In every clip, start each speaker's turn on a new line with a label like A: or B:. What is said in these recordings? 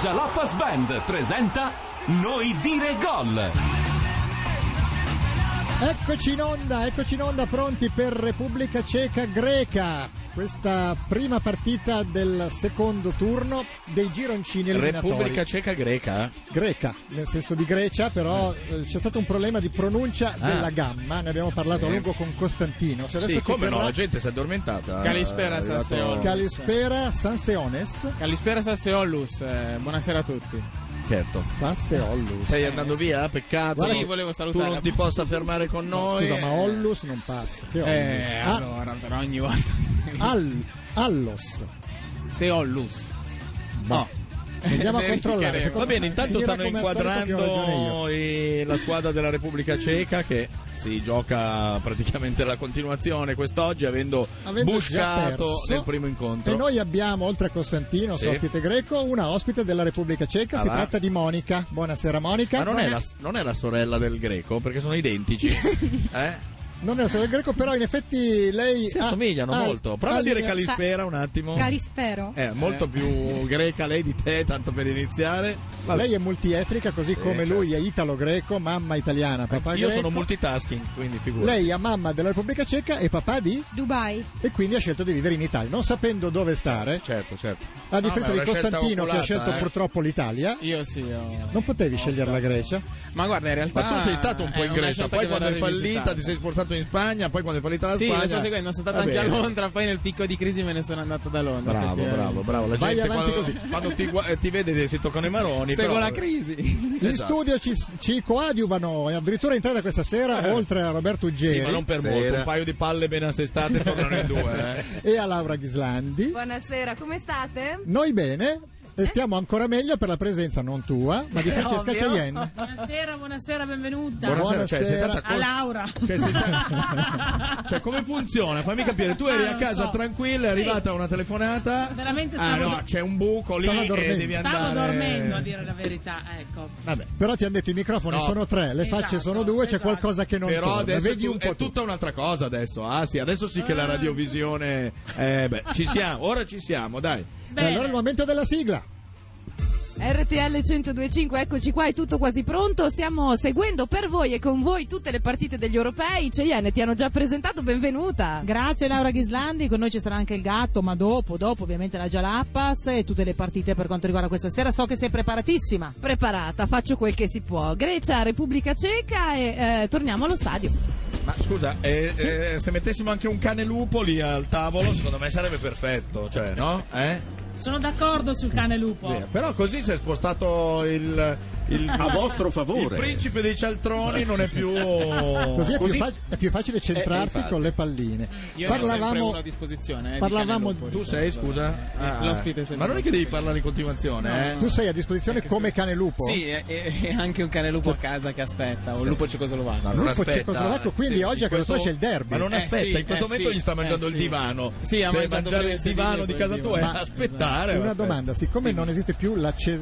A: Jalapas Band presenta Noi dire gol.
B: Eccoci in onda, eccoci in onda pronti per Repubblica Ceca Greca. Questa prima partita del secondo turno dei gironcini eliminatori.
C: Repubblica Ceca Greca?
B: Greca, nel senso di Grecia, però eh, c'è stato un problema di pronuncia
C: Ah.
B: della gamma, ne abbiamo parlato a
C: Sì.
B: lungo con Costantino. Se adesso
C: Sì,
B: ti
C: come no,
B: verrà-
C: la gente si è addormentata. eh,
D: Calispera,
C: È arrivato-
D: Sasseolo.
B: Calispera Sanseones,
D: Calispera Sasseollus, eh, buonasera a tutti.
C: Certo.
B: Sanseollus.
C: Stai andando via? Peccato.
D: Sì, volevo
C: tu
D: salutare.
C: non ti possa fermare con noi.
B: Scusa, ma Ollus non passa. Che Ollus?
D: Eh,
B: Ah,
D: allora, però ogni volta.
B: Al- Allos.
D: Seollus.
B: No. Andiamo a controllare.
D: Verificheremo.
C: Va bene, intanto
B: Finirà
C: stanno
B: come al solito che ho ragione io.
C: inquadrando i- la squadra della Repubblica Ceca che si gioca praticamente la continuazione quest'oggi avendo,
B: Avendo già
C: buscato
B: perso.
C: nel primo incontro.
B: E noi abbiamo, oltre a Costantino,
C: Sì.
B: ospite greco, una ospite della Repubblica Ceca.
C: Ah,
B: si
C: va.
B: tratta di Monica. Buonasera, Monica.
C: Ma non è, la, non è la sorella del greco perché sono identici. eh?
B: Non è la sorella del greco, però in effetti lei.
C: Si
B: ha-
C: assomigliano
B: ha-
C: molto. Prova a
B: ha
C: dire
B: linea-
C: Calispera un attimo.
E: Calispero.
B: Eh,
C: È molto più greca lei di te, tanto per iniziare. Vabbè.
B: Lei è multietnica, così
C: Sì,
B: come
C: certo.
B: lui è italo-greco, mamma italiana, papà
C: Io
B: greco.
C: sono multitasking, quindi figurati.
B: Lei è mamma della Repubblica Ceca e papà di.
E: Dubai.
B: E quindi ha scelto di vivere in Italia, non sapendo dove stare.
C: Certo, certo.
B: A differenza
C: No, ma è
B: di
C: una scelta
B: Costantino, che ha
C: oculata,
B: scelto
C: eh.
B: purtroppo l'Italia.
D: Io sì, ho-
B: Non potevi scegliere la Grecia?
D: Ma guarda, in realtà.
C: Ma tu sei stato un po'
D: Eh, è
C: in
D: una
C: Grecia,
D: scelta
C: poi
D: che
C: quando è
D: verrà
C: fallita
D: rivisitata.
C: ti sei spostato in Spagna, poi quando è fallita la
D: Sì,
C: Spagna.
D: lo sto seguendo, sono stato
C: Va
D: anche a
C: bene.
D: Londra, poi nel picco di crisi me ne sono andato da Londra.
C: Bravo,
D: perché-
C: bravo, bravo. La
B: Vai
C: gente
B: avanti
C: quando,
B: così.
C: quando ti, gua- eh, ti vede che si toccano i maroni.
D: Seguo
C: però- eh,
D: la crisi.
B: Gli
C: Esatto.
B: studio ci, ci coadiuvano e addirittura in da questa sera, oltre a Roberto Uggeri
C: Eh. Sì, ma non per
F: Sera.
C: molto. Un paio di palle bene assestate tornano in due. eh.
B: e a Laura Ghislandi.
G: Buonasera, come state?
B: Noi bene e stiamo ancora meglio per la presenza non tua, ma di Francesca
G: ovvio.
B: Ceien.
H: Buonasera, buonasera, benvenuta.
C: Buonasera, cioè, sei
B: Buonasera.
C: stata
H: A
C: col-
H: Laura.
C: Cioè, sei sta- cioè, come funziona? Fammi capire, tu eri
H: Ah,
C: a
H: non
C: casa
H: so.
C: tranquilla, è
H: Sì.
C: arrivata una telefonata.
H: Veramente
C: Ah
H: stavo,
C: no, c'è un buco lì
B: Stava
C: e
B: dormendo.
C: devi andare.
H: stavo dormendo, a dire la verità, ecco.
B: Vabbè, però ti hanno detto i microfoni
C: No.
B: sono tre, le
H: Esatto,
B: facce sono due, c'è
H: esatto.
B: qualcosa che non
C: Però
B: torna.
C: adesso
B: Vedi
C: tu-
B: un
C: è
B: po' tu.
C: tutta un'altra cosa adesso. Ah sì, adesso sì che la radiovisione eh, beh, ci siamo, ora ci siamo, dai.
B: E allora è il
H: Bene.
B: momento della sigla.
G: RTL 1025, eccoci qua, è tutto quasi pronto. Stiamo seguendo per voi e con voi tutte le partite degli europei. Ceiene ti hanno già presentato, benvenuta.
I: Grazie Laura Ghislandi, con noi ci sarà anche il gatto, ma dopo, dopo ovviamente la Jalappas e tutte le partite per quanto riguarda questa sera. So che sei preparatissima.
G: Preparata, faccio quel che si può. Grecia, Repubblica Ceca e eh, torniamo allo stadio.
C: Ma scusa, eh, eh, se mettessimo anche un cane lupo lì al tavolo, secondo me sarebbe perfetto, cioè, no? Eh?
H: Sono d'accordo sul cane lupo.
C: Sì, Però così si è spostato il, il-
F: A vostro
C: il
F: favore.
C: principe dei cialtroni non è più
B: Così è,
C: così. Eh,
B: Più, fa- è più facile centrarti con le palline.
D: Io ne ho sempre
B: Parlavamo
D: uno a disposizione. eh, di
B: parlavamo-
D: cane lupo.
C: Tu sei, scusa? Ah,
D: Eh, L'ospite sei
C: Ma non è che devi parlare in continuazione, eh?
B: tu sei a disposizione come cane lupo?
D: Sì, e, e- e anche un cane lupo a casa che aspetta, o un lupo cecoslovacco.
C: Ma non
B: Lupo
C: aspetta,
B: cecoslovacco, quindi
C: sì,
B: oggi
C: in
B: a casa tua
C: questo-
B: c'è il derby.
C: Ma non
D: Eh,
C: aspetta,
D: sì,
C: in questo
D: eh,
C: momento
D: sì,
C: gli sta mangiando
D: eh,
C: il
D: sì.
C: divano.
D: Sì, ha
C: Se
D: mangiato
C: mangiare
D: prima
C: il
D: il
C: divano
D: sedile,
C: di
D: poi
C: casa
D: il
C: tua è
D: divano.
C: aspettare.
B: Una
C: aspetta.
B: domanda, siccome non esiste più la Ce-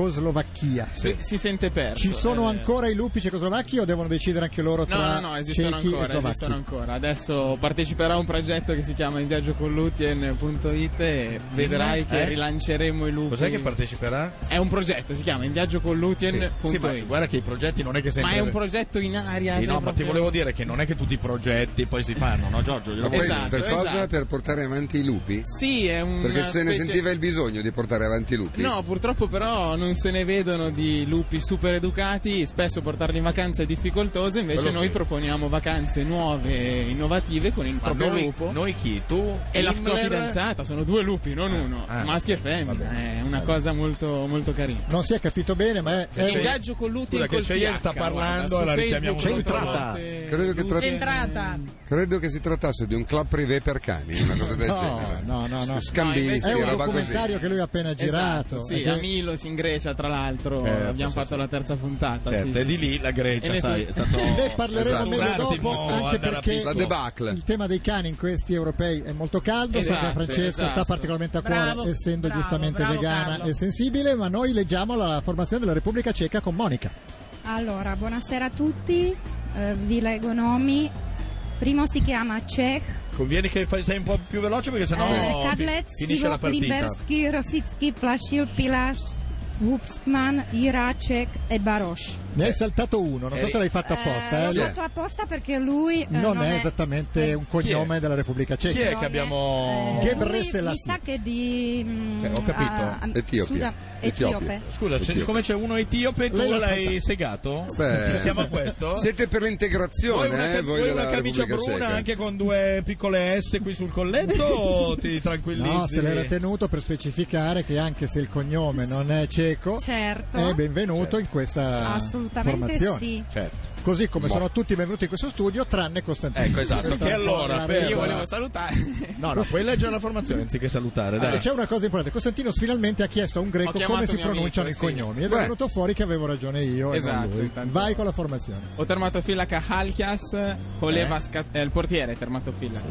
B: Cecoslovacchia,
D: Si, si sente perso.
B: Ci sono
D: Eh,
B: ancora i lupi cecoslovacchi o devono decidere anche loro
D: No,
B: tra
D: no, no, esistono
B: cechi e
D: ancora,
B: slovacchi?
D: esistono ancora. Adesso parteciperà a un progetto che si chiama In viaggio con Lutien.it e vedrai che
C: Eh?
D: rilanceremo i lupi.
C: Cos'è che parteciperà?
D: È un progetto, si chiama In viaggio con Lutien.it.
C: Sì, ma guarda che i progetti non è che sempre...
D: ma è un progetto in aria.
C: Sì, no,
D: sai
C: ma ti
D: proprio-
C: volevo dire che non è che tutti i progetti poi si fanno, no Giorgio? Glielo
D: Esatto,
C: voglio dire.
J: per cosa?
D: esatto.
J: Per portare avanti i lupi?
D: Sì, è un.
J: Perché se ne
D: specie-
J: sentiva il bisogno di portare avanti i lupi?
D: No, purtroppo però non se ne vedono di lupi super educati, spesso portarli in vacanza è difficoltoso, invece
C: Quello
D: noi
C: sì.
D: proponiamo vacanze nuove e innovative con il
C: Ma
D: proprio
C: noi,
D: lupo.
C: noi chi? Tu?
D: E la sua
C: Himmler?
D: fidanzata, sono due lupi, non uno,
C: ah,
D: maschio e femmina,
C: vabbè.
D: è una cosa molto, molto carina.
B: Non si è capito bene, ma è, è-
D: Il viaggio con Luti
C: Scusa
D: e
C: che
D: col
C: Cheyenne
D: PH,
C: sta parlando,
D: guarda, su
C: la richiamiamo
D: Facebook
C: subito.
D: trovate-
J: Credo che tra-
H: Centrata.
J: Credo che si trattasse di un club privé per cani, una cosa del
B: No,
J: genere.
B: no, no, no.
J: S- Scambisti,
D: No,
B: è
D: invece
B: un
J: roba
B: documentario che lui ha appena girato.
D: Esatto, sì,
B: e che-
D: a Milos in Grecia tra l'altro,
C: Certo,
D: abbiamo
C: sì,
D: fatto la terza puntata.
C: Certo,
D: sì,
C: è
D: sì,
C: di
D: sì.
C: lì la
D: E
C: Grecia,
D: ne
C: sai,
D: so-
C: è stato...
B: Ne parleremo
C: esatto,
B: meglio
C: un attimo
B: dopo, anche
C: andare a
B: perché
J: La
C: picco.
J: debacle.
B: il tema dei cani in questi europei è molto caldo, so che a
D: Esatto,
B: Francesca sta
D: esatto.
B: particolarmente a cuore,
H: Bravo,
B: essendo
H: bravo,
B: giustamente
H: bravo
B: vegana
H: Carlo.
B: e sensibile, ma noi leggiamo la formazione della Repubblica Ceca con Monica.
E: Allora, buonasera a tutti, eh, vi leggo nomi. Primo si chiama Cech,
C: Conviene che fai, sei un po' più veloce perché sennò
E: eh,
C: fi-
E: Karlec,
C: finisce la
E: Sivok,
C: partita.
E: Liberski, Rosicki, Plashil, Pilash, Hupsman, Iracek e Baroš.
B: Ne
D: Eh.
B: hai saltato uno, non so se l'hai fatto apposta.
E: Eh,
B: eh.
E: l'ho fatto apposta perché lui eh,
B: Non è esattamente un cognome della Repubblica Ceca.
C: Chi è che abbiamo...
B: Che
E: eh, lui mi
B: Selassie.
E: sa che di... mm,
C: Eh, ho capito.
E: ah, ah,
J: Etiopia.
E: scusa,
J: Etiope.
E: Etiope.
C: Scusa, c'è-
J: Etiope.
C: siccome c'è uno etiope, tu
B: Lei l'ha
C: l'hai segato?
J: Beh.
C: Ci siamo a questo?
J: Siete per
C: Vuoi
J: l'integrazione,
C: una,
J: eh, voi
C: vuoi una
J: della
C: camicia
J: Repubblica
C: bruna
J: Ceca.
C: anche con due piccole S qui sul colletto o ti tranquillizzi?
B: No, se l'era tenuto per specificare che anche se il cognome non è cieco,
E: Certo.
B: è benvenuto in questa
E: Assolutamente
B: formazione.
E: sì.
C: Certo.
B: Così come
J: Boh.
B: sono tutti benvenuti in questo studio, tranne Costantino.
C: Ecco, esatto.
B: Questa
C: Che
B: è un po'
C: allora,
B: la
C: per-
B: regola.
D: Io volevo salutare.
C: No, no, puoi leggere la formazione anziché salutare,
B: Allora,
C: dai.
B: c'è una cosa importante. Costantino finalmente ha chiesto a un
D: Ho
B: greco
D: chiamato
B: come si
D: mio amico,
B: pronunciano
D: sì.
B: i cognomi ed
J: Beh.
B: è venuto fuori che avevo ragione io e
D: Esatto,
B: non lui.
D: intanto-
B: Vai con la formazione.
D: Ho termato fila Cahalkias, Holevas, Ca- eh, il portiere è termato fila.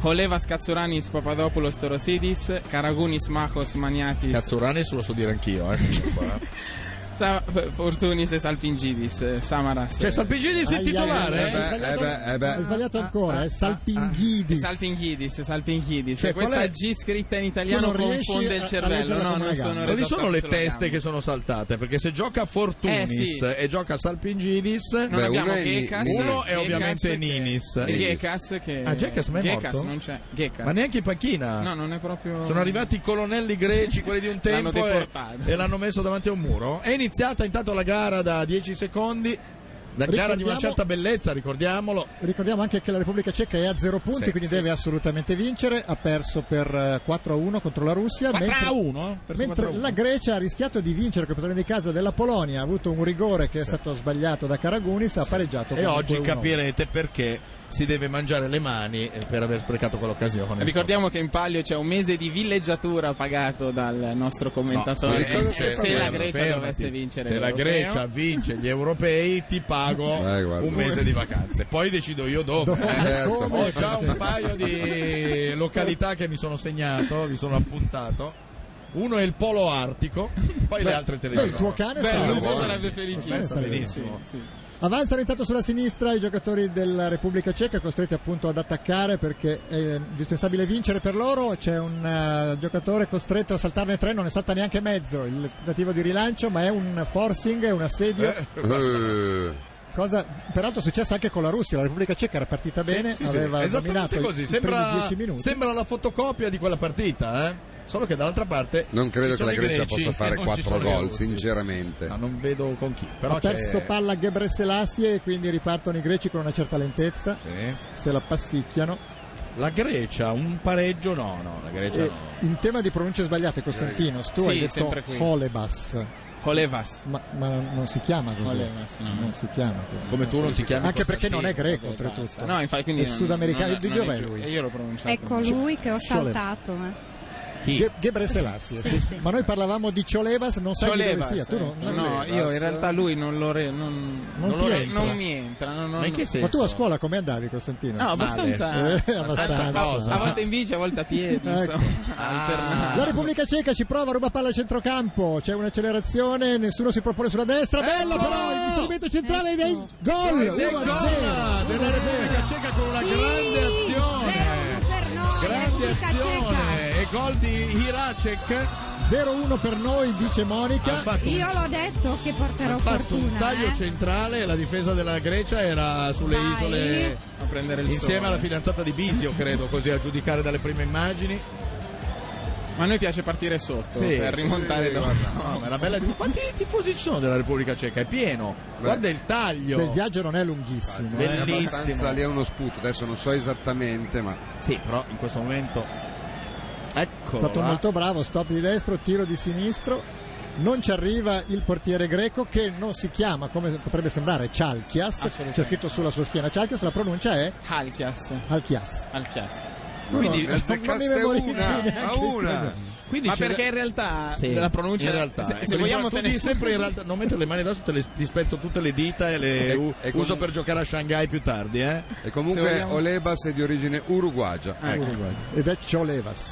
D: Holevas Katsuranis Papadopoulos Torosidis, Karagunis Machos Maniatis,
C: Cazzuranis lo so dire anch'io, eh.
D: Sa- F- Fortunis e Salpingidis, eh, Samaras.
B: Cioè,
C: C'è
D: eh,
C: Salpigidis il
B: Ai, ai, ai,
C: titolare?
B: ai, hai
J: Eh beh, eh beh, eh beh.
B: Hai sbagliato ancora, eh?
D: e
B: Salpinghidi.
D: Salpinghidis, Salpinghidis.
C: Cioè,
D: E questa
C: qual è-
D: G scritta in italiano
B: Tu non riesci
D: confonde
B: a-
D: il
B: a
D: cervello,
B: leggerla
D: no?
B: come
D: Non
B: una
D: sono
B: gamba.
C: Dove
D: reso
C: sono
D: conto
C: le
D: sulla
C: teste
D: gamba.
C: che sono saltate? Perché se gioca Fortunis
D: Eh, sì.
C: e gioca Salpingidis,
D: Non
J: Beh,
D: abbiamo
J: uno è Ni-
D: Gekas.
J: Ninis.
C: Uno è
D: Gekas
C: ovviamente
D: che-
C: Ninis.
D: e
J: Ninis.
D: Gekas che...
C: Ah, Gekas, ma è
D: Gekas
C: morto?
D: non c'è. Gekas.
C: ma neanche in panchina.
D: No, non è proprio...
C: Sono arrivati i colonnelli greci, quelli di un
D: L'hanno
C: tempo, e,
D: deportato.
C: e l'hanno messo davanti a un muro. È iniziata intanto la gara da 10 secondi, la gara di una
B: Ricordiamo-
C: certa bellezza, ricordiamolo.
B: Ricordiamo anche che la Repubblica Ceca è a zero punti,
C: Sì,
B: quindi
C: sì.
B: deve assolutamente vincere. Ha perso per 4 a 1 contro la Russia.
C: 4 a
B: Eh, mentre-
C: 1?
B: Mentre la Grecia ha rischiato di vincere il campione di casa della Polonia, ha avuto un rigore che è stato sbagliato da Karagunis, ha pareggiato
C: E
B: comunque
C: oggi
B: uno a uno.
C: capirete perché si deve mangiare le mani eh, per aver sprecato quell'occasione.
D: Ricordiamo che in palio c'è un mese di villeggiatura pagato dal nostro
J: No,
D: commentatore.
J: di cosa
D: se,
J: stai
D: la
J: parlando?
D: Grecia
C: Fermati.
D: dovesse vincere,
C: se la
D: l'Europeo.
C: Grecia vince gli europei, ti pago
J: Eh, guarda.
C: un mese di vacanze. Poi decido io dopo.
B: Dove-
C: eh.
J: Certo.
B: come-
C: Ho già un paio di località che mi sono segnato, mi sono appuntato. Uno è il Polo Artico, poi le altre te le
B: Beh, il tuo
C: dirò.
B: cane
D: Beh,
B: sta
D: il lupo
J: buono.
D: sarebbe felicissimo.
B: Eh, sta
C: benissimo.
D: Sì, sì.
B: Avanzano intanto sulla sinistra i giocatori della Repubblica Ceca, costretti appunto ad attaccare perché è indispensabile vincere per loro. C'è un eh, giocatore costretto a saltarne tre, non ne salta neanche mezzo. Il tentativo di rilancio, ma è un forcing, è un assedio.
J: Eh,
B: Cosa peraltro successa anche con la Russia. La Repubblica Ceca era partita bene,
C: Sì, sì,
B: aveva dominato
C: esattamente
B: i-
C: così.
B: i
C: Sembra,
B: primi 10 minuti.
C: sembra la fotocopia di quella partita, eh? Solo che dall'altra parte.
J: non credo
C: ci
J: che
C: sono
J: la
C: i
J: Grecia
C: greci
J: possa
C: e
J: fare
C: non ci
J: 4
C: sono i
J: gol,
C: russi.
J: sinceramente.
C: No, non vedo con chi. Però
B: ha perso
C: c'è-
B: palla Gebre Selassie e quindi ripartono i greci con una certa lentezza.
C: Sì.
B: Se la passicchiano.
C: La Grecia, un pareggio no, no, la Grecia
E: Eh.
B: E
C: no.
B: in tema di pronunce sbagliate, Costantino, tu
D: Sì,
B: hai
D: sempre
B: detto
D: qui.
B: Holebas,
D: Holevas.
B: ma, ma non si chiama così.
D: Holebas, no.
B: Non si chiama così.
C: Come tu non ti chiami
B: Anche perché non è
C: Costantino.
B: greco, oltretutto.
D: No, infatti, quindi.
B: È
D: non-
B: sudamericano.
D: non-
B: Di
D: non
B: dov'è
D: è giu-
B: lui?
D: E io l'ho pronunciato.
E: Ecco lui che ho
B: Scioleva.
E: saltato. eh.
B: Ge- Gebre Selassie, sì. ma noi parlavano di Cholebas, non sai di dove
D: Solevas,
B: sia. Tu
D: eh.
B: non- non-
D: no, io in realtà lui non lo. Re, non,
B: Non
D: non lo
B: ti
D: re-
B: entra.
D: non mi entra. non- non-
C: Ma in che senso?
B: ma tu a scuola come andavi, Costantino?
D: No, abbastanza.
B: Male. Eh, abbastanza.
D: abbastanza. Ecco. A volte in bici, a volte a piedi. Insomma,
C: Ah.
B: La Repubblica Ceca ci prova, ruba palla al centrocampo, c'è un'accelerazione, nessuno si propone sulla destra,
D: Eh,
B: bello
C: Ecco!
B: però il distribuimento centrale dei gol!
C: Del gol
B: 1-0.
C: della Repubblica Ceca con una grande
E: Sì,
C: azione.
E: zero per noi,
C: Grande
E: Repubblica Ceca.
C: azione e gol di Hiracek
B: 0-1 per noi, dice
C: ha
B: Monica.
C: fatto,
E: Io l'ho detto che porterò
C: ha fatto
E: fortuna.
C: un taglio
E: eh.
C: centrale la difesa della Grecia era sulle
E: Vai.
C: isole
D: a prendere il
C: insieme alla
D: sole.
C: fidanzata di Bisio credo così a giudicare dalle prime immagini
D: Ma a noi piace partire sotto
C: Sì,
D: per
C: sì,
D: rimontare
J: sì,
D: dopo.
C: No, ma era bella di- Quanti tifosi ci sono della Repubblica Ceca? È pieno. Guarda il taglio.
B: Beh, il viaggio non è lunghissimo.
C: Beh,
B: eh.
J: è
C: Bellissimo.
J: abbastanza lì è uno sputo, adesso non so esattamente, ma
C: Sì, però in questo momento. Ecco.
B: È stato molto bravo, stop di destro, tiro di sinistro. Non ci arriva il portiere greco che non si chiama come potrebbe sembrare Chalkias,
D: Assolutamente.
B: c'è scritto sulla sua schiena Chalkias, la pronuncia è
D: Halkias.
B: Alkias.
D: Halkias.
B: Tu
J: Quindi
B: non-
J: ne
B: non mi
J: azzeccasse
B: memorizzi
J: una,
B: neanche
J: a
B: il
J: una.
B: cognome.
C: Quindi
D: Ma
C: c'è-
D: perché in realtà
C: Sì,
D: la pronuncia
C: in realtà
D: eh. se,
C: ecco,
D: se vogliamo
C: tu
D: tenere
C: dici sempre in realtà non mettere le mani adesso te le dispezzo tutte le dita e le
J: E-
C: u-
J: e
C: uso
J: comunque-
C: per giocare a Shanghai più tardi eh
J: E
D: Se
J: comunque
D: vogliamo-
J: Olebas è di origine uruguagia.
D: Ecco.
B: Uruguay. Ed è Cholevas.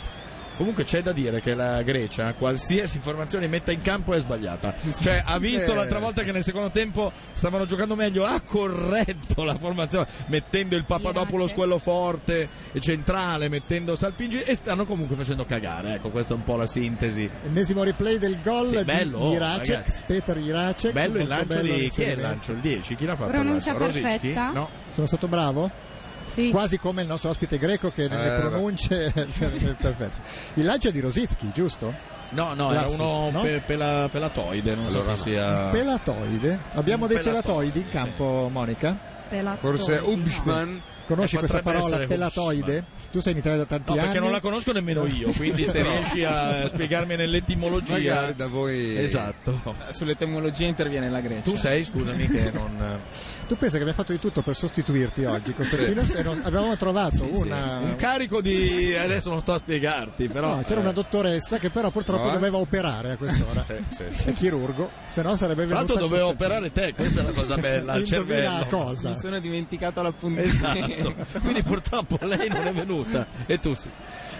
C: Comunque c'è da dire che la Grecia, qualsiasi formazione metta in campo è sbagliata. Cioè, ha visto
J: Eh.
C: l'altra volta che nel secondo tempo stavano giocando meglio, ha corretto la formazione, mettendo il Papadopoulos
E: Grazie.
C: quello forte, centrale, mettendo Salpingi e stanno comunque facendo cagare. Ecco, questa è un po' la sintesi.
B: Ennesimo replay del gol
C: Sì,
B: di
C: bello, oh,
B: Iracek,
C: ragazzi.
B: Peter Iracek.
C: Bello il
B: molto
C: lancio
B: bello
C: di chi è il
B: l'inserimento.
C: lancio? Il 10? Chi l'ha fatto? il
E: Pronuncia
C: lancio? Rosicchi?
E: perfetta.
C: No.
B: Sono stato bravo?
E: Sì.
B: Quasi come il nostro ospite greco che nelle
J: Eh, vabbè.
B: pronunce perfetto. Il lancio è di Rosicki, giusto?
F: No, no, era
B: L'assist,
F: uno
B: no?
F: pe- pela- pelatoide, non
J: Allora
F: so
J: no.
F: chi sia.
B: Pelatoide. Abbiamo dei
F: pelatoide,
B: pelatoidi in campo, Monica?
E: Pelatoidi,
J: Forse
E: no.
J: Ubschman.
B: Conosci
F: Eh,
B: questa
F: potrebbe
B: parola
F: essere
B: pelatoide? Tu sei in Italia da tanti
F: No,
B: anni.
F: perché non la conosco nemmeno io, quindi se riesci a spiegarmi nell'etimologia.
J: Magari da voi.
C: Esatto.
D: Sull'etimologia interviene la Grecia.
C: Tu sei, scusami, che non. eh,
B: Tu pensi che abbiamo fatto di tutto per sostituirti oggi, Costantino? se non- Abbiamo trovato una.
C: Un carico di. adesso non sto a spiegarti, però. eh.
B: No, c'era una dottoressa che però purtroppo
J: No, eh.
B: doveva operare a quest'ora.
C: Sì, sì, sì.
B: È chirurgo, se no sarebbe
C: Tra
B: venuto.
C: l'altro doveva operare te, questa è la cosa bella, al
B: Indovina
C: cervello.
B: cosa.
D: Mi sono dimenticato l'appuntamento.
C: Esatto, quindi purtroppo lei non è venuta e tu sì.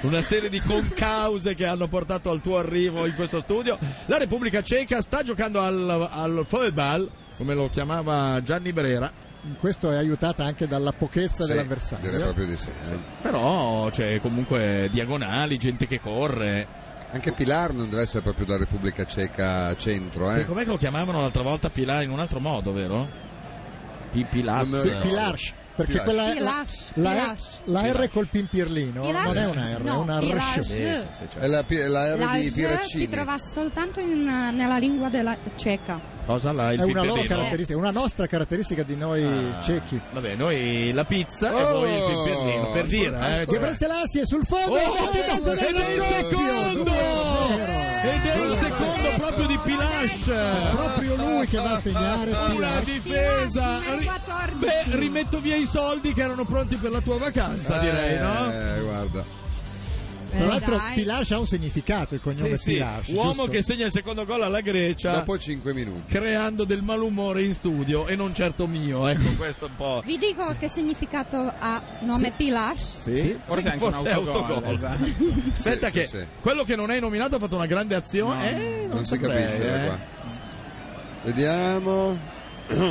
C: Una serie di concause che hanno portato al tuo arrivo in questo studio. La Repubblica Ceca sta giocando al, al football, come lo chiamava Gianni Brera,
B: Questo è aiutata anche dalla pochezza
J: Sì,
B: dell'avversario.
J: direi proprio di sì. eh. sì.
F: Però c'è comunque diagonali, gente che corre.
J: Anche Pilar non deve essere proprio da Repubblica Ceca centro,
F: E
J: eh.
F: com'è che lo chiamavano l'altra volta Pilar in un altro modo, vero? Pi- Pilar.
J: Non me lo
B: Sì,
J: ricordo.
B: Pilarsh, perché
J: Pilarsh.
B: quella è la,
E: Pilarsh,
B: la-
E: Pilarsh.
B: la R col pimpirlino
E: Pilarsh?
B: non è una R, è
E: No,
B: una
E: Pilarsh.
B: R.
F: Sì, sì, sì,
J: Cioè, È
C: Eh,
F: certo.
J: la, pi- è la R di
E: La J si
J: Piraccini.
E: trova soltanto in, eh, nella lingua della ceca.
F: Cosa là, il
B: È una loro
F: piperino?
B: caratteristica, è una nostra caratteristica di noi
F: Ah,
B: cechi.
F: Vabbè, noi la pizza e
J: Oh!
F: voi il piperino, per dire, eh,
C: ecco.
B: Di Brestelassi è sul fondo!
F: Oh,
B: è capitato
F: ed è
B: nel
F: il
B: doppio!
F: secondo!
B: Vero.
F: Ed è il secondo proprio di
B: È
F: Pilash.
B: Proprio lui che va a segnare.
C: Una
B: Pilarsh.
C: difesa!
E: numero
C: Ri-
E: 14.
C: Beh, rimetto via i soldi che erano pronti per la tua vacanza, direi, no?
J: Eh, guarda.
E: Eh,
B: Tra l'altro
G: dai.
B: Pilarsh ha un significato il cognome
F: Sì, sì,
B: Pilarsh.
F: uomo
B: giusto?
F: che segna il secondo gol alla Grecia.
J: Dopo 5 minuti.
C: Creando del malumore in studio e non certo mio, ecco questo è un po'.
E: Vi dico che significato ha nome Pilash.
C: Sì,
D: Forse anche un
C: forse è
D: autogol,
C: autogol.
D: esatto.
C: Aspetta
J: Sì,
C: che
J: sì, sì.
C: quello che non hai nominato ha fatto una grande azione. Eh, non,
J: Non si
C: saprei,
J: capisce
C: eh.
J: qua. Vediamo.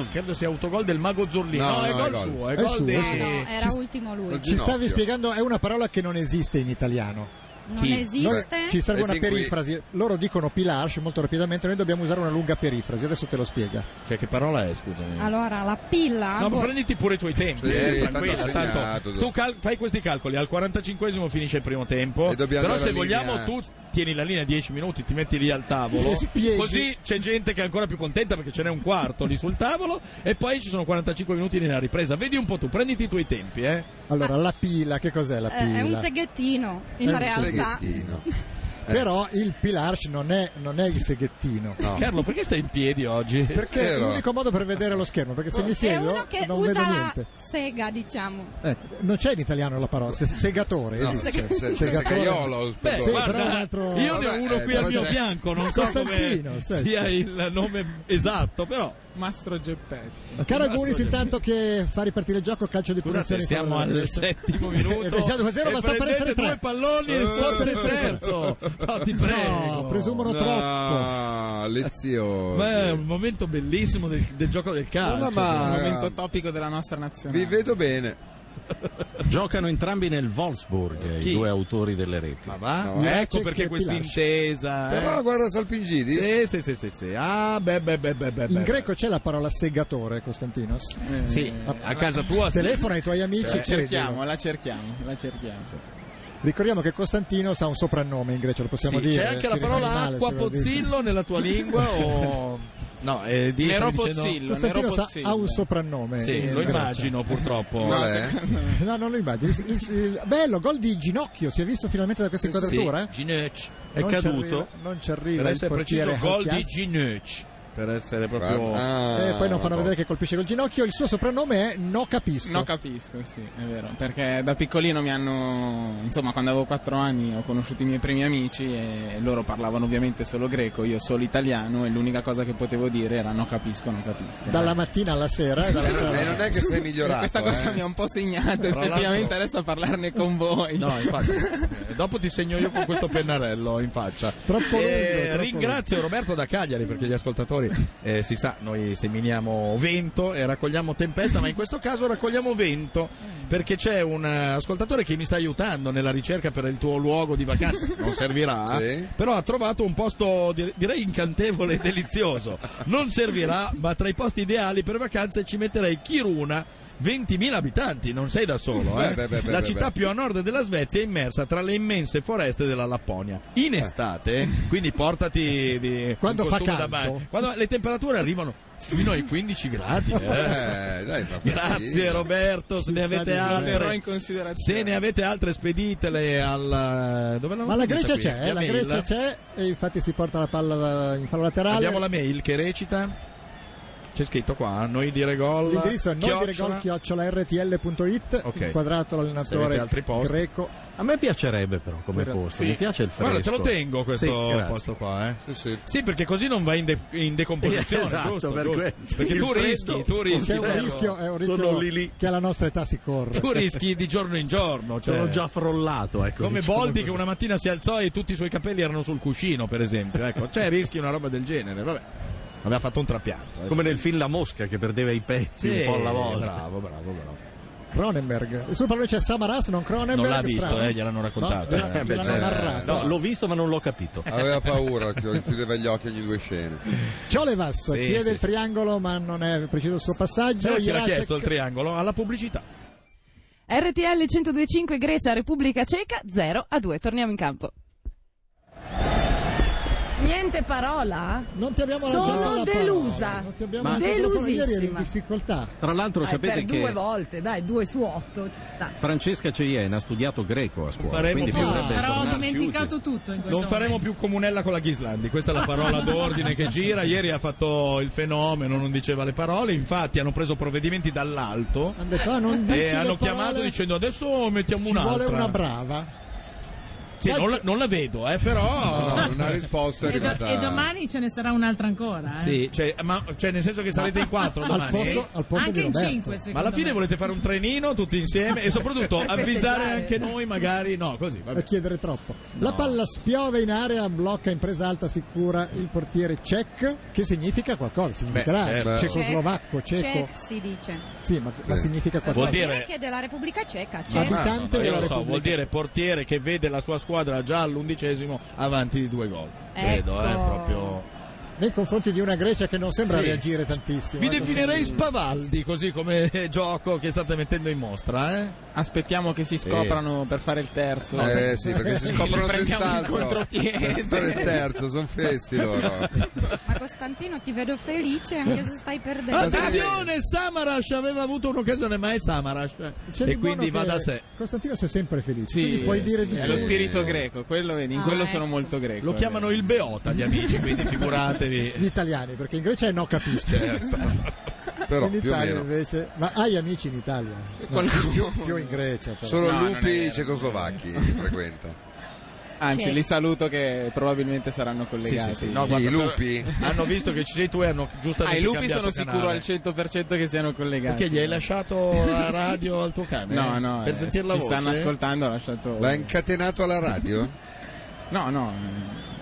C: Credo sia autogol del Mago Zurlino.
J: No,
C: No, è
J: no,
C: gol
J: è gol.
C: suo, è
B: È
C: gol
B: suo,
C: di-
B: è
E: Eh no, era ultimo lui.
J: Non
B: Ci stavi
J: Ginocchio.
B: spiegando, è una parola che non esiste in italiano.
E: Non
F: Chi?
E: esiste.
B: Ci serve
J: E
B: una
J: fin qui-
B: perifrasi. Loro dicono Pilarsh molto rapidamente, noi dobbiamo usare una lunga perifrasi. Adesso te lo spiega.
F: Cioè, che parola è, scusami?
E: Allora, la pilla
F: No, ma
E: vuol-
F: prenditi pure i tuoi tempi,
J: Sì,
F: eh,
J: tanto
F: tranquilla,
J: ha segnato,
F: tanto-
J: dai.
F: tu cal- fai questi calcoli, al 45esimo finisce il primo tempo,
J: E dobbiamo
F: però se
J: andare a linea- eh.
F: vogliamo tu tieni la linea 10 minuti, ti metti lì al
B: Ti
F: tavolo,
B: spieghi.
F: così c'è gente che è ancora più contenta perché ce n'è un quarto lì sul tavolo e poi ci sono 45 minuti nella ripresa, vedi un po' tu, prenditi i tuoi tempi, eh.
B: Allora, la pila, che cos'è la
E: eh, è un
B: pila?
E: seghettino
B: È
E: in
B: un
E: realtà.
J: Seghettino.
B: Però il Pilarsh non è, non è il seghettino.
J: No.
F: Carlo, perché stai in piedi oggi?
B: Perché è
J: Vero.
B: l'unico modo per vedere lo schermo, perché se mi
E: È
B: siedo
E: uno che
B: non
E: usa
B: vedo
E: la
B: niente.
E: sega, diciamo.
B: Ecco, non c'è in italiano la parola, se- segatore
J: No,
B: esiste.
J: se- se-
B: Segatore.
J: segaiolo,
F: Beh,
J: perdona.
B: però
F: guarda,
B: un altro-
F: io
J: Vabbè,
F: ne ho uno
J: eh,
F: qui al
J: però
F: mio
J: c'è-
F: fianco, non so
B: Costantino,
F: come
B: sì.
F: sia il nome esatto, però
D: Mastro Geppetto.
B: Caragunis intanto che fa ripartire il gioco, calcio di
F: Scusate,
B: punizione eh, in
F: siamo
B: favore della
F: al
B: Grecia.
F: settimo
B: E
F: minuto.
B: siamo 2-0,
F: e
B: ma diciamo, sta per
F: prendete
B: essere tre. Eh.
F: due palloni e forse il terzo. No, ti prego.
B: No, presumono troppo.
J: Ah, lezioni.
F: Ma è un momento bellissimo del, del gioco del calcio.
J: No, ma-
D: Un
J: Ah,
D: momento
C: eh,
D: topico della nostra nazionale.
J: Vi vedo bene.
K: Giocano entrambi nel Wolfsburg,
F: Chi?
K: i due autori delle reti.
F: Ma va?
J: No,
F: ecco
B: eh,
F: perché
B: che
F: questa
B: rilascio.
F: intesa.
J: Però
F: Eh.
J: guarda Salpingidis.
F: Sì, sì, sì, sì, sì. Ah, beh, beh, beh, beh, beh.
B: In
F: beh.
B: greco Eh, c'è la parola segatore, Costantinos.
F: Sì, a casa tua sì. Eh,
B: Telefona ai tuoi amici,
D: La
B: e credilo.
D: Eh, cerchiamo, la cerchiamo, la cerchiamo.
B: Ricordiamo che Costantinos ha un soprannome in Grecia, lo possiamo
F: Sì,
B: dire.
F: c'è anche
B: ci
F: la
B: rimane
F: parola
B: male,
F: acqua
B: se lo dico.
F: pozzillo nella tua lingua o no, eh, di
D: Nero
F: stavi dicendo-
D: Pozzillo, Nero
B: Costantino sa- ha
D: Pozzillo.
B: un soprannome.
F: Sì,
B: in
F: lo
B: Grecia.
F: immagino purtroppo.
J: Qual è?
B: No, non lo immagino. Il- il- il- bello, gol di ginocchio. Si è visto finalmente da questa inquadratura?
F: Ginecci.
K: È
B: Non ci
K: caduto.
B: arriva- non ci arriva
F: Per
B: il
F: essere
B: portiere
F: preciso, gol di
B: Halkias.
F: Ginecci.
C: per essere proprio.
J: Ah,
B: e Eh, poi non fanno vedere che colpisce col ginocchio. Il suo soprannome è No Capisco.
D: No, capisco, sì, è vero. Perché da piccolino mi hanno. Insomma, quando avevo 4 anni ho conosciuto i miei primi amici e loro parlavano ovviamente solo greco, io solo italiano e l'unica cosa che potevo dire era no capisco, non capisco. Cioè,
B: dalla mattina alla sera. e
J: Eh,
B: dalla sera-
D: Questa cosa mi ha un po' segnato,
C: eh. Tra l'altro-
D: effettivamente adesso a parlarne con voi.
C: No, infatti. Eh, Dopo ti segno io con questo pennarello in faccia.
B: Troppo
C: Eh,
B: lungo, troppo
C: ringrazio Roberto da Cagliari perché gli ascoltatori eh, si sa, noi seminiamo vento e raccogliamo tempesta, ma in questo caso raccogliamo vento perché c'è un eh, ascoltatore che mi sta aiutando nella ricerca per il tuo luogo di vacanza. Non servirà,
J: Sì.
C: però ha trovato un posto dire- direi incantevole e delizioso. Non servirà, ma tra i posti ideali per vacanze ci metterei Kiruna. 20.000 abitanti, non sei da solo, eh?
J: Beh, beh, beh, beh,
C: la
J: beh,
C: città
J: beh.
C: più a nord della Svezia è immersa tra le immense foreste della Lapponia. In estate, quindi portati di
B: Eh. Quando
C: un
B: fa
C: costume da
B: caldo.
C: bagno. Quando le temperature arrivano fino ai 15 gradi. eh.
J: Eh, dai, fa fatica.
C: Grazie Roberto, se ne avete
D: Lo terrò
C: altre.
D: in considerazione.
C: Se ne avete altre speditele al dove l'hanno
B: Ma la Grecia
C: tenuta qui?
B: c'è, eh, la
C: Via mail.
B: Grecia c'è e infatti si porta la palla in fallo laterale.
C: Abbiamo la mail che recita c'è scritto qua, noi dire gol.
B: L'indirizzo è
C: chiocciola-
B: noidiregol-rtl.it,
C: Ok.
B: inquadrato
C: Se avete
B: l'allenatore
C: altri post.
B: greco.
K: A me piacerebbe però come
B: Sì.
K: posto, mi piace il fresco.
C: Guarda, te lo tengo
K: Sì,
C: questo
K: grazie.
C: posto qua, eh.
J: Sì, sì.
C: Sì, perché così non va in, de- in decomposizione,
K: Esatto,
C: giusto?
K: per
C: giusto.
K: quello.
C: Perché
K: Il
C: tu
K: freddo-
C: rischi, tu rischi, eh,
B: Che è un
K: Sono-
B: rischio, è un rischio
K: sono lì lì.
B: che alla nostra età si corre.
C: tu rischi di giorno in giorno. Cioè,
K: Sono già frollato, ecco.
C: come
K: diciamo
C: Boldi
K: così.
C: che una mattina si alzò e tutti i suoi capelli erano sul cuscino, per esempio. Ecco, cioè rischi una roba del genere. Vabbè, aveva fatto un trapianto. eh.
K: Come nel film La Mosca che perdeva i pezzi
C: Sì,
K: un po' alla volta.
C: Bravo, bravo, bravo.
B: Cronenberg. Il suo pallone c'è Samaras, non Cronenberg.
C: Non l'ha visto,
B: strano.
C: eh, gliel'hanno raccontato.
B: No, gliel'ha-
K: Eh, beh,
B: gliel'hanno
K: cioè,
B: narrato.
K: no, l'ho visto ma non l'ho capito.
J: Aveva paura, chi- chiudeva gli occhi ogni due scene.
B: Ciolevas chiede
C: sì,
B: il
C: sì.
B: triangolo, ma non è preciso il suo passaggio.
C: Sai chi l'ha
B: Jiracek-
C: chiesto il triangolo? Alla pubblicità.
G: RTL 1025 Grecia Repubblica Ceca 0 a 2. Torniamo in campo. Niente parola?
B: Non ti abbiamo
G: Sono
B: lanciato alla parola.
G: delusa.
B: Non ti abbiamo
K: Ma-
B: lanciato alla parola. Ieri eri in
G: Delusissima.
B: difficoltà.
K: Tra l'altro
G: Dai,
K: sapete
G: per
K: che
G: due volte, dai, due su otto. ci sta.
K: Francesca Ceiena ha studiato greco a scuola,
C: faremo
K: quindi
C: più.
K: dovrebbe
H: Ah, Però ho
K: tornarci
H: dimenticato
K: utile.
H: tutto in questo
C: Non faremo
H: momento.
C: più comunella con la Ghislandi, questa è la parola d'ordine che gira. Ieri ha fatto il fenomeno, non diceva le parole, infatti hanno preso provvedimenti dall'alto
B: Hanno detto, ah, non dici
C: e
B: le
C: Eh, hanno chiamato
B: parole,
C: dicendo adesso mettiamo
B: Ci
C: un'altra.
B: vuole una brava.
C: Sì, non, la, non la vedo, eh, però.
J: No, no, una risposta è
H: E, do-
J: arrivata.
H: e domani ce ne sarà un'altra ancora. eh.
C: Sì, cioè, ma, cioè, nel senso che sarete in quattro
B: Al
C: domani.
B: posto, al posto
H: Anche
B: di
H: in
B: Roberto.
H: 5
C: Ma alla fine volete fare un trenino tutti insieme e soprattutto avvisare anche noi, magari. No, così.
B: a
C: Vabbè.
B: chiedere troppo. La palla spiove in area, blocca in presa alta sicura il portiere cec, che significa qualcosa, significherà
C: Beh, certo.
B: cecoslovacco, ceco.
E: Cech si dice.
B: Sì, ma, ma
J: Sì.
B: significa
C: Vuol
B: qualcosa.
C: dire-
E: Che è della Repubblica Ceca,
B: Ma-
E: Cech.
B: ma- Abitante
C: io
B: della
C: lo so,
B: Cioè, Repubblica.
C: vuol dire portiere che vede la sua squadra già all'undicesimo avanti di due gol. Credo, eh,
E: Ecco.
C: proprio.
B: Nei confronti di una Grecia che non sembra
C: Sì.
B: reagire tantissimo.
C: Vi
B: eh,
C: definirei spavaldi così come gioco che state mettendo in mostra, eh?
D: Aspettiamo che si scoprano per fare il terzo.
J: Eh sì, perché si scoprono
D: Li prendiamo in
J: senz'altro.
D: contropiede.
J: Sono il terzo, sono fessi loro.
E: Ma Costantino ti vedo felice anche se stai
B: Ah,
E: perdendo.
C: Attenzione, Samaras aveva avuto un'occasione, ma è Samaras.
B: C'è di
C: E
B: buono
C: quindi va
B: che
C: da sé.
B: Costantino sei sempre felice,
D: Sì,
B: quindi puoi
D: sì,
B: dire di
D: È
B: tutto.
D: lo spirito greco, quello vedi, in
E: Ah,
D: quello
E: ecco.
D: sono molto greco. eh.
C: Lo
D: è
C: chiamano
D: vero.
C: il Beota gli amici, quindi
B: Gli
C: figuratevi. Certo.
B: italiani, perché in Grecia è no capisco.
D: Certo.
J: Però
B: in
J: più o
B: Italia
J: meno.
B: invece, ma hai amici in Italia? No,
D: Qualcuno-
B: più, più in Grecia. Però.
J: Solo
D: No, non è
J: lupi
D: vero.
J: cecoslovacchi li frequenta.
D: Anzi,
E: Cioè.
D: li saluto che probabilmente saranno collegati.
C: No,
J: I
C: guarda,
J: lupi?
C: Hanno visto che ci sei tu e hanno
D: Ah,
C: giustamente
D: i lupi
C: cambiato
D: sono sicuro
C: canale.
D: al 100% che siano collegati.
C: Perché gli hai lasciato la radio al tuo cane?
D: No, no,
C: Per
D: eh,
C: sentire la
D: ci
C: voce?
D: stanno ascoltando, ho lasciato
J: L'ha incatenato alla radio?
D: No, no.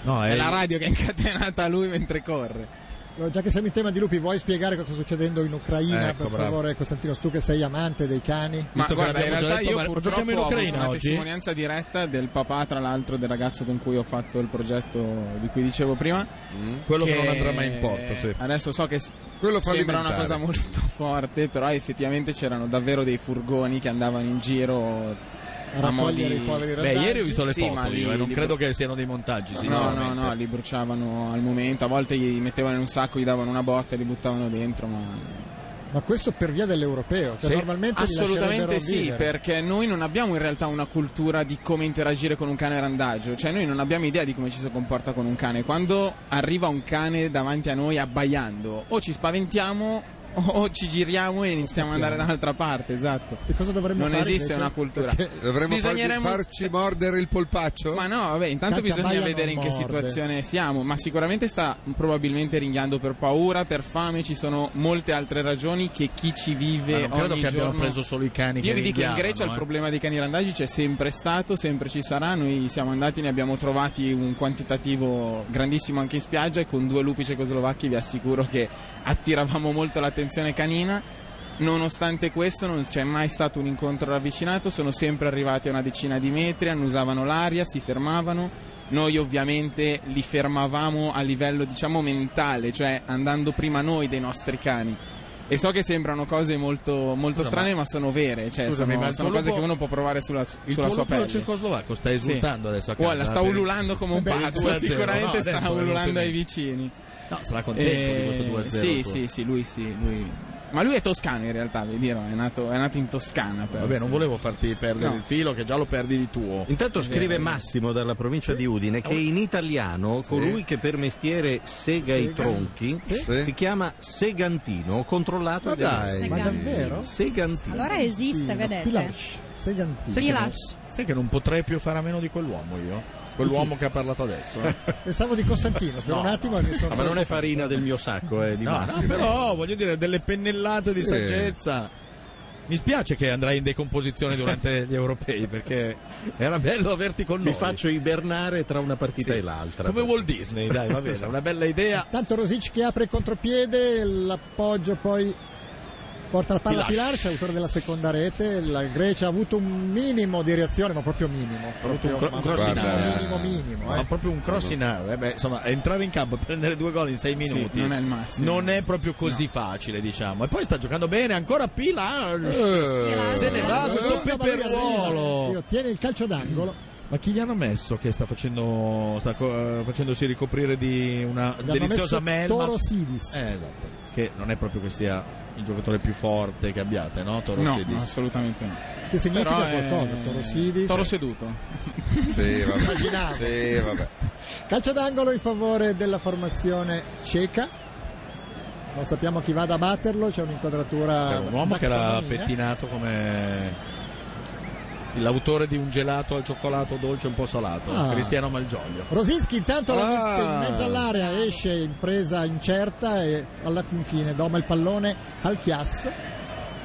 C: No,
D: È
C: è-
D: la radio che è incatenata a lui mentre corre.
B: Allora, Già che siamo in tema di lupi, vuoi spiegare cosa sta succedendo in Ucraina?
C: Ecco,
B: per
C: bravo.
B: favore, Costantino, tu che sei amante dei cani.
D: Ma
C: Visto che
D: guarda, in
C: l'abbiamo già
D: realtà
C: detto,
D: io
C: ma
D: purtroppo
C: giochiamo in
D: ho avuto
C: Ucraina
D: una
C: oggi?
D: testimonianza diretta del papà, tra l'altro, del ragazzo con cui ho fatto il progetto di cui dicevo prima.
J: Mm?
C: Quello che... non andrà mai in porto, sì.
D: Adesso so che s-
J: Quello
D: sembra una cosa
J: fallimentare.
D: molto forte, però effettivamente c'erano davvero dei furgoni che andavano in giro
B: A
D: a mo'
B: raccogliere
D: di-
B: i poveri
C: Beh,
B: ragazzi.
C: ieri ho visto le
D: Sì, ma
C: foto
D: li-
C: io e non
D: li-
C: credo che siano dei montaggi,
D: No,
C: sinceramente.
D: no, no, li bruciavano al momento, a volte gli mettevano in un sacco, gli davano una botta e li buttavano dentro, ma
B: Ma questo per via dell'europeo, cioè
D: Sì,
B: normalmente li
D: assolutamente
B: lascerebbero
D: sì,
B: vivere.
D: perché noi non abbiamo in realtà una cultura di come interagire con un cane randagio, cioè noi non abbiamo idea di come ci si comporta con un cane. Quando arriva un cane davanti a noi abbaiando, o ci spaventiamo o ci giriamo e iniziamo ad andare da un'altra parte, esatto.
B: E cosa dovremmo
D: non
B: fare
D: esiste
B: invece?
D: una cultura.
B: Perché-
J: Dovremmo
D: Bisogneremo-
J: farci, farci mordere il polpaccio?
D: Ma no, vabbè, intanto
J: Cacca
D: bisogna
J: Maia
D: vedere in
J: non
D: che
J: morde.
D: situazione siamo, ma sicuramente sta probabilmente ringhiando per paura, per fame, ci sono molte altre ragioni che chi ci vive
C: Ma non credo
D: ogni
C: che abbiamo
D: giorno-
C: preso solo i cani
D: Io
C: che
D: vi dico in
C: ringhiavano,
D: Grecia il
C: eh.
D: problema dei cani randagi c'è sempre stato, sempre ci sarà, noi siamo andati, ne abbiamo trovati un quantitativo grandissimo anche in spiaggia e con due lupi cecoslovacchi vi assicuro che attiravamo molto l'attenzione canina. Nonostante questo non c'è mai stato un incontro ravvicinato, sono sempre arrivati a una decina di metri, annusavano l'aria, si fermavano. Noi ovviamente li fermavamo a livello diciamo mentale, cioè andando prima noi dei nostri cani. E so che sembrano cose molto, molto
C: Scusa,
D: strane,
C: ma-
D: ma... sono vere, cioè
C: Scusami,
D: sono,
C: ma il
D: sono
C: tuo
D: cose
C: lupo-
D: che uno può provare sulla,
C: Il
D: sulla
C: tuo
D: sua
C: lupo
D: pelle.
C: cecoslovacco sta esultando adesso a casa.
D: Guarda, sta
C: per-
D: ululando come un
C: per il
D: pazzo,
C: 2-0.
D: sicuramente
C: No, adesso
D: sta
C: è venuto in
D: ululando ai
C: mente.
D: vicini. Eh,
C: No, sarà contento di questo 2-0
D: Sì,
C: tuo.
D: sì, sì, lui sì, lui- Ma lui è toscano in realtà, vi dirò, è nato, è nato in Toscana. però,
C: Vabbè,
D: sì.
C: non volevo farti perdere
D: No.
C: il filo, che già lo perdi di tuo.
K: Intanto
C: È
K: scrive
C: vero.
K: Massimo dalla provincia di Udine che in italiano colui che per mestiere sega i
C: Sega.
K: tronchi
J: Sì.
K: si chiama segantino, controllato
J: Ma
K: dai,
J: dai. Ma davvero?
K: Segantino.
E: Allora esiste, vedete.
C: Sai che, non,
E: Pilash.
C: sai che non potrei più fare a meno di quell'uomo io? Quell'uomo che ha parlato adesso. eh.
B: Pensavo di Costantino, per
C: No.
B: un attimo e mi sono...
K: Ah, ma non è farina del mio sacco, eh, di
C: No,
K: Massimo.
C: no, però voglio dire, delle pennellate di
K: Sì.
C: saggezza. Mi spiace che andrai in decomposizione durante gli europei perché era bello averti con
K: Mi
C: noi.
K: faccio ibernare tra una partita e l'altra.
C: Come Walt Disney, dai, va bene, una bella idea.
B: Tanto Rosic che apre il contropiede, l'appoggio poi porta la palla a
C: Pilar.
B: Pilarci, autore della seconda rete. La Grecia ha avuto un minimo di reazione, ma proprio minimo.
C: avuto
B: Proprio,
C: un, cro- un
B: ma-
C: cross in
B: guarda,
C: aria.
B: minimo, minimo.
C: Ma proprio un cross in aria. Eh beh, insomma, entrare in campo e prendere due gol in sei
D: Sì,
C: minuti
D: non è il massimo.
C: Non è proprio così facile, diciamo. E poi sta giocando bene, ancora Pilar. Se ne va
B: Eh,
C: con doppio
B: Maria arriva,
C: Peruolo.
B: che Ottiene il calcio d'angolo.
C: Ma chi gli hanno messo che sta facendo sta co- eh, facendosi ricoprire di una
B: Gli hanno
C: deliziosa
B: messo
C: melma?
B: Toro Sidis.
C: Eh, esatto. Che non è proprio che sia il giocatore più forte che abbiate, no? Toro
D: No,
C: Sidis.
D: assolutamente no.
B: Che significa
D: Però è-
B: qualcosa, Toro Sidis.
D: Toro seduto.
J: Sì, vabbè.
B: Immaginavo.
J: sì, vabbè.
B: Calcio d'angolo in favore della formazione ceca. Non sappiamo chi vada a batterlo, c'è un'inquadratura.
C: C'era Cioè, un uomo che era
D: eh?
B: taxonomia.
C: pettinato come l'autore di un gelato al cioccolato dolce un po' salato,
B: Ah.
C: Cristiano Malgioglio.
B: Rosinski intanto la
C: Ah.
B: mette in mezzo all'area, esce in presa incerta e alla fin fine doma il pallone al Chias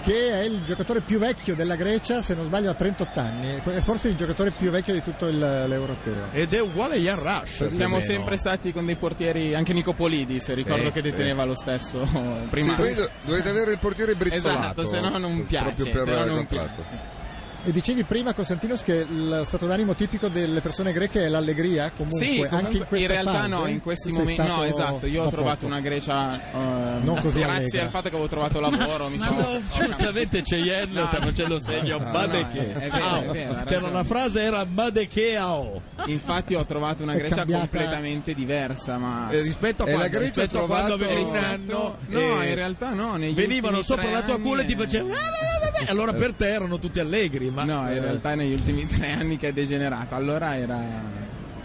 B: che è il giocatore più vecchio della Grecia, se non sbaglio ha 38 anni, è forse il giocatore più vecchio di tutto il- l'europeo.
C: Ed è uguale a Jan Rush.
D: Siamo
C: più o meno.
D: sempre stati con dei portieri, anche Nicopolidi, se ricordo
C: Sì,
D: che
C: sì.
D: deteneva lo stesso
J: Sì,
D: prima.
J: voi do- dovete avere il portiere brizzolato.
D: Esatto, se no non piace,
J: Proprio per
D: se no
J: il
D: non
J: contratto.
B: E dicevi prima, Costantinos, che il stato d'animo tipico delle persone greche è l'allegria, comunque,
D: Sì,
B: anche
D: comunque,
B: in questa
D: realtà
B: fase,
D: no, in questi
B: tu sei
D: momenti no,
B: stato
D: esatto, io ho
B: da
D: trovato
B: poco.
D: una Grecia eh,
B: Non così
D: grazie
B: allegra.
D: al fatto che avevo trovato lavoro, mi sono
C: Giustamente c'è Yen
D: No,
C: sta facendo segno
D: no, no,
C: ma de
D: è-
C: che.
D: è vero,
C: Ah,
D: è vero, ha
C: C'era
D: ragione.
C: una frase era ma de che ao.
D: Infatti ho trovato una
C: È
D: Grecia
C: cambiata-
D: completamente diversa, ma
C: Eh, rispetto a
J: E la
C: quando,
J: Grecia
C: rispetto
J: ha
C: a quando
J: trovato-
C: avevi un anno
D: Rispetto- no,
C: e-
D: in realtà no, negli
C: Eh, venivano
D: ultimi
C: sopra
D: tre
C: la tua
D: anni
C: culla e ti
D: è-
C: facevano "Ah, vabbè, vabbè", allora per te erano tutti allegri ma
D: No,
B: eh,
D: in realtà è negli ultimi tre anni che è degenerata. Allora era,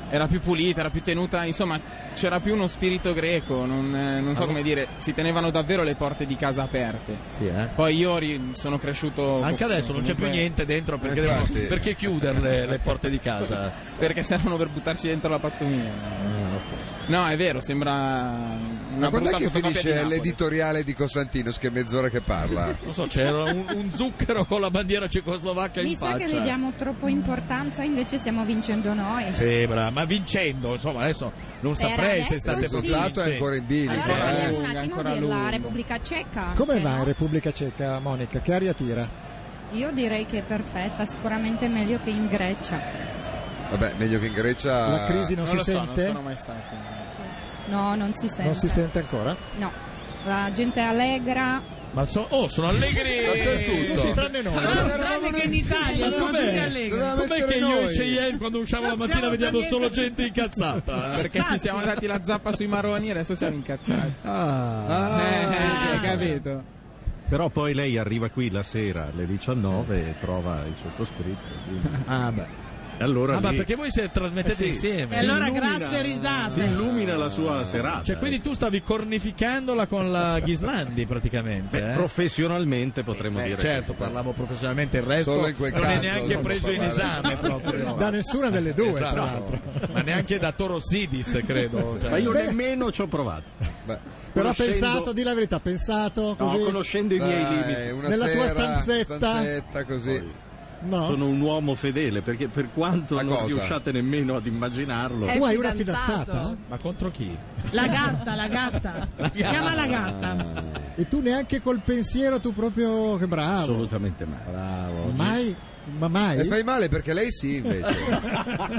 D: era più pulita, era più tenuta, insomma c'era più uno spirito greco, non, eh, non so
C: Allora-
D: come dire, si tenevano davvero le porte di casa aperte.
C: Sì, eh.
D: Poi io ri- sono cresciuto...
C: anche
D: con-
C: adesso non c'è più
D: comunque-
C: niente dentro perché,
D: Eh,
C: devono-
D: infatti.
C: perché chiuderle le porte di casa
D: Perché servono per buttarci dentro la pattumiera. No, è vero, sembra
J: Ah, Ma
D: una
J: quando è
D: brutta
J: che
D: fotocopia di
J: finisce
D: Napoli.
J: l'editoriale di Costantinos che è mezz'ora che parla?
C: non so c'era un, un zucchero con la bandiera cecoslovacca
E: Mi
C: in
E: sa
C: faccia
E: che le diamo troppo importanza, invece stiamo vincendo noi.
C: sembra ma vincendo insomma adesso non
E: Per
C: saprei se
E: adesso
C: state
E: sì. Il risultato
J: è ancora in
C: bilico
E: Allora parliamo un attimo
D: ancora
E: della
D: lungo.
E: Repubblica Ceca.
B: Come
E: eh
B: va in
E: no?
B: Repubblica Ceca, Monica? Che aria tira?
E: Io direi che è perfetta, sicuramente meglio che in Grecia.
J: Vabbè, meglio che in Grecia.
B: La crisi non,
D: Non
B: si
D: lo so, non
B: sente?
D: sono mai stato.
J: Ah.
E: No, non si sente.
B: Non si sente ancora?
E: No, la gente è allegra.
C: ma so- oh sono allegri
B: Tutti tranne noi.
H: Tranne Ah, che in Italia sono tutti allegri.
C: com'è che io e Cheyenne quando usciamo la mattina
H: siamo
C: vediamo
H: per
C: solo
H: niente-
C: gente incazzata eh?
D: Perché ci siamo dati
J: Ah.
D: la zappa sui maroni e adesso siamo incazzati.
C: Ah.
D: Eh, eh, capito?
K: Però poi lei arriva qui la sera alle 19 e trova il sottoscritto. quindi-
C: Ah, beh.
K: Allora
C: Ah, ma
K: lì
C: perché voi se trasmettete
K: Eh sì.
C: insieme?
K: E allora
C: Si illumina-
H: grazie risate.
K: si illumina la sua serata.
C: Cioè, quindi tu stavi cornificandola con la Ghislandi praticamente.
K: Beh,
C: eh?
K: Professionalmente potremmo
C: Eh,
K: dire.
C: certo, parlavo professionalmente, il resto
K: Solo in quel
C: non è
K: caso,
C: neanche
K: non
C: preso in
K: parlare.
C: esame proprio.
B: Da nessuna delle due,
C: Esatto.
B: tra l'altro.
C: Ma neanche da Torosidis, credo. cioè,
K: Ma io
B: Beh.
K: nemmeno ci ho provato.
B: Però
K: Conoscendo-
B: pensato, di la verità, pensato
K: No,
B: così.
K: conoscendo i miei
J: Dai,
K: limiti.
J: una
B: Nella tua
J: sera,
B: stanzetta.
J: stanzetta così.
B: No.
K: Sono un uomo fedele perché per quanto non
J: cosa?
K: riusciate nemmeno ad immaginarlo.
C: Eh,
H: È Tu hai una fidanzato. fidanzata?
K: Ma contro chi?
H: La gatta, la gatta. Si chiama la gatta.
B: E tu neanche col pensiero, tu proprio che bravo.
K: Assolutamente mai.
J: Bravo.
B: Mai, ma mai.
J: E fai male perché lei sì invece.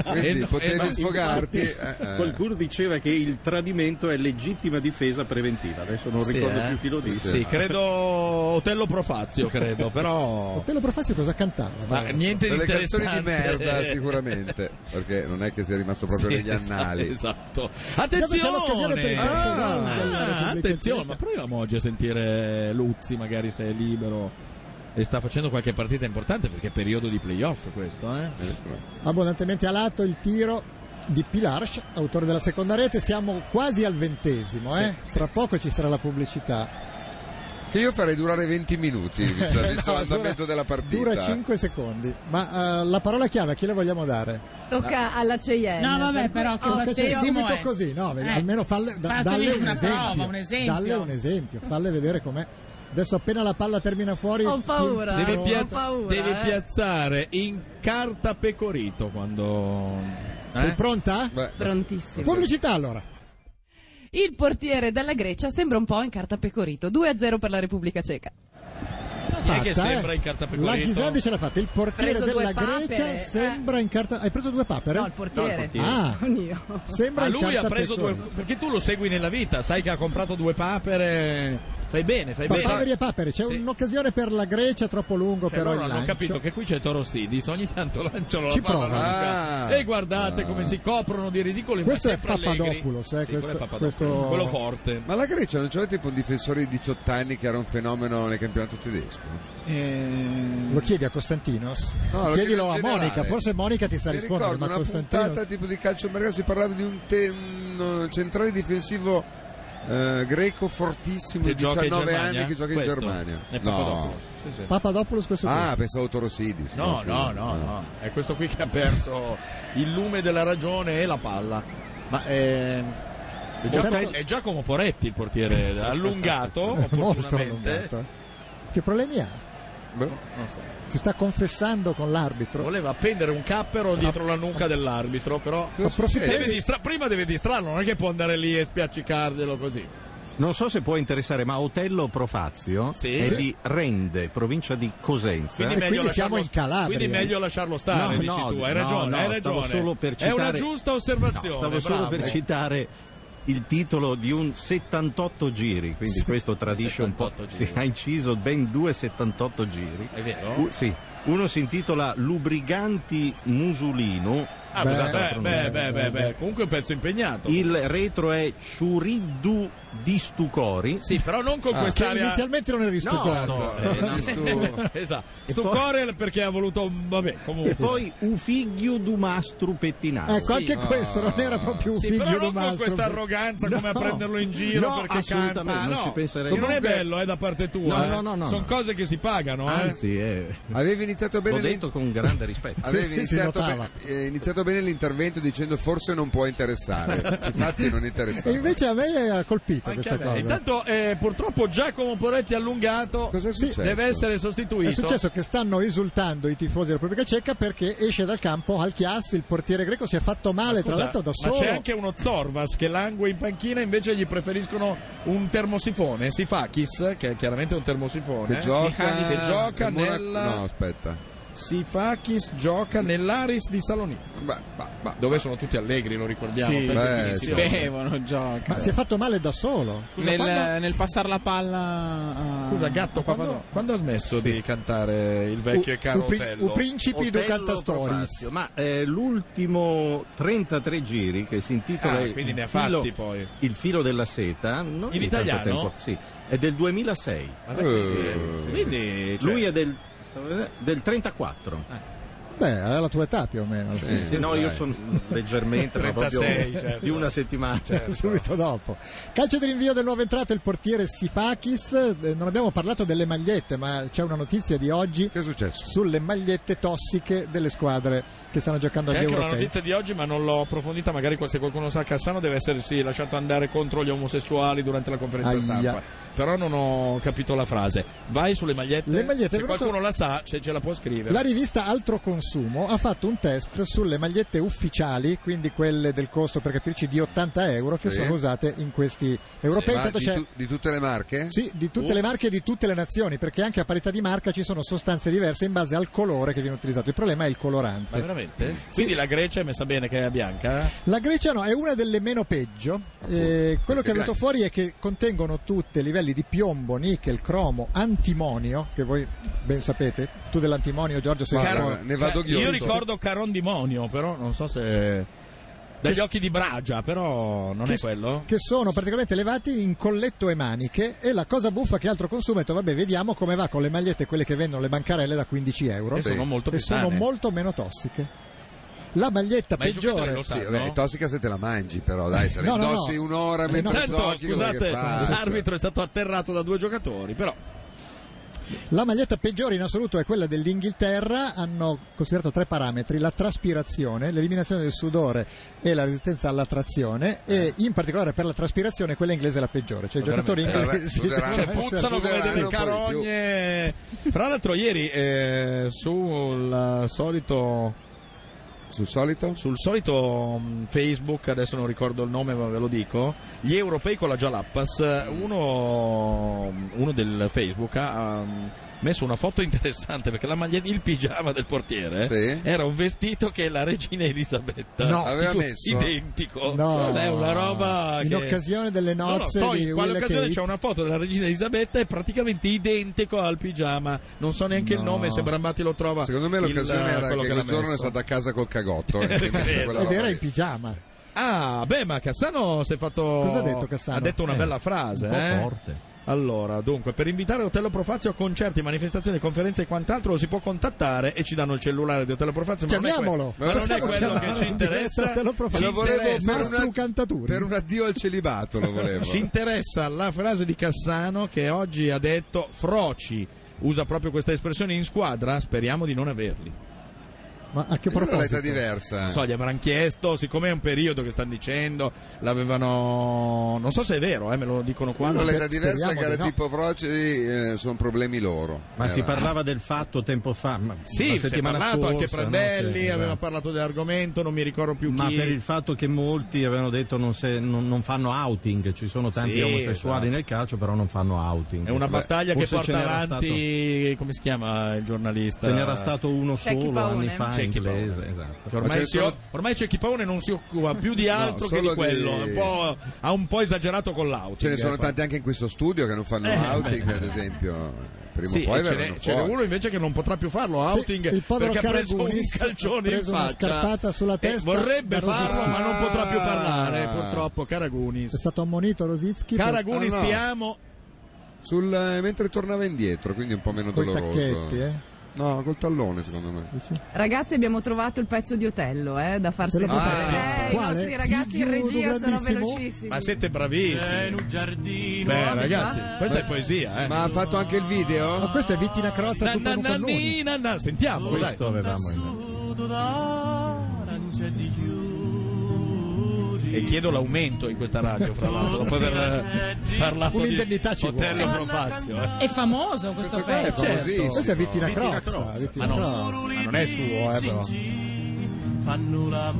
D: Eh,
J: Quindi potevi sfogarti. eh, eh.
K: Qualcuno diceva che il tradimento è legittima difesa preventiva. Adesso non
C: Sì,
K: ricordo
C: eh?
K: più chi lo disse.
C: Sì, credo Otello Profazio, credo, però...
B: Otello Profazio cosa cantava?
C: Ma niente di
J: Delle canzoni di
C: interessante.
J: merda sicuramente, perché non è che sia rimasto proprio
C: Sì,
J: negli
C: esatto,
J: annali.
C: Esatto.
B: Dove c'è l'occasione per il
C: Attenzione!
B: terzo
C: Ah,
B: gol della Repubblica
C: attenzione,
B: Ceca.
C: ma proviamo oggi a sentire Luzzi, magari se è libero e sta facendo qualche partita importante perché è periodo di playoff questo, eh?
D: esatto.
B: Abbondantemente alato il tiro di Pilarsch, autore della seconda rete. Siamo quasi al ventesimo, eh? Tra poco ci sarà la pubblicità.
J: Che io farei durare 20 minuti visto
B: No,
J: visto l'andamento
B: dura-
J: Cioè, della partita.
B: Dura 5 secondi. Ma eh, la parola chiave a chi la vogliamo dare?
L: Tocca alla
E: Eh,
L: CIN.
H: No, vabbè, però che
L: Oh,
H: batteva-
B: Cioè,
H: Matteo,
B: subito
H: com'è?
B: così, no,
H: Eh,
B: almeno falle, da-
H: fatemi
B: dalle un
H: una
B: esempio,
H: prova, un esempio.
B: Dalle un esempio, falle vedere com'è. Adesso appena la palla termina fuori...
L: Ho paura,
B: chi-
C: Devi,
L: ho
C: piazz-
L: paura,
C: devi
L: eh.
C: piazzare in carta pecorito quando... eh?
B: Sei pronta?
L: Prontissimo.
B: Pubblicità allora.
G: Il portiere della Grecia sembra un po' in carta pecorito. 2-0 per la Repubblica Ceca.
C: Chi è che
B: fatta,
C: sembra
B: eh?
C: in carta
B: La
C: pecorito?
B: Ghislandi ce l'ha fatta. Il portiere
L: Preso due
B: della
L: papere,
B: Grecia
L: eh.
B: sembra in carta. Hai preso due papere?
L: No, il portiere.
B: Ah,
L: Non io.
B: sembra
C: Ah,
B: in
C: lui ha
B: carta
C: preso due.
B: pecorito.
C: Perché tu lo segui nella vita, sai che ha comprato due papere. Fai bene, fai
B: Ma
C: bene.
B: paperi e papere, c'è un'occasione per la Grecia, troppo lungo
C: Cioè,
B: però il
C: loro hanno
B: lancio.
C: capito che qui c'è Toro Sidis, ogni tanto lanciano
B: Ci
C: la palla
B: provano.
C: larga.
J: Ah.
C: e guardate come si coprono di ridicoli.
B: Questo
C: ma
B: è
C: sempre allegri.
B: Papadopoulos, eh,
C: Sì, quello è
B: questo-
C: Papadopoulos,
B: questo-
C: quello forte.
J: Ma la Grecia non c'era tipo un difensore di 18 anni che era un fenomeno nel campionato tedesco?
B: Lo chiedi a Costantinos?
J: No,
B: Chiedilo
J: lo chiedo in
B: a
J: generale.
B: Monica, forse Monica ti sa
J: Mi
B: rispondere, ma
J: ricordo una
B: Costantinos...
J: puntata tipo di calcio mercato si parlava di un, te- un eh, centrale difensivo eh, greco fortissimo
C: Che
J: di
C: gioca in
J: 19
C: Germania?
J: anni che gioca
C: Questo?
J: in Germania.
C: È
J: no.
C: Papadopoulos, sì, sì.
B: Papadopoulos questo qui.
J: Ah, pensavo Torosidis.
C: No, no,
J: scusa.
C: no, no, è questo qui che ha perso il lume della ragione e la palla. Ma ehm, è, Giacomo, è Giacomo Poretti il portiere, allungato
J: boh,
B: Eh, Molto
C: opportunamente.
B: allungato. Che problemi ha?
J: Boh,
C: Non so.
B: Si sta confessando con l'arbitro.
C: Voleva appendere un cappero dietro la nuca dell'arbitro, però
B: Approfittavi
C: deve
B: di-
C: distra- prima deve distrarlo, non è che può andare lì e spiaccicarglielo così.
K: Non so se può interessare, ma Otello Profazio
C: Sì.
K: è
C: Sì.
K: di Rende, provincia di Cosenza.
C: Quindi,
B: E
C: meglio
B: Eh, quindi siamo
C: lasciarlo-
B: in Calabria.
C: quindi meglio lasciarlo stare,
K: No,
C: dici
K: no,
C: tu. Hai ragione,
K: no, no,
C: hai
K: stavo
C: ragione.
K: solo per
C: È una
K: citare-
C: giusta
K: No,
C: osservazione.
K: stavo solo
C: bravo.
K: per citare il titolo di un 78 giri, quindi questo tradisce un po'.
C: 78
K: Sì,
C: giri.
K: ha inciso ben due 78 giri.
C: È vero?
K: U- sì. Uno si intitola Lubriganti Musulino.
C: Ah,
B: Beh,
C: beh,
K: Scusate la
C: beh, beh,
K: pronuncia.
C: beh, beh, beh, comunque è un pezzo impegnato.
K: Il retro è Ciuriddu di Stucori.
C: Sì, però non con
B: Ah, che
C: quest'area.
B: inizialmente non eri stuccato.
K: no, eh, no.
C: esatto.
K: E
C: Sto
K: poi-
C: cuore perché ha voluto. Vabbè, comunque.
K: E poi Ufiglio Dumastru Pettinato.
B: Ecco, anche
J: Ah.
B: questo non era proprio un
C: Sì,
B: figlio
C: però
B: di
C: non con
B: mastro.
C: questa arroganza come a
K: No.
C: prenderlo in giro
K: No,
C: perché canta.
K: assolutamente, non
C: no.
K: ci penserei
C: non
K: io.
C: è bello, eh, da parte tua.
K: No, no, no, no,
C: Sono
K: no.
C: cose che si pagano, eh.
K: Anzi, eh,
J: Avevi iniziato bene
K: l'ho detto
J: l'in-
K: con grande rispetto.
J: Avevi
B: Sì, sì, si
J: iniziato,
B: notava.
J: be- eh, iniziato bene l'intervento dicendo forse non può interessare. Infatti non
B: E
J: interessava.
B: invece a me ha colpito
C: Anche a
B: questa
C: me.
B: cosa.
C: Cioè, Intanto, eh, purtroppo, Giacomo Poretti allungato
J: Cos'è successo?
C: deve essere
B: È
C: sostituito.
B: successo che stanno esultando i tifosi della Repubblica Ceca perché esce dal campo Alchias, il portiere greco, si è fatto male, tra
C: Scusa,
B: l'altro da
C: Ma
B: solo.
C: c'è anche uno Zorvas che langue in panchina, invece gli preferiscono un termosifone. Sifakis, che è chiaramente un termosifone.
J: Eh? Che gioca,
C: Michalis- che gioca
J: Monaco-
C: nel.
J: No, aspetta.
C: Sifakis gioca nell'Aris di Salonico. Dove sono tutti allegri, lo ricordiamo.
D: Sì,
C: perché
D: beh,
C: si
D: sì.
C: bevono,
D: giocano.
B: Ma si è fatto male da solo.
D: nel, passare la palla ah, a...
C: Scusa, gatto, quando,
D: a Papadopoulos.
C: quando ha smesso di cantare il vecchio e caro Otello?
K: Otello Propazio, Ma eh, l'ultimo 33 giri che si intitola
C: Ah,
K: il
C: quindi ne ha fatti
K: filo-
C: poi.
K: Il filo della seta, non
C: In
K: di tanto
C: italiano?
K: tempo- sì, è del 2006.
C: Ma cioè. dai, quindi-
K: Eh,
C: quindi,
K: Lui è del, del 34.
C: Ah,
B: Beh, è la tua età più o meno.
K: Sì, no, io sono leggermente ma proprio
B: 36, certo.
K: di una settimana.
C: certo.
B: Subito dopo. Calcio di rinvio del nuovo entrato, il portiere Sifakis. Eh, Non abbiamo parlato delle magliette, ma c'è una notizia di oggi sulle magliette tossiche delle squadre che stanno giocando
C: C'è
B: agli
C: anche una
B: europei.
C: notizia di oggi, ma non l'ho approfondita. Magari se qualcuno sa, Cassano deve essersi lasciato andare contro gli omosessuali durante la conferenza
B: Aia.
C: stampa. Però non ho capito la frase. Vai sulle magliette.
B: Le magliette,
C: se
B: è venuto-
C: qualcuno la sa, ce, ce la può scrivere.
B: La rivista Altro Consumo ha fatto un test sulle magliette ufficiali, quindi quelle del costo per capirci di 80 euro, che
J: Sì.
B: sono usate in questi europei.
J: Ma
B: Intanto
J: di,
B: c'è
J: tu- Uh. di tutte le marche?
B: Sì, di tutte le marche e di tutte le nazioni, perché anche a parità di marca ci sono sostanze diverse in base al colore che viene utilizzato. Il problema è il
C: Ma
B: colorante.
C: veramente? Quindi la Grecia è messa bene che è bianca?
B: La Grecia no, è una delle meno peggio.
J: Uh,
B: Eh, quello che è venuto
C: grazie.
B: fuori è che contengono tutte livelli di piombo, nichel, cromo, antimonio, che voi ben sapete. Tu dell'antimonio, Giorgio, sei un po'-
C: Cioè, Io ricordo Caron Dimonio, però non so se. Dagli occhi di Bragia, però non è quello?
B: che sono praticamente elevati in colletto e maniche e la cosa buffa che altro consumo è detto, vabbè vediamo come va con le magliette quelle che vendono le bancarelle da 15 euro
C: E sono molto
B: E
C: più
B: sono
C: sane.
B: molto meno tossiche la maglietta
J: Ma i giocatori
B: peggiore
J: lo sanno? Sì, vabbè, è tossica se te la mangi, però dai, se la
B: No, no,
J: indossi
B: no.
J: un'ora
B: Eh,
J: mentre
B: no.
C: Tanto,
J: giochi, cosa
C: scusate,
J: che fai?
C: l'arbitro è stato atterrato da due giocatori, però
B: La maglietta peggiore in assoluto è quella dell'Inghilterra, hanno considerato tre parametri, la traspirazione, l'eliminazione del sudore e la resistenza alla trazione
C: Eh.
B: e in particolare per la traspirazione quella inglese è la peggiore, cioè i giocatori inglesi
C: cioè,
B: devono essere-
C: puzzano come delle carogne. Fra l'altro, ieri eh, sul eh, solito.
J: Sul solito?
C: Sul solito mh, Facebook, adesso non ricordo il nome ma ve lo dico, gli europei con la Jalappas, uno, mm, uno del Facebook ha mh, messo una foto interessante perché la maglietta, il pigiama del portiere
J: Sì.
C: era un vestito che la regina Elisabetta
B: No.
J: Aveva
C: Tipo,
J: messo?
C: identico,
B: No.
C: è una roba
B: In
C: che-
B: occasione delle
C: No, no,
B: nozze
C: so
B: di
C: in quale
B: Will e
C: occasione
B: Kate.
C: c'è una foto della regina Elisabetta è praticamente identico al pigiama. Non so neanche il nome, se Brambati lo trova.
J: Secondo me l'occasione
C: il,
J: era
C: quello
J: che
C: l'ha
J: quel giorno è
C: messo.
J: stato a casa col cagotto e si è messa quella
B: Ed
J: roba
B: era
J: lì.
B: in pigiama.
C: Ah, beh, ma Cassano si è fatto.
B: Cosa ha detto Cassano?
C: Ha detto una
B: Eh,
C: bella frase.
B: un po'
C: eh.
B: forte.
C: Allora, dunque, per invitare Otello Profazio a concerti, manifestazioni, conferenze e quant'altro, lo si può contattare e ci danno il cellulare di Otello Profazio. Ma non è que-
B: Chiamiamolo.
C: ma non è
B: Possiamo
C: quello che
B: chiamarlo?
C: ci interessa.
B: Te lo provo-
C: Ci
B: Lo volevo
C: interessa-
B: per una- Cantaturi.
J: Per un addio al celibato lo volevo.
C: Ci interessa la frase di Cassano che oggi ha detto Froci. Usa proprio questa espressione in squadra, speriamo di non averli.
B: Ma a che
J: Una
B: proposito?
J: lettera diversa.
C: Non so, gli avranno chiesto, siccome è un periodo che stanno dicendo, l'avevano. Non so se è vero, eh, me lo dicono qua.
J: Una lettera
C: Speriamo
J: diversa che
C: di
J: era
C: no.
J: tipo Froci, eh, sono problemi loro.
K: Ma si
J: Era-
K: parlava del fatto tempo fa, ma la
C: Eh, Sì, si è
K: settimana
C: parlato anche
K: scorsa, no?
C: Prandelli,
K: Sì,
C: aveva
K: esatto.
C: parlato dell'argomento, non mi ricordo più
K: ma
C: chi.
K: per il fatto che molti avevano detto non, se- non- non fanno outing, ci sono tanti
C: Sì,
K: omosessuali
C: esatto.
K: nel calcio, però non fanno outing.
C: È una
K: Beh,
C: battaglia che
K: forse ce
C: porta
K: n'era
C: avanti. Come si chiama il giornalista?
K: stato- ce n'era stato uno
C: C'è chi
K: solo
C: paone.
K: anni fa
C: C'è
K: in
C: chi
K: inglese,
C: paone.
K: esatto.
C: Che ormai, si- ormai c'è chi Paone non si occupa più di
J: No,
C: altro che
J: solo
C: di quello.
J: di-
C: un po'- ha un po' esagerato con eh, l'auto.
J: Ce ne sono tanti anche in questo studio che non fanno
C: Eh,
J: outing,
C: beh.
J: ad esempio. Prima
C: Sì,
J: o poi
C: e ce,
J: verranno
C: n'è, ce n'è
J: fuori.
C: uno invece che non potrà più farlo outing
B: il povero
C: perché ha preso un
B: Caragunis
C: calcione
B: ha preso
C: in
B: una
C: faccia
B: scarpata sulla
C: E
B: testa
C: vorrebbe
B: da Rosicchio.
C: farlo ma non potrà più
K: Ah.
C: parlare purtroppo Caragunis
B: È stato ammonito Rosicchi. per-
C: Caragunis
J: Ah, no.
C: ti amo
J: Sul, eh, mentre tornava indietro, quindi un po' meno
B: Coi
J: doloroso.
B: tacchetti, eh?
J: No, col tallone, secondo me.
E: Ragazzi, abbiamo trovato il pezzo di Otello eh, da far
J: Quello
E: sentire.
J: che-
E: Eh, I
J: Quale?
E: nostri ragazzi in
J: Figlio
E: regia sono
J: grandissimo?
E: velocissimi.
C: ma siete bravissimi beh ragazzi questa è poesia eh.
J: Ma ha fatto anche il video?
B: Ma questa è Vittina Crozza su
C: Na, na, na,
B: Pannucannoni.
C: ni, na, na. sentiamo dai. e chiedo l'aumento in questa radio fra l'altro dopo aver eh, parlato
B: Un'indennità
C: di
B: ci vuole.
C: Otello Profazio eh.
H: È famoso questo
C: qua è
H: pezzo.
C: famosissimo. Certo.
B: Questa è Vittina
C: Vittina
B: Crozza.
C: Crozza.
B: Vittina
C: Ma no.
B: Crozza.
C: ma non è suo eh però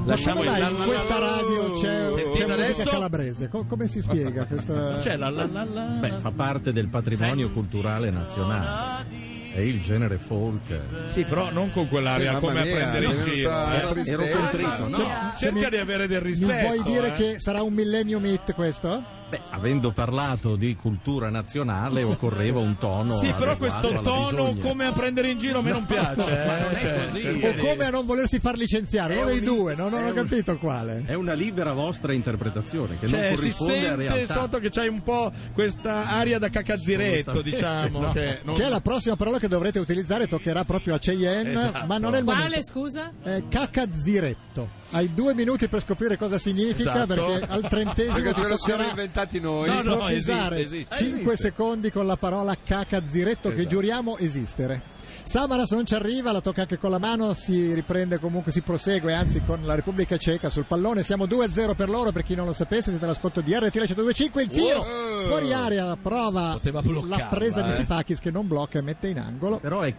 B: Ma come
C: il
B: mai
C: la-
B: in
C: la-
B: questa
C: la-
B: radio c'è,
C: Sentite
B: c'è musica
C: adesso?
B: calabrese? Co- come si spiega questa...
C: C'è Cioè, la- la- la- la-
K: Beh, fa parte del patrimonio culturale nazionale. È il genere folk.
C: Sì, però non con quell'aria
K: Sì, mamma
C: Ah, come a
K: mia,
C: prendere
K: è
C: in
K: venuta
C: giro. eh. Cioè,
K: la Ero- tristezza. ero contrito, no?
C: Cerca di avere del rispetto.
B: Mi vuoi dire
C: eh.
B: che sarà un millennium hit questo?
K: Avendo parlato di cultura nazionale occorreva un tono.
C: Sì, però
K: adeguato alla
C: questo tono
K: bisogna.
C: come a prendere in giro a me non piace.
K: ma non
C: eh.
K: è
C: Cioè,
K: così.
C: cerca
B: O
C: di-
B: come a non volersi far licenziare?
K: È
B: Uno dei
K: un-
B: due, no? non
K: è
B: ho
K: un-
B: capito quale.
K: È una libera vostra interpretazione che
C: Cioè,
K: non
C: si
K: corrisponde a
C: sente
K: realtà.
C: sotto che c'hai un po' questa aria da cacazziretto,
K: Assolutamente
C: diciamo.
K: no.
C: Che non...
B: Che è la prossima parola che dovrete utilizzare, toccherà proprio a Cheyenne,
C: Esatto.
B: ma non è il
H: Quale,
B: momento.
H: scusa?
B: Eh, cacazziretto. Hai due minuti per scoprire cosa significa,
J: Esatto.
B: perché al trentesimo
J: Perché
B: ti
J: ce lo siamo
B: toccherà
J: inventati noi.
B: No, no,
J: improvvisare
B: esiste, 5 secondi con la parola cacazziretto che
J: Esatto.
B: giuriamo esistere. Samaras non ci arriva, la tocca anche con la mano, si riprende comunque, si prosegue anzi con la Repubblica Ceca sul pallone, siamo 2-0 per loro, per chi non lo sapesse siete all'ascolto di RTL 125, il tiro
K: Wow.
B: fuori area, prova
K: Poteva bloccarla,
B: la presa di
K: eh.
B: Sifakis che non blocca e mette in angolo.
K: Però è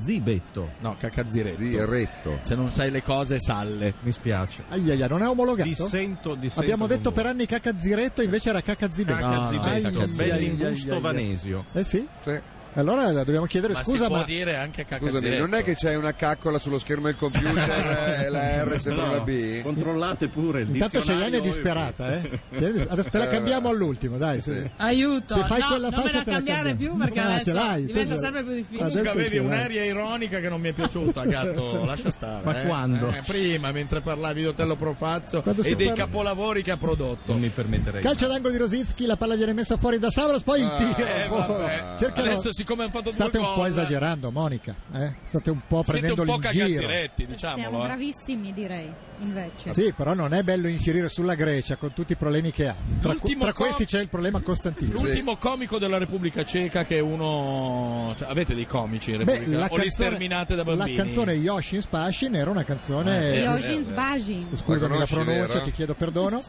K: cacazzibetto.
C: No, cacazziretto. Se non sai le cose, salle.
K: Mi spiace.
B: Ai ai ai, non è omologato?
K: Dissento- dissento
B: Abbiamo
K: con
B: detto per anni cacazziretto, invece era Ah, cacazzibetto. Ai,
K: Cacazzibetto,
B: ai, ai, ai, ai.
K: bell'ingusto vanesio.
B: Eh sì? Allora dobbiamo chiedere scusa, ma
C: dire anche
J: Scusami, non è che c'è una caccola sullo schermo del computer eh, e la R sembra una B?
K: Controllate pure il
B: Intanto Cheyenne è
K: dizionario e-
B: disperata, eh? Cheyenne è dis- adesso te la cambiamo all'ultimo, dai. se-
H: Aiuto,
B: Se fai
H: no,
B: quella
H: non me
B: faccia
H: la
B: te la
H: cambiare
B: cambiamo.
H: più perché
B: No, ce
H: adesso
B: l'hai,
H: diventa
B: tesoro.
H: sempre più difficile.
B: Adesso
C: Comunque avevi
B: sì, dai.
C: un'aria ironica che non mi è piaciuta, gatto. Lascia stare.
K: Ma
C: eh.
K: quando?
C: Eh, prima, mentre parlavi di Otello Profazzo
B: Quando si
C: e dei
B: parla-
C: capolavori che ha prodotto.
K: Non mi permetterei.
B: Calcio d'angolo di Rosinski, la palla viene messa fuori da Savras, poi il
C: Ah,
B: tiro.
C: eh, vabbè.
B: Cercano-
C: Adesso, siccome hanno fatto due
B: State un po'
C: gol-
B: esagerando, Monica. eh? State un po'
C: Siete un
B: prendendo
C: po'
B: in giro.
C: cagazziretti,
E: Siamo
C: diciamolo. eh.
E: bravissimi, direi, invece.
B: Sì, però non è bello infierire sulla Grecia con tutti i problemi che ha. Tra,
C: L'ultimo
B: tra
C: co-
B: questi c'è il problema Costantino.
C: L'ultimo comico della Repubblica Ceca che è uno... cioè, avete dei comici in
B: Beh,
C: Repubblica
B: la,
C: O li sterminate da
B: canzone, la
C: bambini?
B: canzone Yoshin Spashin era una canzone.
E: Eh, Yoshin Zbajin.
B: Scusami la
J: conosci,
B: pronuncia,
J: vero?
B: ti chiedo perdono.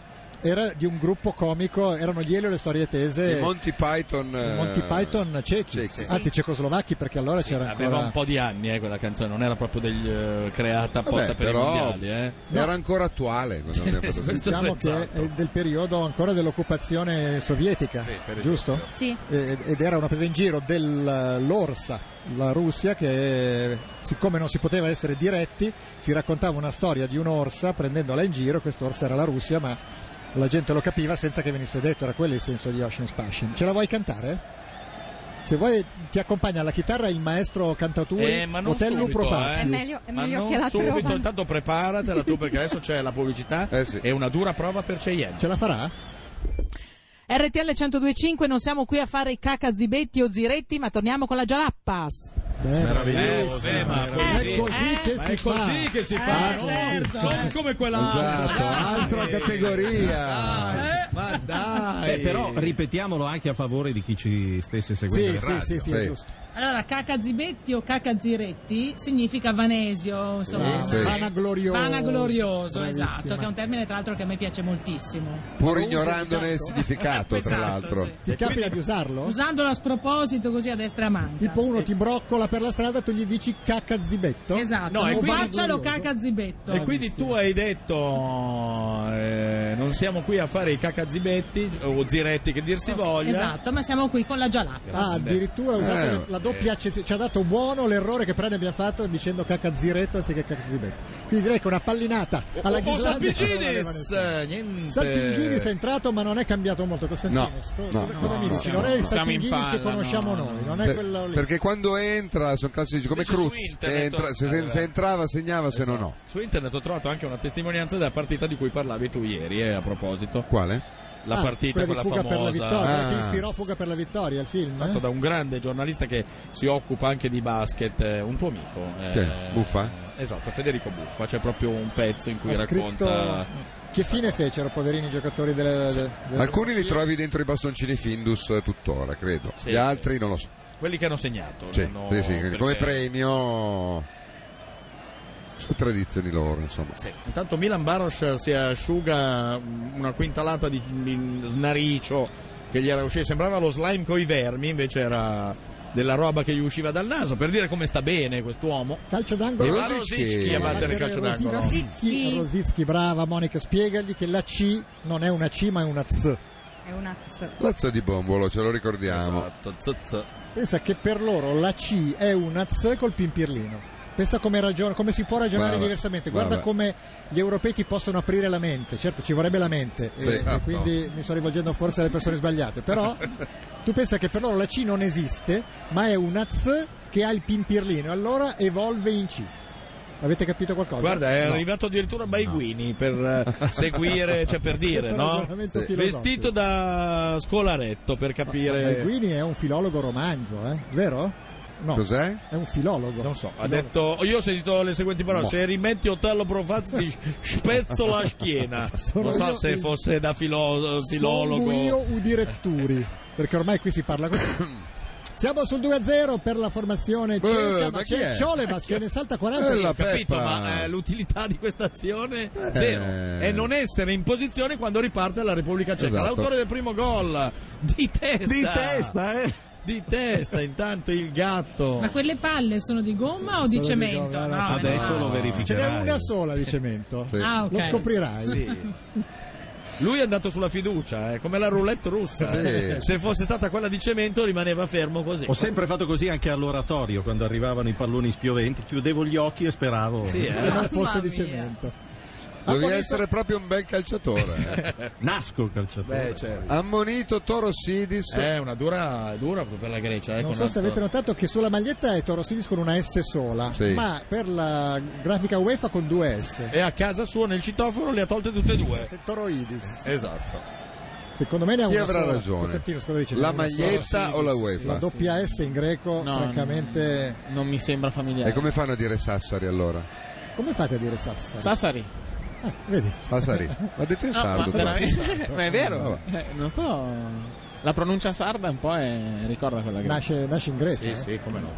B: Era di un gruppo comico, erano gli Elio e le storie tese.
J: I Monty Python. eh,
B: i Monty Python cechi,
J: cechi.
C: Ah,
B: anzi cecoslovacchi, perché allora c'era
C: Aveva
B: ancora.
C: un po' di anni eh, quella canzone, non era proprio degli, eh, creata apposta
J: Vabbè,
C: per i
J: però
C: mondiali. Eh.
J: era ancora attuale quando abbiamo fatto questo.
B: diciamo che è del periodo ancora dell'occupazione sovietica,
J: esempio.
B: giusto?
E: Sì.
B: E- Eh, ed era una presa in giro dell'Orsa, la Russia, che siccome non si poteva essere diretti, si raccontava una storia di un'orsa prendendola in giro, quest'orsa era la Russia, ma la gente lo capiva senza che venisse detto, era quello il senso di Ocean Spashin. Ce la vuoi cantare? Se vuoi ti accompagna alla chitarra il maestro cantatore
C: Eh, ma non
B: Otello
C: subito,
B: Propaci.
C: eh.
E: È meglio, è
C: Ma
E: meglio
C: non
E: che la
C: subito,
E: trova.
C: intanto preparatela tu perché adesso c'è la pubblicità
B: Eh,
C: e una dura prova per Cheyenne.
B: Ce la farà?
I: RTL 1025, non siamo qui a fare i cacazibetti o ziretti, ma torniamo con la Jalappas.
C: Meraviglioso. Eh, ma
B: È così che
C: Eh, ma
B: si
C: è
B: fa.
C: così che si
H: Eh,
C: fa, oh, non,
H: certo.
C: non come quella
J: Esatto, altra categoria.
H: Eh,
C: Ma dai,
K: Beh, Eh, però ripetiamolo anche a favore di chi ci stesse seguendo.
B: Sì,
K: in
B: sì,
K: radio.
B: Ah, sì, sì, è giusto.
H: Allora, cacazibetti o cacaziretti significa vanesio,
C: Eh,
H: insomma.
B: Sì, sì. Vanaglorioso.
H: Vanaglorioso,
B: Bravissima.
H: esatto, che è un termine tra l'altro che a me piace moltissimo.
J: Pur ignorandone il significato, tra
H: Esatto,
J: l'altro.
H: sì.
B: Ti capita di usarlo?
H: Usandolo a sproposito così a destra e a manca.
B: Tipo uno ti broccola per la strada, tu gli dici cacazzibetto.
H: Esatto,
C: No, e
H: o
C: quindi-
H: faccialo cacazzibetto.
C: E quindi tu hai detto eh, non siamo qui a fare i cacazibetti o ziretti che dir si voglia.
H: Esatto, ma siamo qui con la Jalappa.
B: Ah, addirittura usate
C: Eh,
B: la doppia accezione. Ci ha dato buono l'errore che prende abbiamo fatto dicendo cacazziretto anziché cacazzibetto. Quindi direi che una pallinata alla
C: o
B: Ghislandi-
C: Sappiginis, eh, niente.
B: Salpinginis è entrato ma non è cambiato molto Costantino.
J: No,
B: Scusa,
J: no,
B: cosa mi
J: no,
B: dici?
J: no,
B: non è il
J: no.
C: Siamo in
B: Salpinginis che
C: palla,
B: conosciamo
C: no, no,
B: noi,
C: no.
B: non è
J: Per-
B: quello lì.
J: perché quando entra sono classici come
C: Invece su
J: Cruz
C: internet- Esatto.
J: entra- se, se-
C: Allora.
J: se entrava segnava se no no
C: Su internet ho trovato anche una testimonianza della partita di cui parlavi tu ieri, eh, a proposito.
J: Quale?
C: La
B: Ah,
C: partita
B: quella
C: quella
B: di Fuga per la
C: famosa.
B: vittoria,
C: Ah.
B: ti ispirò Fuga per la vittoria il film.
C: fatto
B: eh?
C: da un grande giornalista che si occupa anche di basket, eh, un tuo amico. eh,
J: Cioè, Buffa?
C: Esatto, Federico Buffa, c'è proprio un pezzo in cui
B: Ha scritto-
C: racconta...
B: Che fine fecero poverini i giocatori delle, de- delle-
J: alcuni li trovi dentro i bastoncini Findus eh, tuttora credo
C: Sì.
J: gli altri non lo so
C: Quelli che hanno segnato.
J: Sì,
C: non ho-
J: sì, sì,
C: perché-
J: come premio su tradizioni loro insomma
C: Sì. Intanto Milan Baros si asciuga mm, una quintalata di, di snaricio che gli era uscito. Sembrava lo slime coi vermi, invece era della roba che gli usciva dal naso. Per dire come sta bene quest'uomo.
B: Calcio d'angolo.
C: E va Rosicchi a battere il calcio d'angolo.
B: Rosicchi, Rosicchi, brava Monica, spiegagli che la C non è una C ma è una Z.
E: È una z.
J: Lazza di Bombolo ce lo ricordiamo
C: Esatto, z- z-
B: Pensa che per loro la C è una Z col pimpirlino. Pensa come, ragion- come si può ragionare
J: Guarda,
B: diversamente. Guarda
J: guarda.
B: come gli europei ti possono aprire la mente. Certo, ci vorrebbe la mente, e-
J: Sì,
B: e,
J: ah, no.
B: quindi
C: Certo.
B: mi sto rivolgendo forse alle persone sbagliate. Però tu pensa che per loro la C non esiste, ma è una Z che ha il pimpirlino, allora evolve in C. Avete capito qualcosa?
C: Guarda, è
B: No.
C: arrivato addirittura Baiguini per eh, seguire, cioè per dire,
B: Questo è un
C: no?
B: ragionamento
C: Sì.
B: filosofico.
C: Vestito da scolaretto
B: Ah,
C: per capire.
B: Guini è un filologo romanzo, eh? vero? No.
C: Cos'è?
B: È un filologo. Non so,
C: Ha detto, io ho sentito le seguenti parole:
B: Boh.
C: se rimetti Otello Profazzi ti spezzo la schiena.
B: Sono
C: Non so
B: io
C: se
B: il-
C: fosse da filo-
B: Sono io
C: filologo.
B: udiretturi, perché ormai qui si parla così. Siamo sul 2-0 per la formazione
C: Beh,
B: ceca, ma
C: ma chi
B: c'è
C: è?
B: Ciolevas che ne salta 40.
C: Ho capito, ma eh, l'utilità di questa azione
B: Eh.
C: zero. E non essere in posizione quando riparte la Repubblica Ceca.
K: Esatto.
C: L'autore del primo gol di testa.
K: Di testa, eh.
C: Di testa, intanto il gatto.
H: Ma quelle palle sono di gomma o di cemento? No,
K: Ah, Adesso
B: Ce
K: lo
B: n'è
K: verificherai.
B: una sola di cemento.
C: Sì.
H: Ah, ok.
B: Lo scoprirai.
C: Sì. Lui è andato sulla fiducia, eh, come la roulette russa.
K: Sì.
C: eh. Se fosse stata quella di cemento rimaneva fermo così.
K: Ho sempre fatto così anche all'oratorio, quando arrivavano i palloni spioventi, chiudevo gli occhi e speravo.
C: Sì, eh.
B: Che non fosse di cemento.
J: Dovevi
K: Apponito-
J: essere proprio un bel calciatore. eh.
K: Nasco calciatore.
C: Beh, certo.
J: Ammonito Torosidis.
B: Eh,
C: È una dura, dura per la Grecia. eh,
B: Non
C: con
B: so se
C: altro-
B: avete notato che sulla maglietta è Torosidis con una S sola,
C: Sì.
B: ma per la grafica UEFA con due S.
C: E a casa sua nel citofono le ha tolte tutte e due.
B: Toroidis.
C: Esatto.
B: Secondo me ne ha
J: Chi
B: una
J: avrà
B: sola.
J: ragione?
B: Costantino, scusa, dice,
J: La
B: ne ha una
J: maglietta
B: sola.
J: o la
B: Sì, sì,
J: UEFA?
B: La doppia S in greco,
D: No,
B: francamente.
D: Non mi sembra familiare.
J: E come fanno a dire Sassari allora?
B: Come fate a dire Sassari? Eh,
D: Sassari.
B: Vedi?
J: Sassari. Ma detto in
D: No, ma,
J: sardo. però.
D: veramente- ma è vero.
J: Vabbè.
D: Eh, non sto... La pronuncia sarda un po' è... ricorda quella che...
B: Nasce, nasce in Grecia.
D: Sì,
B: eh.
D: sì, come no.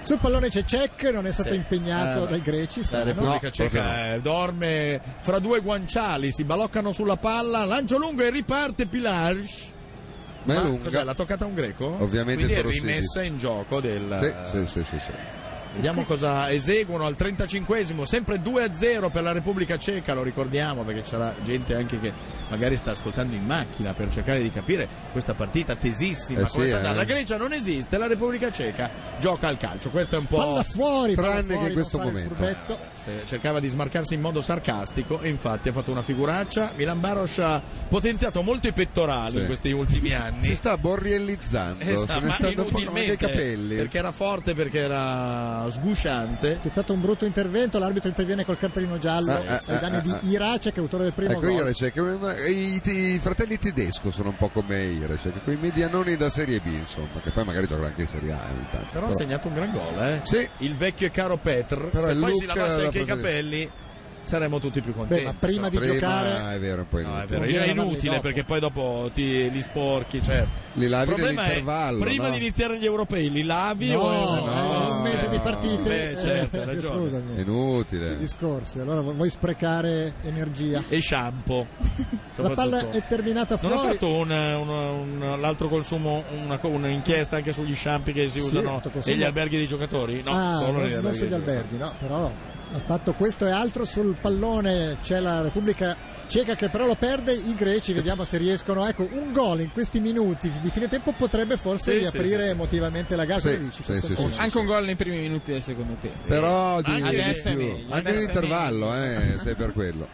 B: Sul pallone c'è Cech, non è stato
C: Sì.
B: impegnato
C: Eh,
B: dai greci.
C: La
B: strano.
C: Repubblica Ceca eh, dorme fra due guanciali, si baloccano sulla palla, lancio lungo e riparte Pilars.
J: Ma è lunga.
C: cos'è, l'ha toccata un greco?
J: Ovviamente
C: Quindi è
J: Torosidis.
C: rimessa in gioco del...
J: Sì, sì, sì, sì, sì.
C: Vediamo cosa eseguono al 35esimo, sempre 2-0 per la Repubblica Ceca, lo ricordiamo perché c'era gente anche che magari sta ascoltando in macchina per cercare di capire questa partita tesissima.
J: Eh sì,
C: come è stata.
J: eh.
C: La Grecia non esiste, la Repubblica Ceca gioca al calcio, questo è un po'...
B: Palla fuori, palla
C: Tranne che
B: fuori,
C: in questo
B: può fare il
C: momento.
B: furbetto.
C: Eh, cercava di smarcarsi in modo sarcastico e infatti ha fatto una figuraccia. Milan Baros ha potenziato molto i pettorali
J: Sì.
C: in questi ultimi anni.
J: Si sta borriellizzando,
C: Eh, sta-
J: sta
C: ma
J: mettendo un po' anche
C: inutilmente
J: i capelli.
C: perché era forte, perché era sgusciante.
B: C'è stato un brutto intervento, l'arbitro interviene col cartellino giallo
C: Eh,
J: Ah, ah,
B: ai danni
J: ah,
B: di
J: ah.
B: Irace, che è autore del primo
J: Ecco,
B: gol.
J: io Recek, i, i fratelli tedesco sono un po' come i Recek, quei medianoni da Serie B, insomma, che poi magari giocano anche in Serie A. Intanto,
C: Però ha segnato un gran gol, eh?
J: Sì.
C: Il vecchio e caro Petr.
J: Però
C: Se
J: il
C: poi si
J: look
C: lavasse anche
J: l'ha
C: i
J: preso
C: capelli, saremmo tutti più contenti.
B: Beh, ma prima di
J: Prima
B: giocare-
J: è vero, poi
C: No, è vero, è inutile perché poi dopo ti, li sporchi, certo.
J: Li lavi
C: Il problema è
J: nell'intervallo,
C: prima
J: no?
C: di iniziare gli europei, li lavi
B: No,
C: o
B: eh, un mese di partite.
C: Beh, certo, hai
B: eh,
C: ragione. eh.
B: scusami.
J: Inutile.
B: Discorsi, allora vu- vuoi sprecare energia.
C: E shampoo.
B: La palla
C: soprattutto.
B: è terminata
C: Non ho
B: fuori.
C: fatto un, un- un- l'altro consumo, una, co- un'inchiesta anche sugli shampoo che si
B: Sì,
C: usano
B: l'altro consumo.
C: negli alberghi dei giocatori? No,
B: ah,
C: solo
B: non-
C: negli
B: non
C: alberghi.
B: sugli
C: dei
B: alberghi, no, però ha fatto questo e altro sul pallone. C'è la Repubblica Ceca che però lo perde. I greci, vediamo se riescono. Ecco, un gol in questi minuti di fine tempo potrebbe forse
D: Sì, sì,
B: riaprire
D: sì, sì.
B: emotivamente la gara.
J: Sì,
B: Come dici?
J: sì,
B: questo
J: sì,
B: punto?
J: sì,
D: Anche un gol nei primi minuti del secondo tempo.
J: Però di,
D: Anche
J: di
D: adesso è
J: più.
D: meglio,
J: anche
D: adesso è
J: l'intervallo, eh, se è per quello.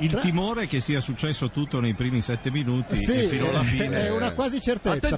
K: Il
C: Cioè.
K: timore che sia successo tutto nei primi sette minuti e
B: Sì,
K: fino alla fine.
B: è una quasi certezza.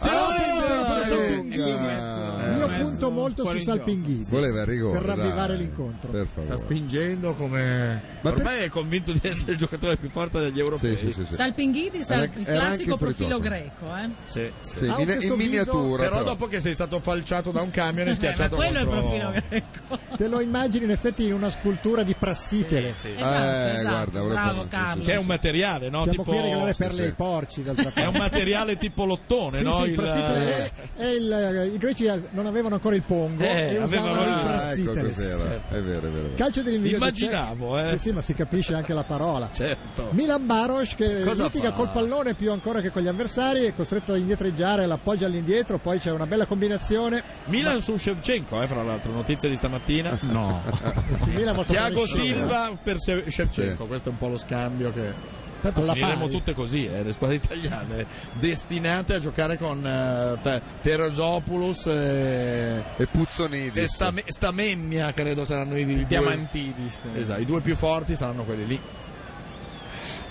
B: Salpinghini. Io punto molto su Salpinghini
J: Voleva il rigore,
B: per ravvivare
J: dai.
B: l'incontro.
J: Per favore.
C: Sta spingendo come...
J: Ma
C: Ormai è convinto di essere il giocatore più forte degli europei.
J: Sì, sì, sì, sì.
H: Salpinghidis ha
J: Era-
H: il
J: era anche
H: classico
J: il
H: profilo
J: fuorigioco.
H: greco, eh?
C: Sì,
J: Sì, in- in miniatura,
C: Però,
J: però.
C: dopo che sei stato falciato da un camion e schiacciato
H: Eh, quello è il
C: contro...
H: profilo greco.
B: Te lo immagini in effetti in una scultura di Prassitele.
C: Sì, sì.
H: Esatto,
J: Eh,
H: esatto.
J: guarda, volevo
H: Bravo
J: farlo, sì,
H: Carlo.
C: Che è un materiale, no?
B: Siamo
C: tipo...
B: qui a regalare
C: Sì,
B: perle
C: sì.
B: ai porci, d'altra parte.
C: È un materiale tipo lottone,
B: Sì,
C: no?
B: sì, il
C: Il-
B: prassitele è- è il- eh, I greci non avevano ancora il pongo
C: Eh,
B: e usavano
C: avevano-
B: il
J: Ah, ecco
B: prassitele.
J: cos'era. È vero, è vero. è vero.
B: Calcio di rinvio. di
C: Immaginavo,
B: Cech.
C: eh.
B: Sì, sì, ma si capisce anche la parola.
C: Certo.
B: Milan Baros che
C: Cosa
B: litiga
C: fa?
B: col pallone più ancora che con gli avversari, è costretto a indietreggiare, l'appoggia all'indietro, poi c'è una bella combinazione.
C: Milan su Shevchenko, eh, fra l'altro, notizia di stamattina.
K: No.
B: Il Milan molto
C: Tiago
B: bene.
C: Silva per Se- Shevchenko, questo è un po' lo scambio che...
B: Tanto la
C: finiremo
B: pari.
C: tutte così, eh, le squadre italiane destinate a giocare con eh, Te- Teresopoulos e,
J: e Puzzonidis
C: e Stame- Stamemmia, credo saranno i, i due-
D: Diamantidis.
C: Esatto, i due più forti saranno quelli lì.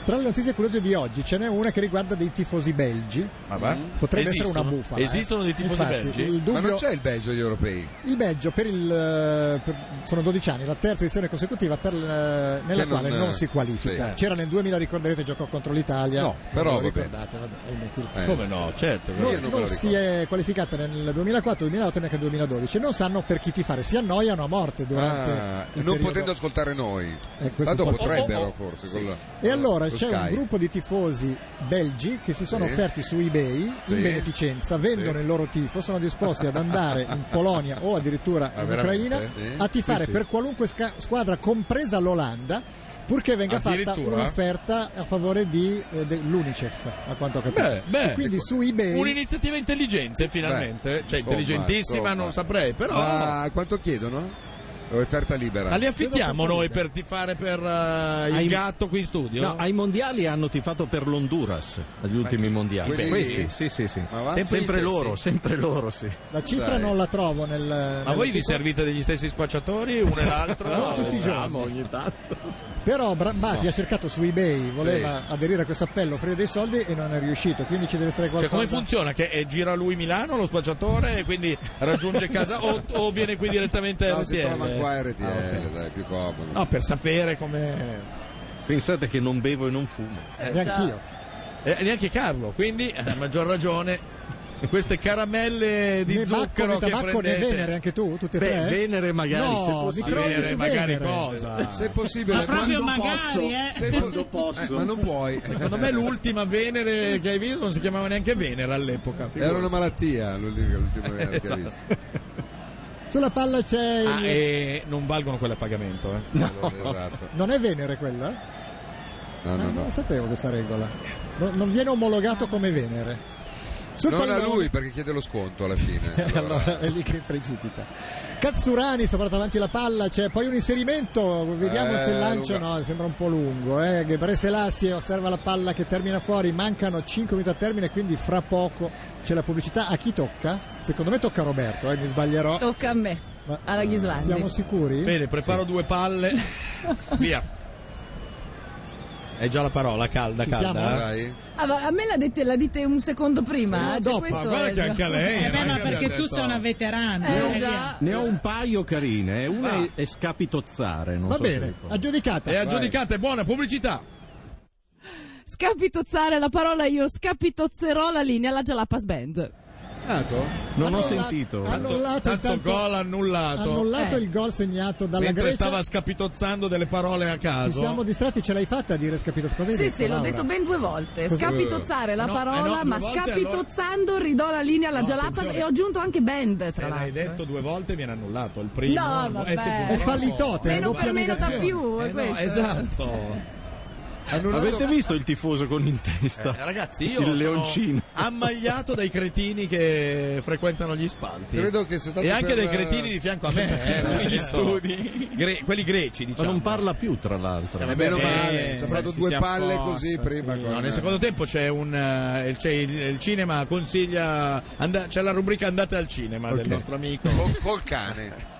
B: Tra le notizie curiose di oggi ce n'è una che riguarda dei tifosi belgi.
C: Ah, beh.
B: Potrebbe essere
C: Esistono?
B: una bufala. eh.
C: Esistono dei tifosi
B: Infatti,
C: belgi?
B: Il dubbio...
J: Ma non c'è il Belgio agli europei?
B: Il Belgio per il, eh, per- sono 12 anni, la terza edizione consecutiva per, il, eh, nella
J: Che non- eh,
B: quale non si qualifica.
J: sì.
B: C'era nel 2000, ricorderete, giocò contro l'Italia.
J: No, però
B: Non lo
J: vabbè.
B: ricordate, vabbè, è inutile.
J: Eh.
C: Come no, certo.
B: Non,
J: Io non me lo
B: non
J: ricordo.
B: si è qualificata nel 2004, 2008 neanche nel 2012. Non sanno per chi ti fare, si annoiano a morte durante
J: Ah,
B: il
J: non
B: periodo.
J: potendo ascoltare noi.
B: Eh, questo
J: Tanto
B: un po'
J: potrebbero
B: oh, oh.
J: forse.
B: Sì.
J: con la-
B: E allora
J: con
B: c'è un
J: Sky.
B: gruppo di tifosi belgi che si sono
J: Sì.
B: offerti su eBay
J: Sì.
B: in beneficenza, vendono
J: Sì.
B: il loro tifo, sono disposti ad andare in Polonia o addirittura
J: Ah,
B: in
J: veramente?
B: Ucraina
J: Sì.
B: a tifare
J: Sì, sì.
B: per qualunque sca- squadra, compresa l'Olanda, purché venga fatta
C: Addirittura?
B: un'offerta a favore di, eh, dell'UNICEF, a quanto ho capito.
C: Beh, beh.
B: E quindi su eBay
C: Un'iniziativa intelligente, finalmente. cioè, intelligentissima, non saprei, però.
B: Ah,
J: Ma quanto chiedono? Offerta libera.
C: Ma li affittiamo noi per tifare per eh, il
K: Ai-
C: gatto qui in studio?
K: No, ai mondiali hanno tifato per l'Honduras, agli ultimi mondiali.
C: quelli-
K: Questi, sì, sì, sì.
C: Ma va?
K: Sempre,
C: Sì,
K: sempre
C: sì,
K: loro,
C: sì.
K: sempre loro, sì.
B: la cifra
K: Dai.
B: non la trovo nel...
C: Ma voi vi servite degli stessi spacciatori, uno e l'altro?
B: No, tutti i giorni.
C: Amo ogni tanto.
B: Però Brambati
C: No.
B: ha cercato su eBay, voleva
C: Sì.
B: aderire a questo appello, offrire dei soldi e non è riuscito, quindi ci deve essere
C: Cioè,
B: qualcosa.
C: come funziona? Che eh, gira lui Milano, lo spacciatore, e quindi raggiunge casa o, o viene qui direttamente a
J: No, si
C: RTL?
J: trova qua a RTL,
C: Ah, ok.
J: dai, è più comodo.
C: No, per sapere come...
K: Pensate che non bevo e non fumo.
C: Eh, Eh, neanche Carlo, quindi eh, a maggior ragione queste caramelle di
B: né Bacco
C: zucchero
B: né
C: che
B: Tabacco né
C: prendete...
B: Venere, anche tu, tutti e
C: Beh,
B: tre?
C: Venere magari, se
B: no,
C: possibile.
B: vi crolli
C: Venere
B: su
C: magari
B: Venere.
C: cosa?
J: Eh, Se è possibile,
C: Ma proprio
J: quando
C: magari,
J: posso,
C: eh.
J: se
C: Quando
J: po-
C: posso.
J: eh, ma non puoi.
C: Secondo me l'ultima Venere che hai visto non si chiamava neanche Venere all'epoca.
J: Era
C: figurati.
J: una malattia l'ultima, l'ultima Venere che hai visto.
B: Sulla palla c'è il...
C: Ah, e non valgono quelle a pagamento, eh.
J: Esatto.
B: Non è Venere quella?
J: No,
B: Ah,
J: no,
B: Non
J: no.
B: la sapevo questa regola. No- non viene omologato come Venere. Sul
J: non a
B: pallone- Eh,
J: lui perché chiede lo sconto alla fine.
B: E allora è lì che precipita. Cazzurani si è portato avanti la palla, c'è poi un inserimento, vediamo
J: Eh,
B: se il lancio
J: lunga.
B: no, sembra un po' lungo. Eh. Gebre Selassie osserva la palla che termina fuori, mancano 5 minuti a termine, quindi fra poco c'è la pubblicità. A chi tocca? Secondo me tocca a Roberto, eh, mi sbaglierò.
M: Tocca a me,
B: Ma-
H: eh,
M: alla Ghislandi.
B: Siamo sicuri?
C: Bene, preparo due palle. Via. È già la parola calda,
B: Ci
C: calda.
B: siamo?
C: eh.
M: Ah, ma a me la dite, la dite un secondo prima. eh? Cioè,
C: dopo,
M: questo
C: guarda
M: è
C: che
M: il-
C: anche a lei,
H: Certo, Eh beh, ma perché tu
K: detto-
H: sei una veterana.
M: Eh,
H: eh,
M: già.
K: Ne ho un paio carine, eh. una è, è scapitozzare. Non
B: Va
K: so se
B: bene,
K: ricordo.
B: aggiudicata.
C: E Eh, aggiudicate, buona pubblicità.
E: Scapitozzare la parola io, scapitozzerò la linea alla Jalapas Band.
K: Non ho
B: Annulla-
K: sentito.
B: Annullato,
C: Tanto
B: intanto-
C: gol annullato.
B: annullato
E: Eh.
B: il gol segnato dalla
C: Mentre
B: Grecia.
C: stava scapitozzando delle parole a
B: Ci
C: caso.
B: siamo distratti, ce l'hai fatta a dire scapito Cosa hai
M: Sì,
B: detto,
M: sì, l'ho
B: Laura?
M: detto ben due volte.
B: Cosa-
M: Scapitozzare la
C: No,
M: parola,
C: eh no, due
M: ma
C: volte,
M: scapitozzando ridò la linea alla Jalapas
C: attenzione.
M: e ho aggiunto anche band,
C: Se
H: Eh,
M: tra
C: l'hai
M: l'altro.
C: detto due volte viene annullato il primo.
M: No,
C: Eh,
M: vabbè.
C: sì,
B: eh. È fallitote,
M: Meno
B: doppia
M: per meno da
B: negazione.
M: più, è
C: Eh, no,
M: questo.
C: esatto.
J: Annullato-
K: Avete visto il tifoso con in testa?
C: Eh, ragazzi, io
K: il
C: sono
K: leoncino.
C: ammaiato dai cretini che frequentano gli spalti.
J: Credo che sia stato
C: e anche
J: per-
C: dai cretini di fianco a me, eh, quelli, studi. Gre- quelli greci,
K: Ma
C: diciamo.
K: non parla più, tra l'altro.
J: Ma meno
C: Eh,
J: male, ci ha fatto
D: si
J: due
D: sia
J: palle
D: apposta,
J: così prima.
D: sì.
J: con-
C: No, nel secondo tempo c'è un eh, c'è il, il cinema consiglia anda- c'è la rubrica andate al cinema del nostro amico.
J: Col, col cane.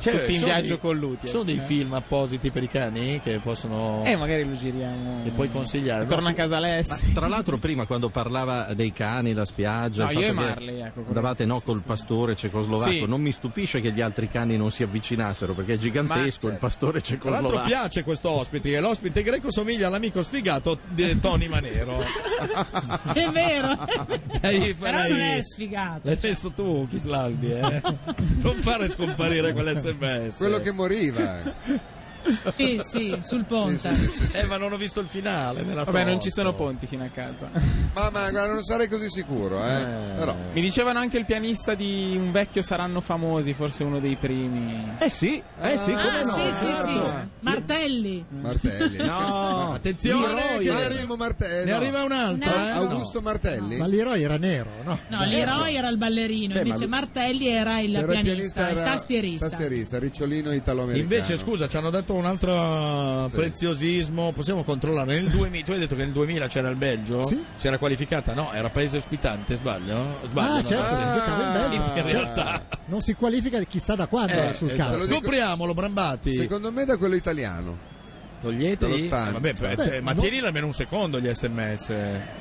C: C'è-
D: Tutti
C: Cioè,
D: in
C: sono
D: viaggio
C: dei-
D: con l'utile.
C: Ci sono dei film appositi per i cani che possono
D: Eh, magari lo giriamo.
C: che puoi consigliare.
D: Torna a casa
K: Ma,
D: Alessi.
K: tra l'altro prima quando parlava dei cani, la spiaggia,
D: No,
K: il fatto
D: io e
K: che
D: Marley, ecco, quello
K: andavate
D: sì,
K: no,
D: sì,
K: col
D: sì.
K: pastore cecoslovacco,
D: Sì.
K: non mi stupisce che gli altri cani non si avvicinassero perché è
C: Ma,
K: gigantesco
C: certo.
K: il pastore
C: Tra l'altro
K: cecoslovacco.
C: piace questo ospite, che l'ospite greco somiglia all'amico sfigato di Tony Manero.
H: È vero.
C: Dai,
H: Però
C: farei-
H: non è sfigato. cioè.
C: L'hai visto tu, Chislandi, eh? Non fare scomparire quell'SMS.
J: Quello che moriva.
H: Sì, sì, sul
J: Sì,
H: ponte.
J: sì, sì, sì, sì.
C: Eh, ma non ho visto il finale. me la
D: Vabbè, non
C: porto.
D: ci sono ponti fino a casa.
J: Ma, ma guarda, non sarei così sicuro, eh. Però.
D: Mi dicevano anche il pianista di un vecchio Saranno famosi, forse uno dei primi.
K: Eh sì, eh sì, come
H: Ah,
K: no?
H: sì, sì, sì.
K: certo.
H: Martelli.
J: Martelli.
K: No,
C: Attenzione, che
J: Che
C: ne
J: ne
C: arriva,
J: arrivo Martelli.
C: ne
J: no.
C: arriva un'altra.
J: Ah,
C: eh?
J: Augusto Martelli?
B: Ma l'eroe era nero, no?
H: No, l'eroe era il ballerino, invece Martelli era il
J: Era
H: pianista, il
J: era-
H: tastierista.
J: Tastierista, ricciolino italo-americano.
C: Invece, scusa, ci hanno dato trovato un altro preziosismo. Possiamo controllare. Nel 2000, tu hai detto che nel 2000 c'era il Belgio? Si era qualificata? No, era paese ospitante, sbaglio? Sbaglio.
B: Ah,
C: no?
B: certo, si giocava in Belgio.
J: Ah.
C: In realtà.
B: Non si qualifica chissà da quando
C: Eh,
B: sul
C: esatto.
B: calcio.
C: Scopriamolo, Brambati.
J: Secondo me da quello italiano.
C: Togliete.
J: Dall'80.
C: Vabbè, beh, cioè,
B: Beh,
C: ma
B: non-
C: tienili almeno un secondo gli sms.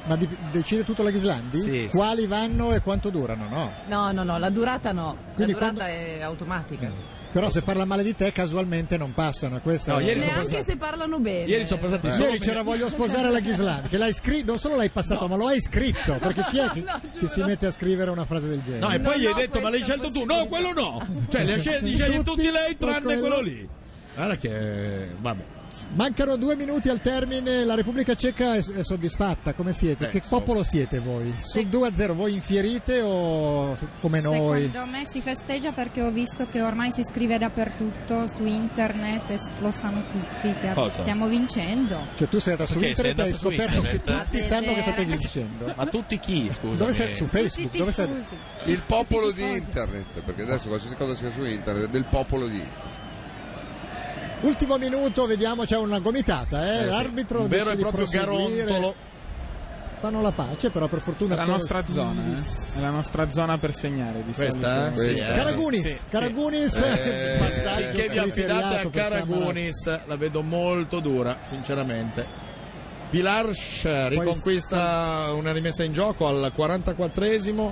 B: Ma di- decide tutto la Ghislandi?
C: Sì, sì.
B: Quali vanno e quanto durano? No.
N: No, no, no, la durata no. La
B: Quindi
N: durata è automatica.
J: Mm.
B: Però se parla male di te casualmente non passano. eh, Questa
C: No, ieri sono Eh.
N: Neanche se parlano bene.
C: Ieri sono passati solo
B: Ieri c'era voglio sposare la Ghislandi, che l'hai scritto, non solo l'hai passato, ma lo hai scritto, perché chi è che, che si mette a scrivere una frase del genere?
C: No, e poi gli hai detto, ma l'hai scelto tu? No, quello no. Cioè, li ha scel- li scegli tutti,
B: Tutti
C: lei,
B: o
C: tranne quello...
B: quello-
C: lì. Guarda che. Vabbè.
B: Mancano due minuti al termine, la Repubblica Ceca è, è soddisfatta, come siete? che popolo siete voi? Sul 2-0 voi infierite o se- come noi?
E: Secondo me si festeggia perché ho visto che ormai si scrive dappertutto su internet e s- lo sanno tutti che
B: Cosa?
E: stiamo vincendo.
B: Cioè tu sei andato su
C: Perché
B: internet e
C: sei
B: hai
C: andato su
B: scoperto che
C: internet?
B: tutti
E: Ma
B: sanno che
E: vedere.
B: state vincendo.
C: Ma tutti chi, scusa?
B: Dove sei? Su Facebook? Dove sei?
J: Il popolo di internet, perché adesso qualsiasi cosa sia su internet è del popolo di internet.
B: Ultimo minuto, vediamo, c'è una gomitata, eh?
J: Eh sì,
B: l'arbitro
J: un vero
B: decide
J: e proprio
B: di proseguire.
J: garontolo.
B: Fanno la pace, però per fortuna
D: È la
C: Ecco,
B: Toro
D: nostra
B: si-
D: zona, eh. È la nostra zona per segnare di
C: Questa?
D: solito.
C: Questa.
D: Sì, eh.
B: Caragunis,
D: Sì, sì.
B: Caragunis,
C: Eh,
B: passaggio
C: finché vi affidate
B: scriteriato per
C: a Caragunis, la vedo molto dura, sinceramente. Pilar Sch riconquista una rimessa in gioco al 44esimo.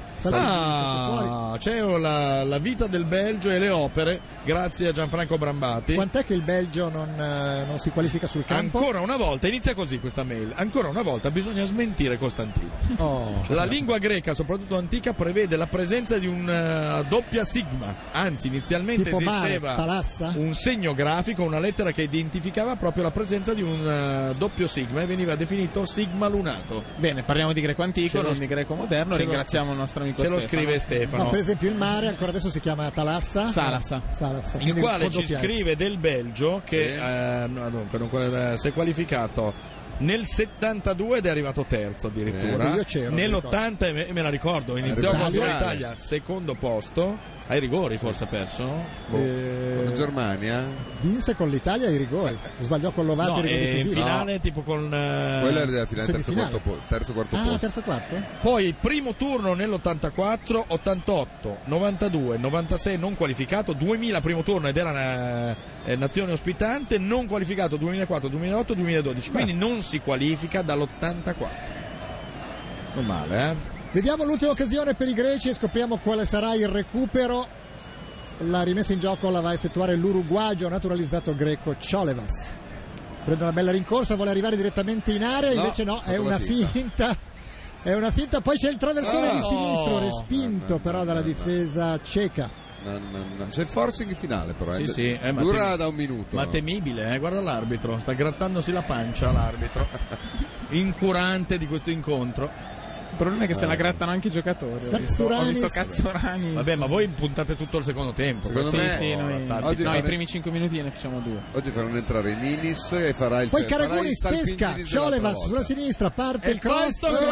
C: Ah, c'è la, la vita del Belgio e le opere, grazie a Gianfranco Brambati.
B: Quant'è che il Belgio non, eh, non si qualifica sul campo?
C: Ancora una volta, inizia così questa mail, ancora una volta bisogna smentire Costantino.
B: Oh.
C: La lingua greca, soprattutto antica, prevede la presenza di una doppia sigma. Anzi, inizialmente
B: Tipo mare,
C: esisteva
B: talassa?
C: un segno grafico, una lettera che identificava proprio la presenza di un eh, doppio sigma e veniva definito sigma lunato.
D: Bene, parliamo di greco antico,
C: Ce lo
D: non
C: sc-
D: di greco moderno.
C: ce lo
D: Ringraziamo
C: sc-
D: il nostro amico
C: ce lo
D: Stefano.
C: scrive Stefano.
B: No, per esempio il mare ancora adesso si chiama Talassa.
D: Salassa.
B: Salassa.
C: Il
B: quindi
C: quale
B: un po'
C: ci
B: doppiaggio.
C: scrive del Belgio che eh, no, dunque, dunque, eh, si è qualificato nel 72 ed è arrivato terzo addirittura.
B: Sì, Eh, io c'ero, mi Eh,
C: Nell'80 e me, e me la ricordo, iniziò
B: Italia.
C: contro l'Italia, secondo posto, ai rigori forse ha perso. Boh.
B: Eh,
J: Germania?
B: Vinse con l'Italia ai rigori. Sbagliò con Lovati
C: No,
B: ai rigori
C: e in
B: decisivi.
C: finale tipo con... eh,
J: Quella era della finale terzo
B: Semifinale.
J: quarto, po- terzo quarto
B: Ah,
J: posto.
B: terzo quarto?
C: Poi primo turno nell'84, 88, 92, 96 non qualificato, 2000 primo turno ed era una, eh, nazione ospitante, non qualificato 2004, 2008, 2012, quindi non si qualifica dall'84. Non male, eh?
B: Vediamo l'ultima occasione per i greci e scopriamo quale sarà il recupero. La rimessa in gioco la va a effettuare l'uruguagio naturalizzato greco Ciolevas. Prende una bella rincorsa, vuole arrivare direttamente in area,
J: No,
B: invece
J: ha
B: no,
J: fatto
B: è
J: la
B: una
J: finta.
B: finta. È una finta, poi c'è il traversone
J: Ah.
B: di sinistro, respinto
J: No, no,
B: però dalla
J: no, no.
B: difesa ceca.
J: No, no, no. C'è il forcing finale però.
C: Sì,
J: eh.
C: sì, eh, ma
J: Dura
C: te-
J: da un minuto.
C: Ma temibile, eh? guarda l'arbitro, sta grattandosi la pancia l'arbitro, incurante di questo incontro.
D: Il problema è che se la grattano anche i giocatori. Ho visto, ho
C: Cazzurani.
D: visto Cazzurani.
C: Eh. Vabbè, ma voi puntate tutto il secondo tempo.
J: Secondo
D: sì,
J: me-
D: sì, noi,
J: Oggi
D: no,
J: fare-
D: i primi 5 minuti ne facciamo due.
J: Oggi faranno entrare Minis e farà il
B: Poi
J: farà il
B: Caragunis
J: Salpingini
B: pesca,
J: dell'altra
B: Ciolevas
J: volta.
B: sulla sinistra, parte
J: E
B: il cross,
J: questo cross!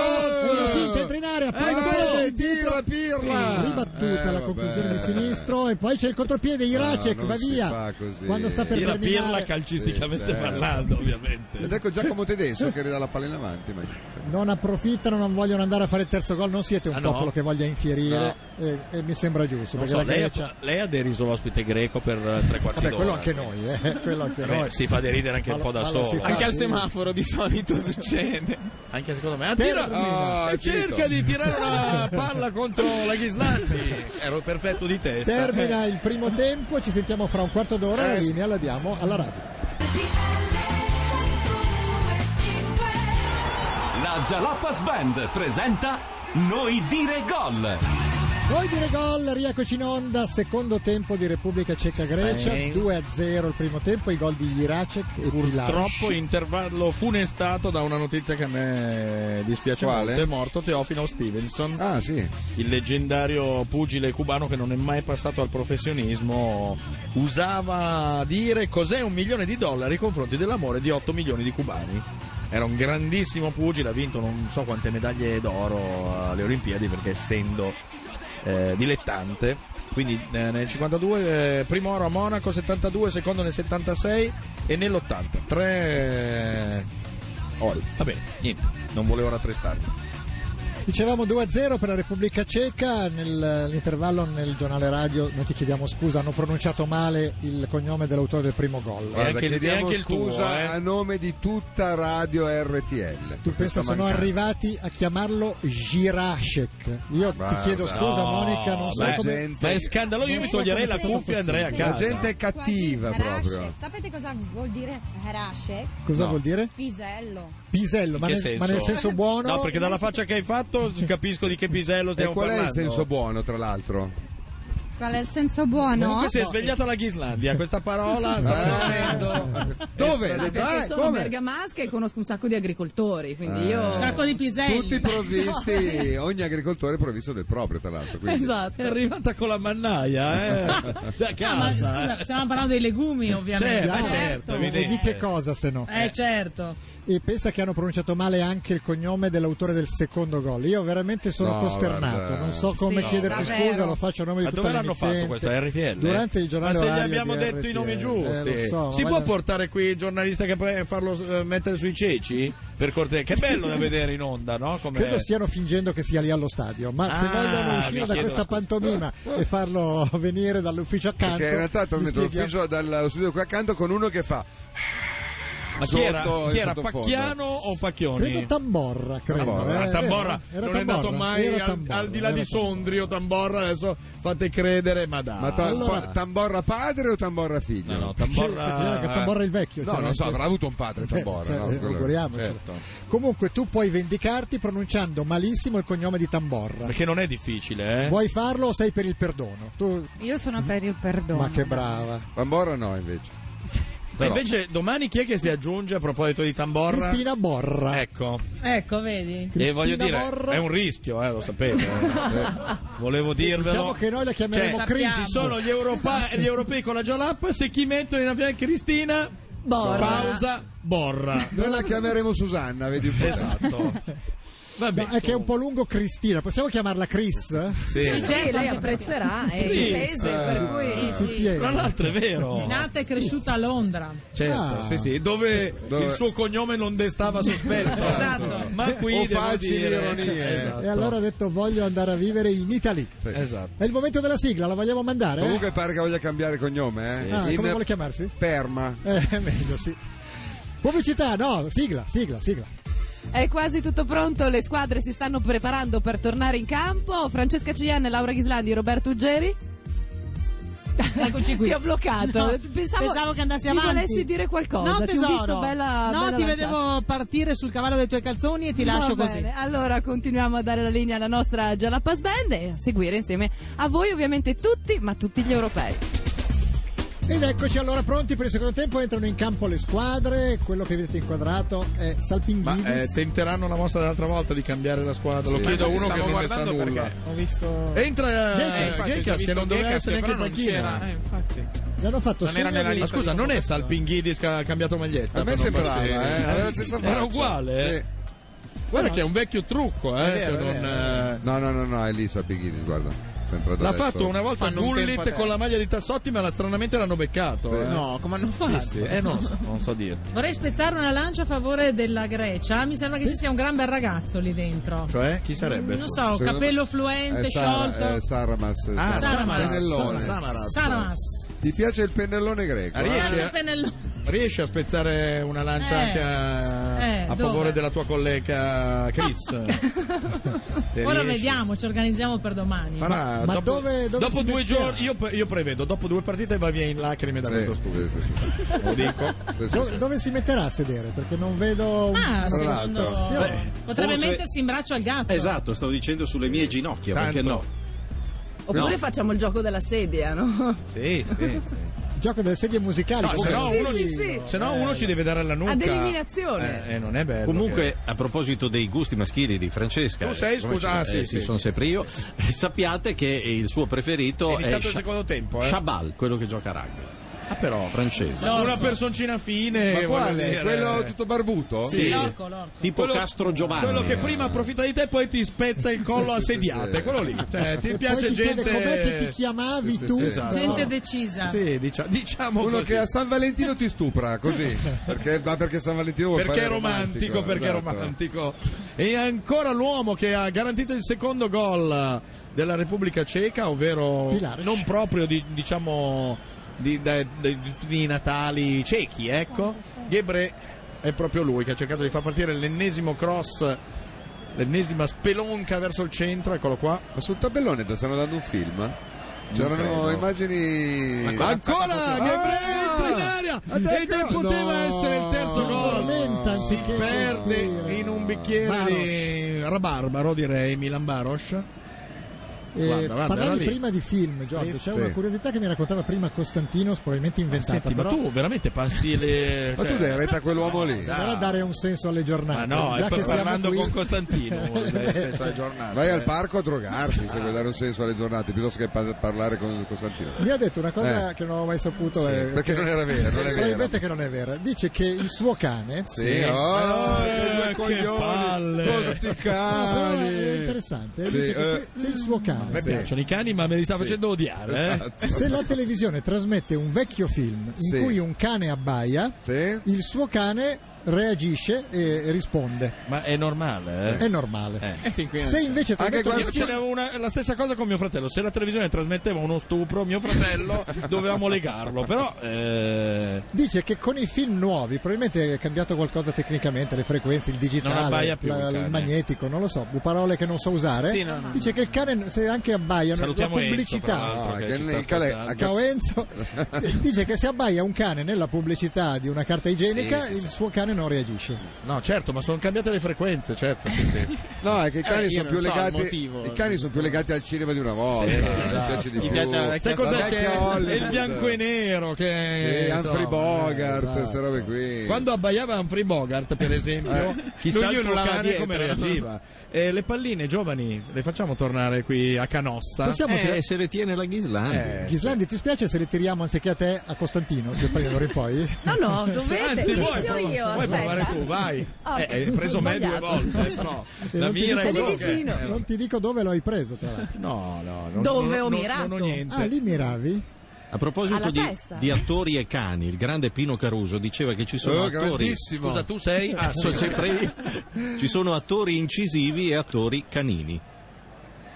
B: una finta entra in area, palla
J: Ecco,
B: presa in
J: tira,
B: dentro,
J: pirla!
B: ribattuta
J: Eh,
B: la
J: vabbè.
B: conclusione di sinistro e poi c'è il contropiede, Iracek
J: No, non
B: va
J: si
B: via,
J: fa così.
B: quando sta per
C: Tira
B: terminare,
C: pirla calcisticamente
J: Sì, certo.
C: parlando, ovviamente.
J: Ed ecco Giacomo Tedesco che ridà la palla in avanti. Ma...
B: non approfittano, non vogliono andare a fare il terzo gol, non siete un
C: Ah, no?
B: popolo che voglia infierire e, e mi sembra giusto,
C: Non
B: perché
C: so,
B: la
C: lei,
B: Grecia...
C: ha, lei ha deriso l'ospite greco per eh, tre quarti
B: Vabbè,
C: d'ora.
B: quello anche noi, eh, quello anche
C: Vabbè,
B: noi.
C: si fa deridere anche un
B: Ma lo-
C: po' da
B: ma lo si
C: solo. eh.
B: fa, Anche al sì.
D: semaforo di solito succede.
C: Anche secondo me. Ah,
B: Termina.
C: tira-
B: Ah,
C: e
B: è
C: cerca
B: finito.
C: di tirare una palla contro la Ghislandi. Ero perfetto di testa.
B: Termina il primo tempo, ci sentiamo fra un quarto d'ora e
J: Eh,
B: la linea la diamo alla radio.
A: La Jalapas Band presenta Noi dire gol.
B: Noi dire gol, rieccoci in onda, secondo tempo di Repubblica Ceca Grecia,
C: Sì.
B: 2-0 il primo tempo, i gol di Jiracek e
C: Purtroppo
B: Pilar.
C: intervallo funestato da una notizia che a me dispiace
J: Quale?
C: molto. È morto Teofilo Stevenson,
J: Ah sì.
C: il leggendario pugile cubano che non è mai passato al professionismo. Usava dire cos'è un milione di dollari nei confronti dell'amore di 8 milioni di cubani. Era un grandissimo pugile, ha vinto non so quante medaglie d'oro alle Olimpiadi perché essendo eh, dilettante. Quindi eh, nel 52 eh, primo oro a Monaco, 72 secondo nel 76 e nell'80. Tre gol. Vabbè, niente, non volevo rattristarti.
B: Dicevamo 2-0 per la Repubblica Ceca, nell'intervallo nel giornale radio noi ti chiediamo scusa, hanno pronunciato male il cognome dell'autore del primo gol.
J: Guarda, chiediamo scusa a nome di tutta Radio RTL.
B: eh. Tu pensa sono arrivati a chiamarlo Girashek. Io ti chiedo scusa Monica, non so
C: beh,
B: come
C: gente- ma è scandalo-
J: Eh,
C: io mi toglierei la cuffia e andrei a
J: La
C: casa.
J: gente è cattiva
O: Guardi, Harashe.
J: proprio.
O: Sapete cosa vuol dire Harashe?
B: Cosa vuol dire?
O: Pisello.
B: Pisello, ma
C: Che Eh,
B: nel, ma nel senso buono?
C: No, perché dalla faccia che hai fatto capisco di che pisello
J: E
C: stiamo
J: qual è
C: parlando.
J: il senso buono, tra l'altro?
O: Qual è il senso buono?
C: Comunque si è svegliata la Ghislandia, questa parola sta venendo. Dove?
P: Ma perché sono bergamasca e conosco un sacco di agricoltori, quindi
J: Eh.
P: io...
J: Un sacco
H: di
B: Eh,
H: piselli.
J: Tutti provvisti, ogni agricoltore è provvisto del proprio, tra l'altro.
B: Eh,
J: quindi.
P: Esatto.
C: È arrivata con la mannaia, eh. Da
H: No, ma
C: casa. eh.
H: scusa, stiamo parlando dei legumi ovviamente.
C: Certo, eh, certo,
B: E di che cosa se no?
H: Eh certo.
B: E pensa che hanno pronunciato male anche il cognome dell'autore del secondo gol. Io veramente sono
C: No,
B: costernato,
C: guarda.
B: non so come
C: Sì,
B: chiederti
C: davvero.
B: scusa, lo faccio a nome
C: Ma
B: di
C: dove
B: tutta
C: l'hanno fatto
B: l'emittente.
C: questo? RTL?
B: Durante il giornale
C: Ma se gli
B: orario
C: abbiamo
B: di
C: detto i nomi
B: RTL,
C: giusti,
B: eh, lo so,
C: si
B: ma
C: può
B: guarda-
C: portare qui il giornalista che pre- farlo eh, mettere sui ceci? Per cortesia, che bello da vedere in onda, no? Come...
B: Credo stiano fingendo che sia lì allo stadio, ma se
C: Ah,
B: vogliono
C: mi
B: uscire da
C: chiedo-
B: questa pantomima e farlo venire dall'ufficio accanto,
J: Perché in realtà
B: gli
J: torno
B: spieghiamo-
J: l'ufficio dallo studio qua accanto con uno che fa.
C: Ma chi era,
J: Sotto-
C: chi era
J: sottofondo.
C: Pacchiano o Pacchioni?
B: credo Tamborra, credo.
C: Tamborra,
B: eh,
C: Tamborra
B: era- era
C: non è andato
B: Tamborra,
C: mai
B: era
C: al,
B: Tamborra,
C: al di là
B: era
C: di Sondrio, Tamborra, adesso fate credere, ma dai.
J: Ma ta- pa- Tamborra padre o Tamborra figlio?
C: No, no,
B: Perché era che eh, Tamborra il vecchio,
J: No,
B: cioè,
J: non so,
B: anche-
J: avrà avuto un padre Tamborra.
B: Cioè,
J: no?
B: eh,
J: Quello-
B: auguriamocelo.
J: certo.
B: Comunque tu puoi vendicarti pronunciando malissimo il cognome di Tamborra.
C: Perché non è difficile, eh?
B: Vuoi farlo o sei per il perdono? Tu-
O: Io sono per il perdono.
B: Ma che brava.
J: Tamborra no, invece.
C: Ma invece domani chi è che si aggiunge a proposito di Tamborra?
B: Cristina Borra.
C: Ecco.
H: Ecco, vedi?
C: e voglio dire, è un rischio, eh, lo sapete. eh. Volevo dirvelo.
B: Diciamo che noi la chiameremo
C: Cioè,
B: Cris.
C: Ci sono gli, europa-
H: Esatto.
C: gli europei con la Jalapas e chi mettono in affianco Cristina?
E: Boh,
P: Borra.
C: Pausa, boh. Borra.
J: Noi la chiameremo Susanna, vedi un po'.
C: Esatto.
B: No, è che è un po' lungo Cristina. Possiamo chiamarla Chris?
C: Sì.
P: Sì, sì, lei apprezzerà, è
B: Sì,
P: inglese,
B: sì.
P: per cui...
H: Sì, sì.
C: Tra l'altro è vero.
H: Nata e cresciuta a Londra.
C: Certo,
H: Ah.
C: sì, sì, dove,
J: Dove-
C: il suo cognome non destava sospetto.
H: Esatto.
C: Certo. Ma qui
J: O
C: devo
J: facili
C: dire-
J: ironie.
C: Esatto.
B: E allora ha detto voglio andare a vivere in Italy.
C: Esatto.
B: È il momento della sigla, la vogliamo mandare? eh?
J: Comunque pare che voglia cambiare cognome, eh?
B: Ah,
J: In
B: come vuole chiamarsi?
J: Perma.
B: Eh, è meglio, sì. Pubblicità, no, sigla, sigla, sigla.
E: È quasi tutto pronto, le squadre si stanno preparando per tornare in campo. Francesca Cigliane, Laura Ghislandi, Roberto Uggeri.
Q: Eccoci qui.
E: Ti ho bloccato.
Q: No,
E: pensavo,
Q: pensavo che andassi
E: mi
Q: avanti.
E: volessi dire qualcosa.
Q: No,
E: Ti ho
Q: tesoro.
E: visto
Q: No,
E: bella- bella
Q: ti
E: lanciata.
Q: vedevo partire sul cavallo dei tuoi calzoni e ti lascio
E: Va
Q: così.
E: bene, Allora continuiamo a dare la linea alla nostra Jalapas Band e a seguire insieme a voi ovviamente tutti, ma tutti gli europei.
B: Ed eccoci allora pronti per il secondo tempo, entrano in campo le squadre, quello che vedete inquadrato è
C: Ma
B: Salpinghidis.
C: eh, tenteranno la mossa dell'altra volta di cambiare la squadra. Lo
D: Sì.
C: chiedo a uno che
D: Stavo
C: non ne sa
D: guardando
C: nulla.
D: perché Ho visto...
C: Entra
D: Eh,
C: eh,
D: infatti,
C: Gekas,
D: ho
C: che
D: visto
C: non doveva
D: Gekas,
C: essere neanche
D: però
C: in
D: non c'era. Eh,
C: panchina.
D: infatti.
B: Gli hanno fatto
D: Non
B: segno
D: era nella
B: di-
C: Ma
D: lista
C: scusa, non
D: di
C: è
D: convocazione.
C: Salpinghidis che ha cambiato maglietta.
J: A
C: per
J: me
C: non
J: sembrava,
C: farsi-
J: eh, aveva la stessa
C: Era
J: faccia.
C: uguale, eh.
J: Sì.
C: Guarda che è un vecchio trucco, eh.
J: È vero,
C: cioè,
J: è
C: non, eh,
J: No, no, no, no, è lì Salpighini, guarda. Sempre
C: L'ha
J: adesso.
C: fatto una volta
D: Fanno un tempo
C: Gullit
D: adesso.
C: con la maglia di Tassotti, ma la- stranamente l'hanno beccato.
J: Sì.
C: eh.
D: No, come
C: Sì,
D: hanno fatto?
C: sì, eh, non, so, non so dirti.
H: Vorrei spezzare una lancia a favore della Grecia. Mi sembra che ci sia un gran bel ragazzo lì dentro.
C: Cioè, chi sarebbe?
H: Non
C: scusa?
H: so,
J: Secondo
H: capello
J: me-
H: fluente,
J: È Sara- eh,
H: sciolto.
J: è Saramas.
C: Ah,
J: Saramas.
C: Samaras.
J: Pennellone.
C: Samaras.
H: Saramas.
J: Ti piace il pennellone greco?
C: Ah,
J: eh?
C: riesci,
H: Grazie,
C: a,
H: Pennellone.
C: riesci a spezzare una lancia
H: Eh,
C: anche a,
H: eh,
C: a
H: dove?
C: favore della tua collega Chris? Se
H: Ora
C: riesci.
H: vediamo, ci organizziamo per domani.
C: Farà-
B: Ma
C: Ah, dopo,
B: dove- dove
C: dopo
B: si
C: due
B: metterà?
C: giorni, io, pre- io prevedo, dopo due partite va via in lacrime da
J: Sì,
C: questo studio.
J: sì, sì, sì.
C: Lo dico.
J: Sì, sì,
B: Do-
J: sì.
B: dove si metterà a sedere? Perché non vedo... un-
H: Ah,
J: Tra
H: secondo
J: l'altro.
H: Beh, Potrebbe
K: forse-
H: mettersi in braccio al gatto.
K: Esatto, stavo dicendo sulle mie ginocchia, perché
C: Tanto.
K: no?
P: Oppure
K: No.
P: facciamo il gioco della sedia, no?
C: Sì, sì, sì.
B: Gioco delle sedie musicali.
C: No, se no
P: Sì,
C: uno,
P: sì,
C: ci-
P: sì.
C: se no uno ci deve dare alla nuca.
P: Ad eliminazione.
C: Eh, eh, non è bello.
K: Comunque, a proposito dei gusti maschili di Francesca,
C: Tu sei,
K: siccome
C: scusa,
K: ci-
C: ah, sì,
K: eh,
C: sì.
K: sono sempre io. Sappiate che il suo
C: che-
K: preferito
C: è
K: è,
C: iniziato il
K: Sha-
C: secondo tempo. Eh.
K: Shabal, quello che gioca a rugby.
C: Ah, però, francese.
R: L'orco.
C: Una personcina
R: Ma
C: fine. voglio
R: quale?
C: dire.
D: eh.
R: Quello tutto
J: barbuto?
R: Sì.
J: L'orco, l'orco. Tipo Castro Giovanni.
C: Quello che prima approfitta di te e poi ti spezza il collo a sediate. Quello lì. Cioè,
D: Eh,
C: ti
B: E
C: piace
B: poi ti
C: gente.
B: chiede com'è che ti chiamavi
C: Sì, sì,
B: tu?
C: sì, esatto.
H: Gente decisa.
C: Sì, dicia- diciamo
J: Uno
C: così.
J: che a San Valentino ti stupra così. Perché, ma perché San Valentino vuol
C: Perché
J: fare
C: è romantico, perché è
J: esatto.
C: romantico. E ancora l'uomo che ha garantito il secondo gol della Repubblica Ceca, ovvero
B: Pilar.
C: non proprio di, diciamo di, da- di- di tutti i natali cechi, ecco. Ghebre è proprio lui che ha cercato di far partire l'ennesimo cross, l'ennesima spelonca verso il centro, eccolo qua.
J: Ma sul tabellone ti stanno dando un film?
C: credo.
J: C'erano immagini.
C: Ma ancora Ghebre
J: Ah!
C: entra in aria ed è- poteva essere il terzo gol. Si perde in un bicchiere di rabarbaro, direi Milan Baros.
B: Eh,
C: Guarda, guarda, era
B: parlavi
C: lì.
B: prima di film, Giorgio. C'è
C: Sì. Ah,
B: una curiosità che mi raccontava prima Costantinos, probabilmente inventata.
C: Senti, ma
B: però
C: tu veramente passi le. cioè-
J: Ma tu dai retta a quell'uomo lì.
C: Ah,
B: Sarà dare un senso alle giornate.
C: no,
B: Già
C: è
B: che
C: per-
B: siamo
C: parlando
B: qui-
C: con Costantino. nel senso della giornata.
J: Vai al
C: eh.
J: parco a drogarti se vuoi dare un senso alle giornate piuttosto che pa- parlare con Costantino.
B: Mi ha detto una cosa
J: Eh.
B: che non avevo mai saputo.
J: Sì,
B: eh,
J: perché non era vera,
C: eh,
J: non è
B: Probabilmente che non è vera. Dice che il suo cane.
J: Sì,
C: Ah, eh,
J: oh, che due coglioni, con sti cani.
B: No, Ah, però è interessante.
C: Sì,
B: dice che
C: eh.
B: se, se il suo cane.
C: Mi
B: Sì.
C: piacciono i cani, ma me li sta
B: Sì. Esatto.
C: facendo odiare. eh.
B: Se la televisione trasmette un vecchio film in
C: Sì.
B: cui un cane abbaia, il suo cane reagisce e risponde.
C: Ma è normale, eh?
B: È normale.
C: Eh.
B: Se invece
C: anche
B: trasmette un
C: quando ce n'era una, la stessa cosa con mio fratello, se la televisione trasmetteva uno stupro, mio fratello dovevamo legarlo, però eh,
B: Dice che con i film nuovi probabilmente è cambiato qualcosa tecnicamente, le frequenze, il
C: Non
B: digitale,
C: abbaia più il
B: il
C: cane.
B: magnetico, non lo so, parole che non so usare.
C: Sì, no, no,
B: Dice che il cane se anche abbaia la
C: Salutiamo Enzo, eh.
B: pubblicità.
C: tra l'altro,
J: Ah,
C: che
J: che
C: ci
J: il
C: sta
J: cane- cioè,
C: ascoltando.
B: Ciao Enzo, dice che se abbaia un cane nella pubblicità di una carta igienica,
C: Sì, sì,
B: il suo cane non reagisce.
C: No, certo, ma sono cambiate le frequenze, certo, sì, sì.
J: No, è che i cani
C: Eh, io
J: sono
C: non
J: più
C: so il
J: legati.
C: motivo.
J: I cani sono più legati al cinema di una volta. eh,
C: Sì,
J: mi
C: esatto.
J: piace di
C: Gli
J: più.
C: piace la vecchia
J: Sai cos'è
C: Hollywood.
J: che
C: È il bianco e nero che-
J: Sì,
C: insomma,
J: Humphrey Bogart,
C: esatto.
J: queste robe qui.
C: Quando abbaiava Humphrey Bogart, per esempio,
J: Eh.
C: chissà
J: Lui
C: il tuo
J: urlava
C: cane
J: dietro.
C: come reagiva. Eh, le palline giovani le facciamo tornare qui a Canossa.
B: Possiamo Eh, tirare-
K: se le tiene la Ghislandi.
C: Eh,
B: Ghislandi, ti spiace se le tiriamo anziché a te a Costantino? Se poi d'ora in poi?
E: No, no, dovete,
C: Eh, Anzi,
E: inizio
C: vuoi, prov-
E: io.
C: vuoi
E: aspetta.
C: provare tu, vai.
E: Oh,
C: Eh, hai preso me due
E: sbagliato.
C: volte, eh, però.
B: E
C: La
B: non ti
C: mira è
B: dico
C: quello
B: dove-
C: che... eh,
B: non ti dico dove l'hai preso, tra l'altro.
C: No, no,
E: non- Dove non- ho non- mirato? non ho niente.
B: Ah, lì miravi?
K: A proposito
E: Alla
K: di,
E: testa.
K: di attori e cani, il grande Pino Caruso diceva che ci sono
C: Oh,
K: attori.
C: grandissimo. Scusa, tu sei?
K: Ah, sono sempre io. Ci sono attori incisivi e attori canini.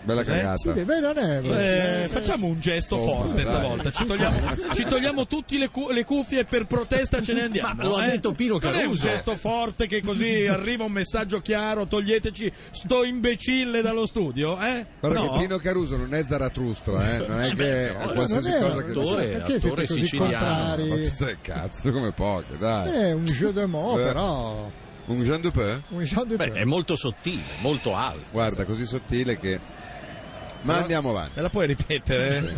J: Bella
B: cagata. Sì, beh, non è-
C: Eh, facciamo un gesto forte
K: dai.
C: stavolta. Ci togliamo, ci togliamo tutti le, cu- le cuffie e per protesta ce ne andiamo.
K: Ma lo ha
C: eh?
K: detto Pino
C: Non è un
K: Caruso.
C: gesto forte che così arriva un messaggio chiaro, toglieteci sto imbecille dallo studio, eh?
J: Guarda
C: No.
J: che Pino Caruso non è Zaratrustra, eh? non è che
C: però,
J: è qualsiasi
B: non è
J: cosa che
B: attore, perché siete attore così siciliano. contrari?
J: Ma tu sei cazzo come poche, dai.
C: Eh.
B: È un jeu de mots,
J: Eh.
B: però.
J: Un Jean Dupin?
B: Un jeu de mots.
K: molto sottile, molto alto.
J: Guarda, così sottile che. Ma
C: Però-
J: andiamo avanti.
C: Me la puoi ripetere?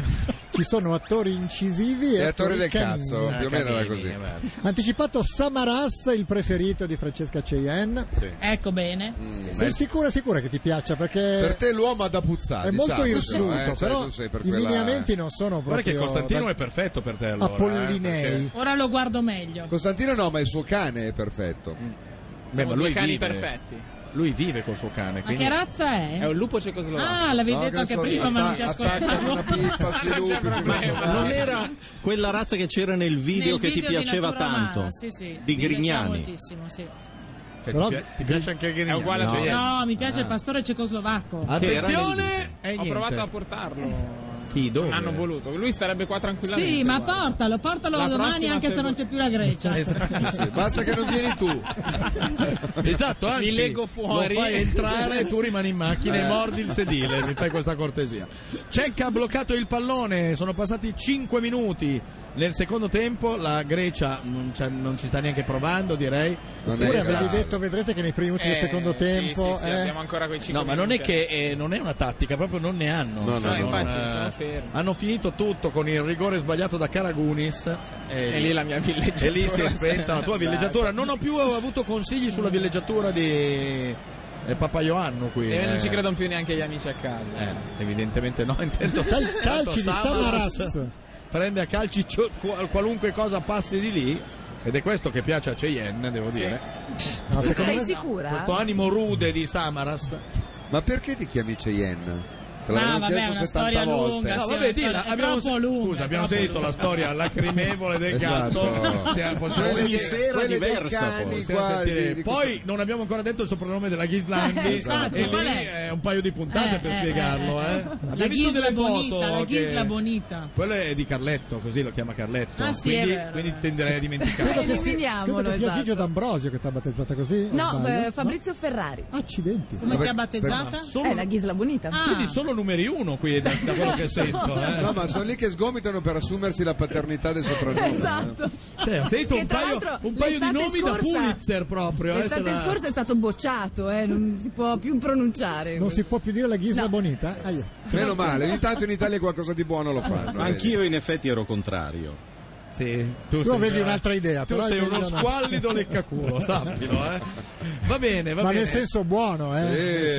B: Ci sono attori incisivi e,
J: E attori del
B: canini.
J: cazzo, più o meno era
C: canini,
J: così.
C: eh, guarda.
B: Anticipato Samaras, il preferito di Francesca Cheyenne.
H: Ecco bene.
B: Sei sicura, sicura che ti piaccia perché
J: Per te l'uomo ha da puzzare.
B: è molto
J: diciamocelo,
B: irsuto,
J: eh, cioè,
B: però
J: tu sei per
B: i
J: quella-
B: lineamenti non sono proprio...
C: Guarda che Costantino è perfetto per te allora.
B: Apollinei.
C: eh, perché-
H: Ora lo guardo meglio.
J: Costantino no, ma il suo cane è perfetto.
C: Mm. Beh, ma
D: due
C: lui
D: cani
C: vive.
D: perfetti.
C: Lui vive col suo cane.
H: Ma
C: Quindi...
H: che razza è?
D: È un lupo cecoslovacco.
H: Ah, l'avevi detto anche prima, ma non ti ascoltavo.
K: Non era Ah, quella razza che c'era nel video
H: Nel
K: che ti
H: video di
K: piaceva
H: Natura Umana,
K: tanto,
H: sì, sì. Mi
K: di
H: piaceva
K: Grignani.
H: moltissimo, sì.
C: Cioè,
K: Però-
C: ti, pi- ti piace anche Grignani?
K: È uguale a
C: No.
K: Cheyenne.
H: No, mi piace il pastore cecoslovacco.
K: Ah,
C: Attenzione!
H: Eh,
D: Ho
H: niente.
D: provato a portarlo.
C: Chi, Eh. dove?
D: Non hanno voluto. Lui starebbe qua tranquillamente.
H: Sì, ma
D: guarda.
H: portalo, portalo
D: La
H: domani
D: prossima
H: anche se
D: se
H: non c'è più la Grecia. Eh,
J: Basta che non vieni tu.
C: Esatto, anzi,
D: Mi leggo fuori.
C: Lo fai entrare e tu rimani in macchina e
D: Eh.
C: mordi il sedile. Mi fai questa cortesia. Cecca ha bloccato il pallone. Sono passati 5 minuti nel secondo tempo. La Grecia non, c'ha- non ci sta neanche provando, direi.
B: Pure avevi detto, vedrete che nei primi minuti del
D: Eh,
B: secondo
D: sì,
B: tempo...
D: sì, sì,
B: eh,
D: abbiamo ancora quei cinque
C: No, ma non è
D: minuti.
C: che eh, non è una tattica, proprio non ne hanno.
D: No, no, no, infatti,
C: eh,
D: sono fermi.
C: Hanno finito tutto con il rigore sbagliato da Caragunis.
D: E lì la mia villeggiatura
C: E lì si è
D: se n'è
C: spenta la tua
D: andata.
C: villeggiatura. Non ho più avuto consigli sulla villeggiatura di eh, Papa Ioanno qui.
D: E non ci
C: eh.
D: credono più neanche gli amici a casa.
C: Eh, evidentemente no, intendo
B: Cal- calci di
C: Tanto Samaras
B: Samaras.
C: prende a calci cio- qual- qualunque cosa passi di lì. Ed è questo che piace a Cheyenne, devo dire.
B: Ah,
J: No, secondo
L: Sei
J: me-
H: Ah.
L: sicura?
C: Questo animo rude di Samaras.
J: Ma perché ti chiami Cheyenne? Te l'hanno
C: Ah, vabbè,
J: chiesto
C: una
J: 70
C: storia
J: volte. Esatto.
C: lunga, No, sì, vabbè, una dilla, storia- è abbiamo- troppo lunga, scusa, abbiamo troppo sentito lunga. la storia lacrimevole del
H: Esatto.
C: gatto. Se possiamo
J: Quelle
C: dire-
J: dei- quelle dei cani
C: possiamo
J: qua,
C: sentire.
J: di- di-
C: Poi non abbiamo ancora detto il soprannome della
J: Eh,
C: Ghislandi.
J: esatto.
C: E lì
J: Qual è?
C: è un paio di puntate
H: Eh,
C: per
H: eh,
C: spiegarlo.
H: eh, eh.
C: eh.
H: La
C: Abbiamo visto
H: ghisla
C: delle foto.
H: bonita, la
C: che-
H: ghisla bonita.
C: Quello è di Carletto, così lo chiama Carletto.
H: Ah, sì, è
C: quindi,
H: vero,
C: quindi tenderei a
L: Eh,
C: dimenticarlo.
L: Eliminiamolo,
B: Credo che sia
L: esatto.
B: Gigio D'Ambrosio che ti ha battezzata così. o
L: No,
B: sbaglio?
L: beh, Fabrizio Ferrari.
B: Accidenti.
L: Come ti ha battezzata?
C: Solo-
L: Eh, la Ghisla Bonita.
E: Ah.
H: Ah,
C: Quindi sono numeri uno qui da, da quello che sento. eh.
J: No, ma sono lì che sgomitano per assumersi la paternità del eh. soprannome.
L: Esatto.
C: Cioè, sento
L: Che
C: un
L: tra
C: paio,
L: l'altro
C: un paio di
L: l'estate
C: nomi da
L: scorsa-
C: Pulitzer proprio. eh,
L: L'estate
C: se la-
L: scorsa è stato bocciato, eh, non si può più pronunciaia.
B: Non si può più dire la ghisla bonita? Ah, yeah.
J: Meno male, ogni tanto in Italia qualcosa di buono lo fanno.
K: Anch'io in effetti ero contrario.
C: Sì,
B: Tu sei- avevi un'altra idea,
C: Tu
B: però
C: sei
B: almeno
C: uno
B: no.
C: squallido leccaculo, sappilo. eh. Va bene, va
B: Ma
C: bene.
B: nel senso buono, eh? Nel
C: Ci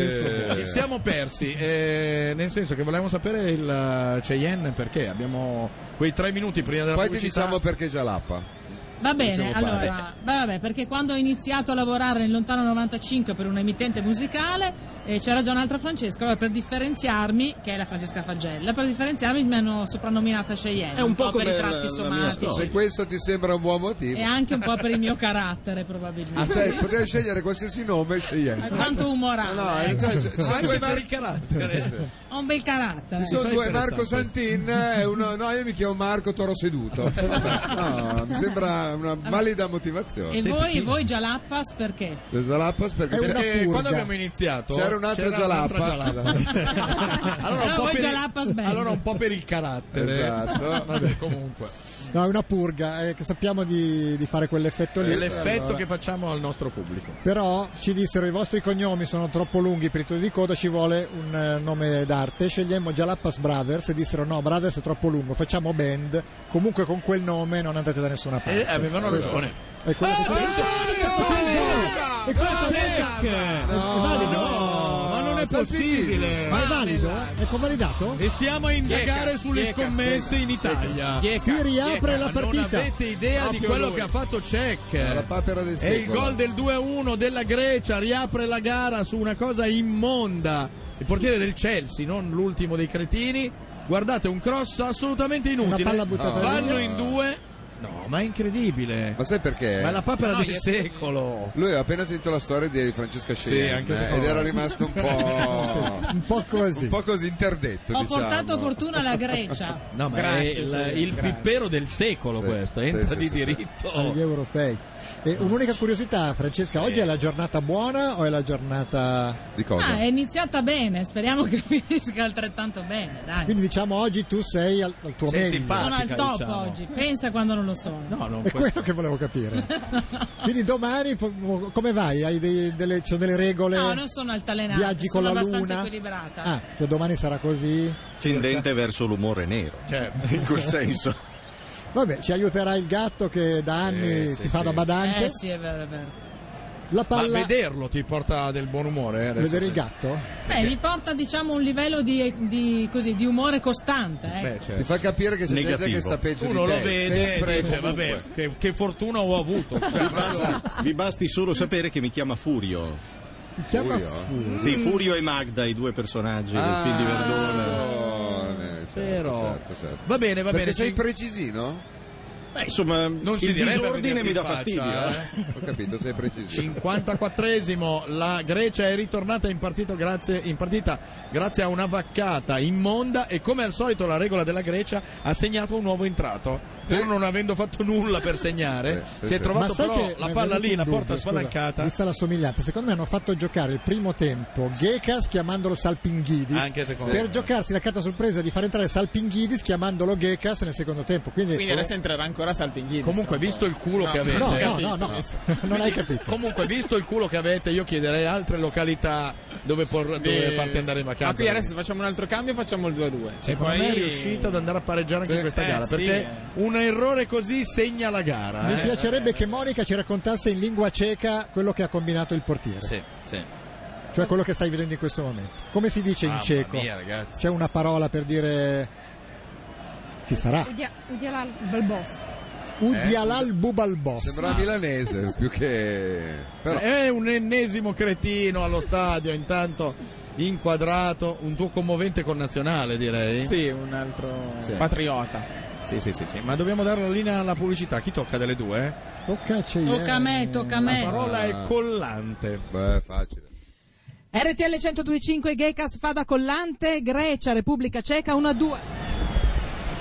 B: senso-
C: siamo persi, eh, nel senso che volevamo sapere il eh, Cheyenne perché abbiamo quei tre minuti prima della
J: Poi ti
C: pubblicità.
J: diciamo perché già l'appa.
H: Va bene,
C: Diciamo padre.
H: allora, vabbè, perché quando ho iniziato a lavorare nel lontano 95 per un'emittente musicale eh, c'era già un'altra Francesca, allora per differenziarmi, che è la Francesca Fagella, per differenziarmi mi hanno soprannominata Cheyenne, per i tratti
J: Se
H: somatici
J: questo ti sembra un buon motivo.
H: e anche un po' per il mio carattere probabilmente.
J: Ah, sai, potevi scegliere qualsiasi nome, scegliere.
H: Ma Quanto umorale.
J: No,
H: eh.
J: eh, cioè, se- sono due
C: per
J: Mar-
C: il carattere.
H: Ho un bel carattere.
J: Ci sono due Marco Santin e uno. No, io mi chiamo Marco Toro Seduto. No, mi sembra una valida motivazione.
H: E voi, voi Gialappas perché?
J: Le Jalappas perché,
H: È una
J: perché
H: purga.
J: quando abbiamo
C: iniziato
J: c'era un'altra
C: c'era
J: Jalappa.
C: un'altra allora, un
H: No,
C: po
H: voi
C: per il-
H: Jalappas bene.
C: allora un po' per il carattere.
J: Esatto.
C: Vabbè, comunque.
B: No, è una purga, eh, che sappiamo di, di fare quell'effetto lì.
C: È l'effetto
B: Allora.
C: che facciamo al nostro pubblico.
B: Però ci dissero i vostri cognomi sono troppo lunghi per i tuoi di coda, ci vuole un eh, nome d'arte. Scegliemmo Jalappas Brothers e dissero no, Brothers è troppo lungo, facciamo band. Comunque con quel nome non andate da nessuna parte.
C: E Eh, avevano ragione. Eh,
B: E quello che-
C: E questo
B: è valido?
C: eh? ma non è Eh, possibile.
B: Ma è valido? Ecco, È convalidato?
C: E stiamo a indagare sulle scommesse in Italia.
B: Si riapre la
C: Ma Non
B: partita.
C: avete idea di
B: Proprio
C: quello
B: lui.
C: che ha fatto Cech.
J: La papera del
C: E il
J: secolo.
C: gol del 2-1 della Grecia riapre la gara su una cosa immonda. Il portiere del Chelsea, non l'ultimo dei cretini. Guardate, un cross assolutamente inutile.
J: Una palla buttata
C: Vanno
J: via.
C: in due. No, ma è incredibile.
J: Ma sai perché?
C: Ma è la papera del secolo.
J: Lui aveva appena sentito la storia di Francesca Cheyenne
C: anche
J: eh,
C: secondo
J: ed
C: me.
J: era rimasto un po'.
B: un po' così.
J: Un po' così interdetto.
H: Ho
J: diciamo.
H: portato fortuna alla Grecia.
C: No, ma
H: Grazie,
C: è il,
H: signore,
C: il
H: grazie.
C: pippero del secolo questo, entra di diritto.
B: agli europei. E un'unica curiosità, Francesca,
C: Eh.
B: oggi è la giornata buona o è la giornata
J: di
H: Ah, è iniziata bene, speriamo che finisca altrettanto bene, dai.
B: Quindi diciamo oggi tu sei al, al tuo
H: Sei
B: meglio.
H: Sono al top oggi, pensa quando non lo sono.
C: No,
B: È quello che volevo capire. Quindi domani po- come vai? Hai dei- delle, ci sono delle regole?
H: non sono altalenante,
B: Viaggi con
H: sono
B: la
H: abbastanza
B: luna?
H: equilibrata.
B: Ah, cioè domani sarà così?
K: Tendente verso l'umore nero.
C: cioè,
K: In quel senso.
B: Vabbè, ci aiuterà il gatto che da anni
K: Eh,
B: ti
K: sì,
B: fa
K: sì.
B: da badante.
H: Eh sì, è vero, è vero.
B: La palla...
C: Ma vederlo ti porta del buon umore. eh, adesso.
B: Vedere il gatto?
H: Beh, mi porta diciamo un livello di, di- così, di umore costante. ecco.
C: certo.
J: Ti fa capire che c'è gente
K: Negativo.
J: che sta peggio
C: Uno
J: di te.
C: lo vede
J: sempre
C: e
J: e
C: dice,
J: comunque.
C: vabbè, che, che fortuna ho avuto. Cioè,
K: Basta- vi basti solo sapere che mi chiama Furio.
B: Ti chiama
K: Furio?
C: Mm.
K: Sì, Furio e Magda, i due personaggi del film di
C: Ah.
J: Certo,
K: Verdone.
C: Però- Certo, Va bene, va
J: Perché
C: bene.
J: sei
C: ci-
J: precisino?
K: Beh, insomma,
C: Non si
K: il
C: direbbe
K: disordine
C: perché
K: mi dà
C: faccia,
K: fastidio.
C: eh.
J: Ho capito, sei preciso.
C: 54esimo, la Grecia è ritornata in, partito grazie, in partita grazie a una vaccata immonda e come al solito la regola della Grecia ha segnato un nuovo entrato, pur non avendo fatto nulla per segnare, si è
B: Ma
C: trovato
B: sai
C: però
B: che mi
C: la
B: è
C: palla
B: venuto
C: lì,
B: un
C: la
B: dubbio,
C: porta
B: scusa,
C: spalancata.
B: Vista la somiglianza, secondo me hanno fatto giocare il primo tempo Gekas chiamandolo Salpinghidis
C: Anche secondo
B: per
C: me.
B: giocarsi la carta sorpresa di far entrare Salpinghidis chiamandolo Gekas nel secondo tempo. Quindi, Oh,
D: Quindi adesso entrerà ancora Salpinghini.
C: Comunque, visto il culo che avete, eh.
B: No, no, no, no, non hai capito.
C: Comunque, visto il culo che avete, io chiederei altre località dove, por- dove farti andare in vacanza.
D: Ma qui Eh, adesso facciamo un altro cambio e facciamo il 2-2.
C: Cioè, secondo me è riuscita ad andare a pareggiare anche
D: Sì.
C: in questa
D: Eh,
C: gara
D: sì,
C: perché
D: eh.
C: un errore così segna la gara.
B: Mi
C: eh.
B: piacerebbe che Monica ci raccontasse in lingua ceca quello che ha combinato il portiere,
C: Sì, sì.
B: cioè quello che stai vedendo in questo momento. Come si dice in
C: Mamma
B: ceco?
C: mia, ragazzi.
B: C'è una parola per dire Chi sarà?
C: Eh,
E: Udia- Udialal Balbost.
B: Udialal Bubalbo.
J: Sembra milanese più che. Però
C: È un ennesimo cretino allo stadio, intanto inquadrato, un tuo commovente connazionale direi.
D: Sì, un altro
C: Sì.
D: patriota.
C: Sì, sì, sì, sì, ma dobbiamo dare la linea alla pubblicità. Chi tocca delle due?
B: Tocca a
H: Tocca a me, tocca a
B: Eh.
H: me.
C: La parola è collante.
J: Beh, facile.
I: RTL 1025 Gekas Fada Collante, Grecia, Repubblica Ceca 1-2.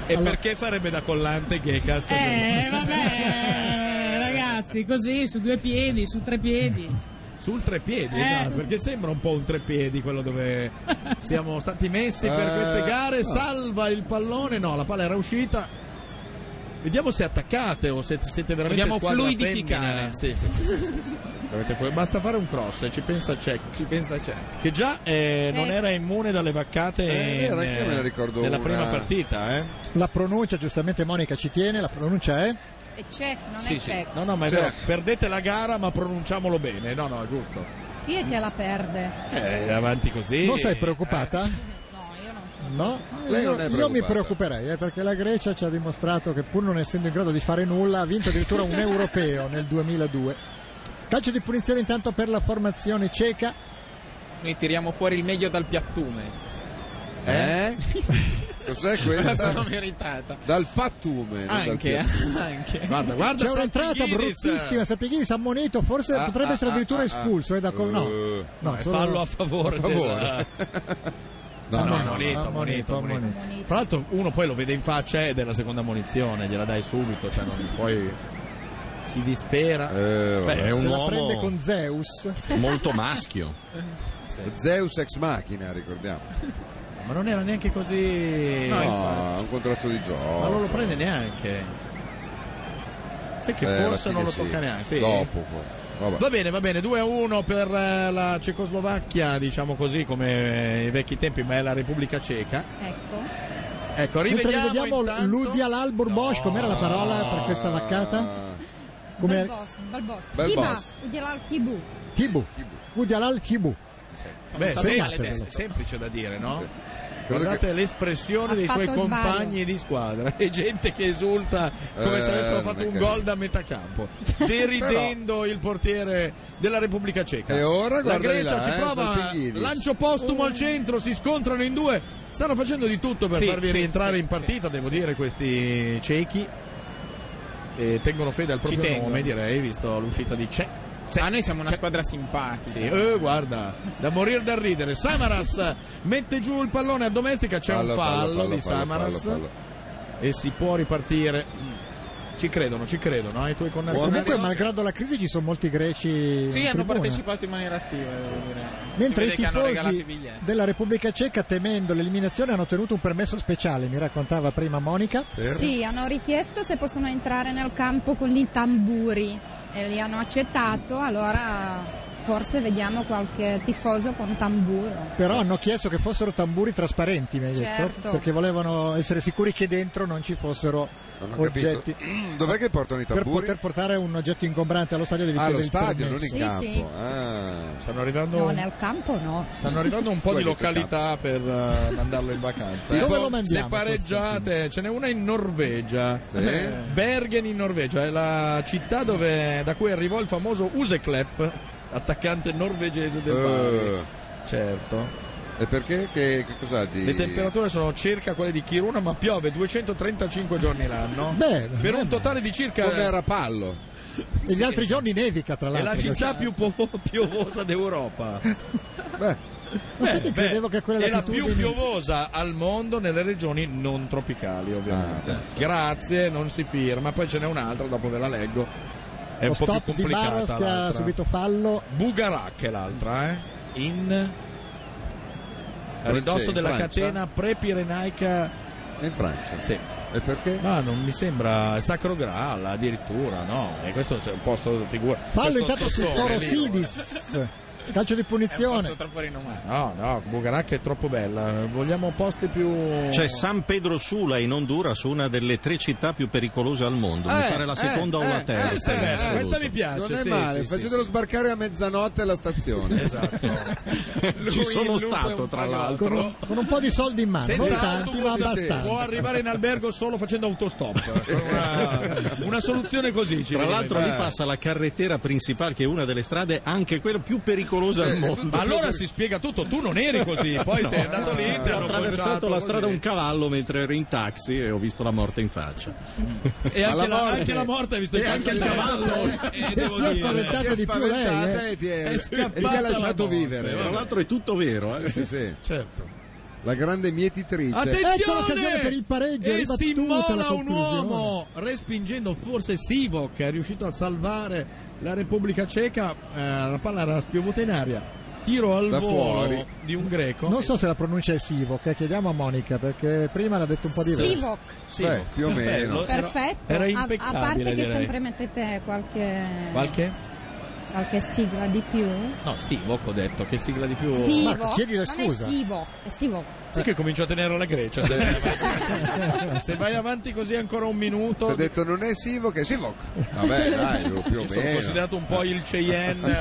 C: E perché farebbe da collante Gekas?
H: Eh, vabbè, ragazzi, così su due piedi, su tre piedi.
C: Sul trepiedi,
H: Eh.
C: esatto, perché sembra un po' un trepiedi quello dove siamo stati messi per
F: Eh,
C: queste gare.
F: no.
C: Salva il pallone, no, la palla era uscita. Vediamo se attaccate o se siete veramente
D: Dobbiamo
C: squadra
D: fluidificare.
C: femmina. Sì, sì, sì, sì, sì, sì, sì. Veramente fu- Basta fare un cross, eh, ci pensa Cech. Ci pensa Cech. Che già eh, non era immune dalle vaccate
J: Eh, è vero, anch'io me ne ricordo
C: nella
J: una.
C: prima partita, eh.
B: La pronuncia, giustamente Monica ci tiene, la pronuncia è?
E: E Cech, non è Cech.
C: No, no, ma è
B: Cech.
C: vero. Perdete la gara, ma pronunciamolo bene. No, no, è giusto.
E: Chi è che la perde?
C: Eh, avanti così.
B: Non sei preoccupata? No,
C: Lei
B: io,
C: non è
B: io mi
C: preoccupata.
B: preoccuperei eh, perché la Grecia ci ha dimostrato che pur non essendo in grado di fare nulla ha vinto addirittura un europeo nel 2002. Calcio di punizione intanto per la formazione ceca.
D: Noi tiriamo fuori il meglio dal piattume.
J: Eh? Cos'è questa?
D: Me la sono meritata.
J: Dal pattume. non dal
D: Anche,
C: eh.
J: piattume.
D: anche.
B: C'è un'entrata bruttissima, Sapighidis ammonito, forse
J: Ah,
B: potrebbe
J: ah,
B: essere
J: ah,
B: addirittura
J: ah.
B: espulso. eh, da col- no.
J: Eh,
B: No,
C: no, è
B: solo-
C: fallo a favore.
B: a favore.
C: della-
J: No,
C: No,
J: no,
C: no,
J: no,
C: ammonito,
J: no,
C: ammonito,
J: ammonito,
C: ammonito. Tra l'altro uno poi lo vede in faccia ed è la seconda munizione, gliela dai subito, cioè non- poi si dispera.
B: Eh.
J: Eh, vabbè.
C: Beh, è un
B: Se la
C: uomo
B: prende con Zeus.
J: Molto maschio. Zeus ex machina, ricordiamo.
C: Ma non era neanche così...
J: No, è un contratto di gioco.
C: Ma non lo prende neanche. Sai che
J: Eh, alla
C: forse non
J: fine
C: lo
J: sì.
C: tocca neanche. Sì.
J: Dopo, forse. Vabbè.
C: Va bene, va bene, 2 a 1 per eh, la Cecoslovacchia, diciamo così come eh, i vecchi tempi, ma è la Repubblica Ceca.
E: Ecco.
C: Ecco,
B: Mentre
C: rivediamo
B: rivediamo
C: intanto-
B: Ludia l'Albur Bosch, com'era la parola per
J: Ah,
B: questa vaccata? Come
E: Balbost, Balbost.
B: Balbost.
E: Hiba, Udialal Hibu.
B: Kibu. Ludia l'Al Kibu.
C: Beh,
B: Sono
C: sem-
B: state
C: sem-
B: male.
C: semplice da dire, no?
B: Credo
C: Guardate
B: che-
C: l'espressione
B: Ha
C: dei suoi
B: fatto
C: compagni
B: sbaglio.
C: di squadra e gente che esulta come
F: Eh,
C: se avessero
F: non
C: fatto
F: è
C: un
F: carino.
C: gol da metà campo, deridendo il portiere della Repubblica Ceca.
J: E ora
C: la
J: guardali
C: Grecia
J: là,
C: ci
J: eh,
C: prova,
J: Salpinghini.
C: lancio postumo al centro, si scontrano in due, stanno facendo di tutto per
D: Sì,
C: farvi
D: sì,
C: rientrare
D: sì,
C: in partita,
D: sì,
C: devo
D: sì.
C: dire, questi cechi. E tengono fede al
D: Ci
C: proprio
D: tengono.
C: nome, direi, visto l'uscita di Cech.
D: Ma noi siamo una squadra simpatica.
C: Sì, eh, guarda, da morire dal ridere. Samaras mette giù il pallone a domestica, c'è
J: Fallo,
C: un
J: fallo,
C: fallo,
J: fallo,
C: di
J: fallo,
C: Samaras
J: fallo, fallo.
C: e si può ripartire. Ci credono, ci credono, ai tuoi connazionali.
B: Comunque, malgrado la crisi, ci sono molti greci.
D: Sì,
B: in
D: hanno
B: tribuna.
D: partecipato in maniera attiva, devo dire.
B: Mentre
D: si
B: i
D: vede che hanno regalato i
B: tifosi
D: biglietti.
B: della Repubblica Ceca, temendo l'eliminazione, hanno ottenuto un permesso speciale, mi raccontava prima Monica.
E: Sì, hanno richiesto se possono entrare nel campo con i tamburi e li hanno accettato, allora forse vediamo qualche tifoso con tamburo.
B: Però hanno chiesto che fossero tamburi trasparenti, mi hai detto,
E: Certo.
B: perché volevano essere sicuri che dentro non ci fossero
J: Non ho capito. Mm,
B: oggetti.
J: Dov'è che portano i
B: Per
J: tamburi?
B: poter portare un oggetto ingombrante allo stadio devi
J: Ah, allo
B: chiedere il
J: stadio, non
B: permesso.
J: in campo. Ah.
C: Stanno arrivando,
E: No, nel campo no.
C: stanno arrivando un po'
J: Tu
C: di
J: hai detto
C: località per eh, mandarlo in vacanza. eh.
B: Dove lo mandiamo,
C: Se pareggiate, ce n'è una in Norvegia. Eh,
J: Sì.
C: Bergen in Norvegia, è la città dove- da cui arrivò il famoso Useklep, attaccante norvegese del Bari.
J: Eh.
C: Certo.
J: E perché? Che, che cos'ha di...
C: Le temperature sono circa quelle di Kiruna, ma piove 235 giorni l'anno.
B: Beh,
C: per un totale di circa.
J: Come a Rapallo.
B: E gli altri giorni nevica, tra
C: È
B: l'altro.
C: la città più po- piovosa d'Europa.
B: cioè. Ma sai che Eh, credevo che a quelle
C: è la più
B: latitudini-
C: piovosa al mondo nelle regioni non tropicali, ovviamente. Grazie, non si firma. Poi ce n'è un'altra, dopo ve la leggo. È
B: Lo
C: un po' più
B: stop di Barros
C: complicata.
B: che ha
C: l'altra.
B: subito fallo.
C: Bugarak è l'altra, eh? In a
J: Francia,
C: ridosso
J: in
C: della
J: Francia?
C: catena pre-pirenaica.
J: In Francia?
C: Sì.
J: E perché?
C: Ma non mi sembra Sacro Graal addirittura, no? E questo è un posto figura.
B: Fallo
C: questo
B: intanto su
C: zoccone lì. Eh,
B: Torosidis. Calcio di punizione.
D: Sono troppo rinomato.
C: No, no, Bugarac è troppo bella. Vogliamo posti più.
K: C'è Cioè, San Pedro Sula in Honduras, una delle tre città più pericolose al mondo. Mi
C: Eh,
K: pare la
C: eh,
K: seconda o la
C: eh,
K: terza.
C: questa è
K: in
C: bella,
K: assoluto.
C: questa mi piace.
J: Non è
C: sì,
J: male,
C: sì,
J: facetelo sbarcare a mezzanotte alla stazione.
C: esatto.
K: Ci sono
J: Lui è un
K: stato, tra
J: fagotto.
K: l'altro.
B: Con un po' di soldi in mano, non
C: Senza
B: tanti, ma
C: autobus, sì,
B: abbastanza.
C: Può arrivare in albergo solo facendo autostop. Una, una soluzione così. Ci
K: Tra
C: viene
K: l'altro
C: in
K: lì
C: mente.
K: passa la carrettera principale che è una delle strade anche quella più pericolosa al mondo.
C: Eh, Ma allora si spiega tutto, tu non eri così, poi
K: No.
C: sei andato lì, ti
K: ha
C: hanno
K: attraversato
C: bocciato
K: la
C: così.
K: strada un cavallo mentre ero in taxi e ho visto la morte in faccia.
C: E anche la,
K: morte.
C: anche la morte ha visto
K: E anche il cavallo.
C: Eh,
K: E
C: devo
K: si è
C: dire.
K: spaventato
C: Si è
K: di più
C: spaventata
K: lei, eh.
C: e ti
K: È
C: è,
K: scappata
C: e ti ha
K: la
C: lasciato
K: morte.
C: vivere.
K: Tra l'altro è tutto vero, eh.
J: Sì, sì.
C: Certo.
J: La grande
C: Ah,
J: mietitrice.
B: Ecco l'occasione per il pareggio,
C: e
B: ribattuta
C: si
B: la
C: immola un
B: conclusione.
C: uomo respingendo forse Sivo che è riuscito a salvare la Repubblica Ceca Eh, la palla era spiovuta in aria tiro al
B: Da
C: volo
B: fuori.
C: di un greco
B: Non so se la pronuncia è Sivok, eh, chiediamo a Monica perché prima l'ha detto un po' diverso.
E: Sivok.
B: Beh, più o meno.
C: eh,
E: Perfetto.
B: Era
E: A- a,
B: impeccabile,
E: parte che
B: direi.
E: sempre mettete qualche,
F: Qualche?
E: qualche sigla di più.
B: Oh.
F: No, sì, Vok ho detto, che sigla di più.
E: Sivok. non è Sivok, è Sivok.
F: Sai che comincio a tenere la Grecia.
C: se vai avanti così ancora un minuto
J: Si è detto non è Sivo che è Sivok. Vabbè, dai, più o
C: Io sono
J: meno.
C: considerato un po' il Cheyenne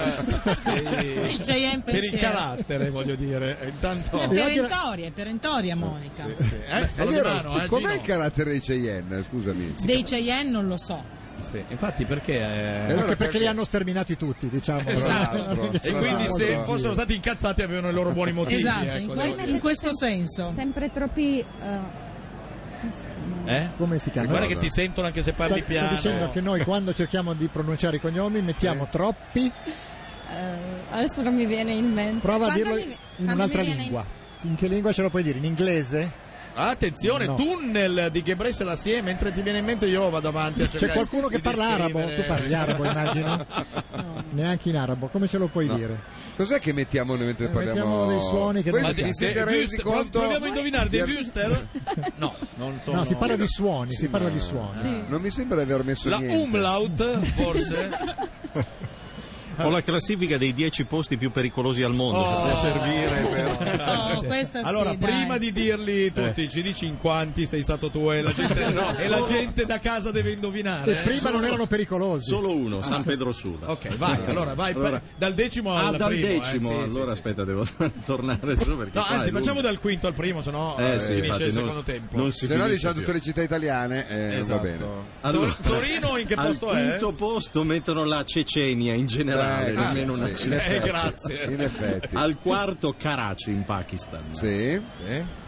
C: eh,
H: Il Cheyenne
C: per il
H: pensiero.
C: carattere voglio dire E intanto
B: Eh,
H: È perentoria, è perentoria Monica.
C: Eh,
J: È
C: fallo di
J: vero,
C: mano, eh,
J: com'è
C: Gino.
J: il carattere di Cheyenne? Scusami.
H: Dei Cheyenne non lo so.
F: Sì, infatti perché... eh,
B: Anche perché li hanno sterminati tutti, diciamo.
C: Esatto. e quindi se fossero stati incazzati avevano i loro buoni motivi
H: Esatto,
C: ecco,
H: in,
C: devo
H: questo,
C: dire.
H: in questo senso.
E: Sempre troppi... eh,
F: Eh?
B: Come si chiama?
F: Guarda che ti sentono anche se parli
B: Sta-
F: piano.
B: Sto dicendo che noi quando cerchiamo di pronunciare i cognomi mettiamo troppi.
E: eh, adesso non mi viene in mente.
B: Prova a
E: Quando
B: dirlo
E: mi-
B: in
E: quando
B: un'altra
E: mi viene in-
B: lingua. In che lingua ce lo puoi dire? In inglese?
C: Attenzione,
B: No.
C: tunnel di Gebreis e la Sie, mentre ti viene in mente io vado avanti a
B: C'è
C: cercare
B: qualcuno che
C: Cioè, di
B: parla arabo?
C: descrivere.
B: Tu parli arabo, immagino. Neanche in arabo, come ce lo puoi dire?
J: Cos'è che mettiamo noi mentre parliamo?
B: Eh, mettiamo dei suoni che
J: Voi
B: non-
J: vi
B: Ma di-
J: siete
B: di-
J: resi
B: di-
J: conto?
B: proviamo a
C: indovinare,
J: di-
C: dei Wüster? No, non sono.
B: No, si parla di suoni,
J: Sì,
B: si parla
J: ma-
B: di suoni.
J: Non mi sembra di aver messo
C: La
J: niente.
C: umlaut, forse?
K: Ho la classifica dei 10 posti più pericolosi al mondo, se
C: Oh.
K: può servire per...
H: Oh, questa sì,
C: eh, allora,
H: dai.
C: prima di dirli tutti,
K: Eh.
C: ci dici in quanti sei stato tu e la gente, e la gente da casa deve indovinare.
B: E
C: eh.
B: prima non erano pericolosi.
K: Solo uno, San Pedro Sula.
C: Ah. Ok, vai, allora vai per-
K: Allora-
C: dal decimo
K: Ah,
C: al
K: dal
C: primo. eh,
K: decimo,
C: sì, sì,
K: allora
C: sì.
K: aspetta, devo tornare su perché...
C: No,
K: qua
C: anzi,
K: è lungo.
C: facciamo dal quinto al primo, sennò eh,
K: Eh, sì,
C: finisce
K: infatti,
C: il
K: non-
C: secondo tempo.
K: non si
J: Se no
K: finisce
J: diciamo
K: più.
J: tutte le città italiane, eh,
C: Esatto.
J: va bene.
K: Allora-
C: Torino in che
K: Al
C: posto è?
K: quinto posto mettono la Cecenia in generale,
J: Beh,
K: nemmeno
J: Eh, sì,
K: una Ah.
J: in
K: città.
J: effetti.
C: Eh, grazie.
J: In effetti.
K: Al quarto Karachi in Pakistan.
J: Sì.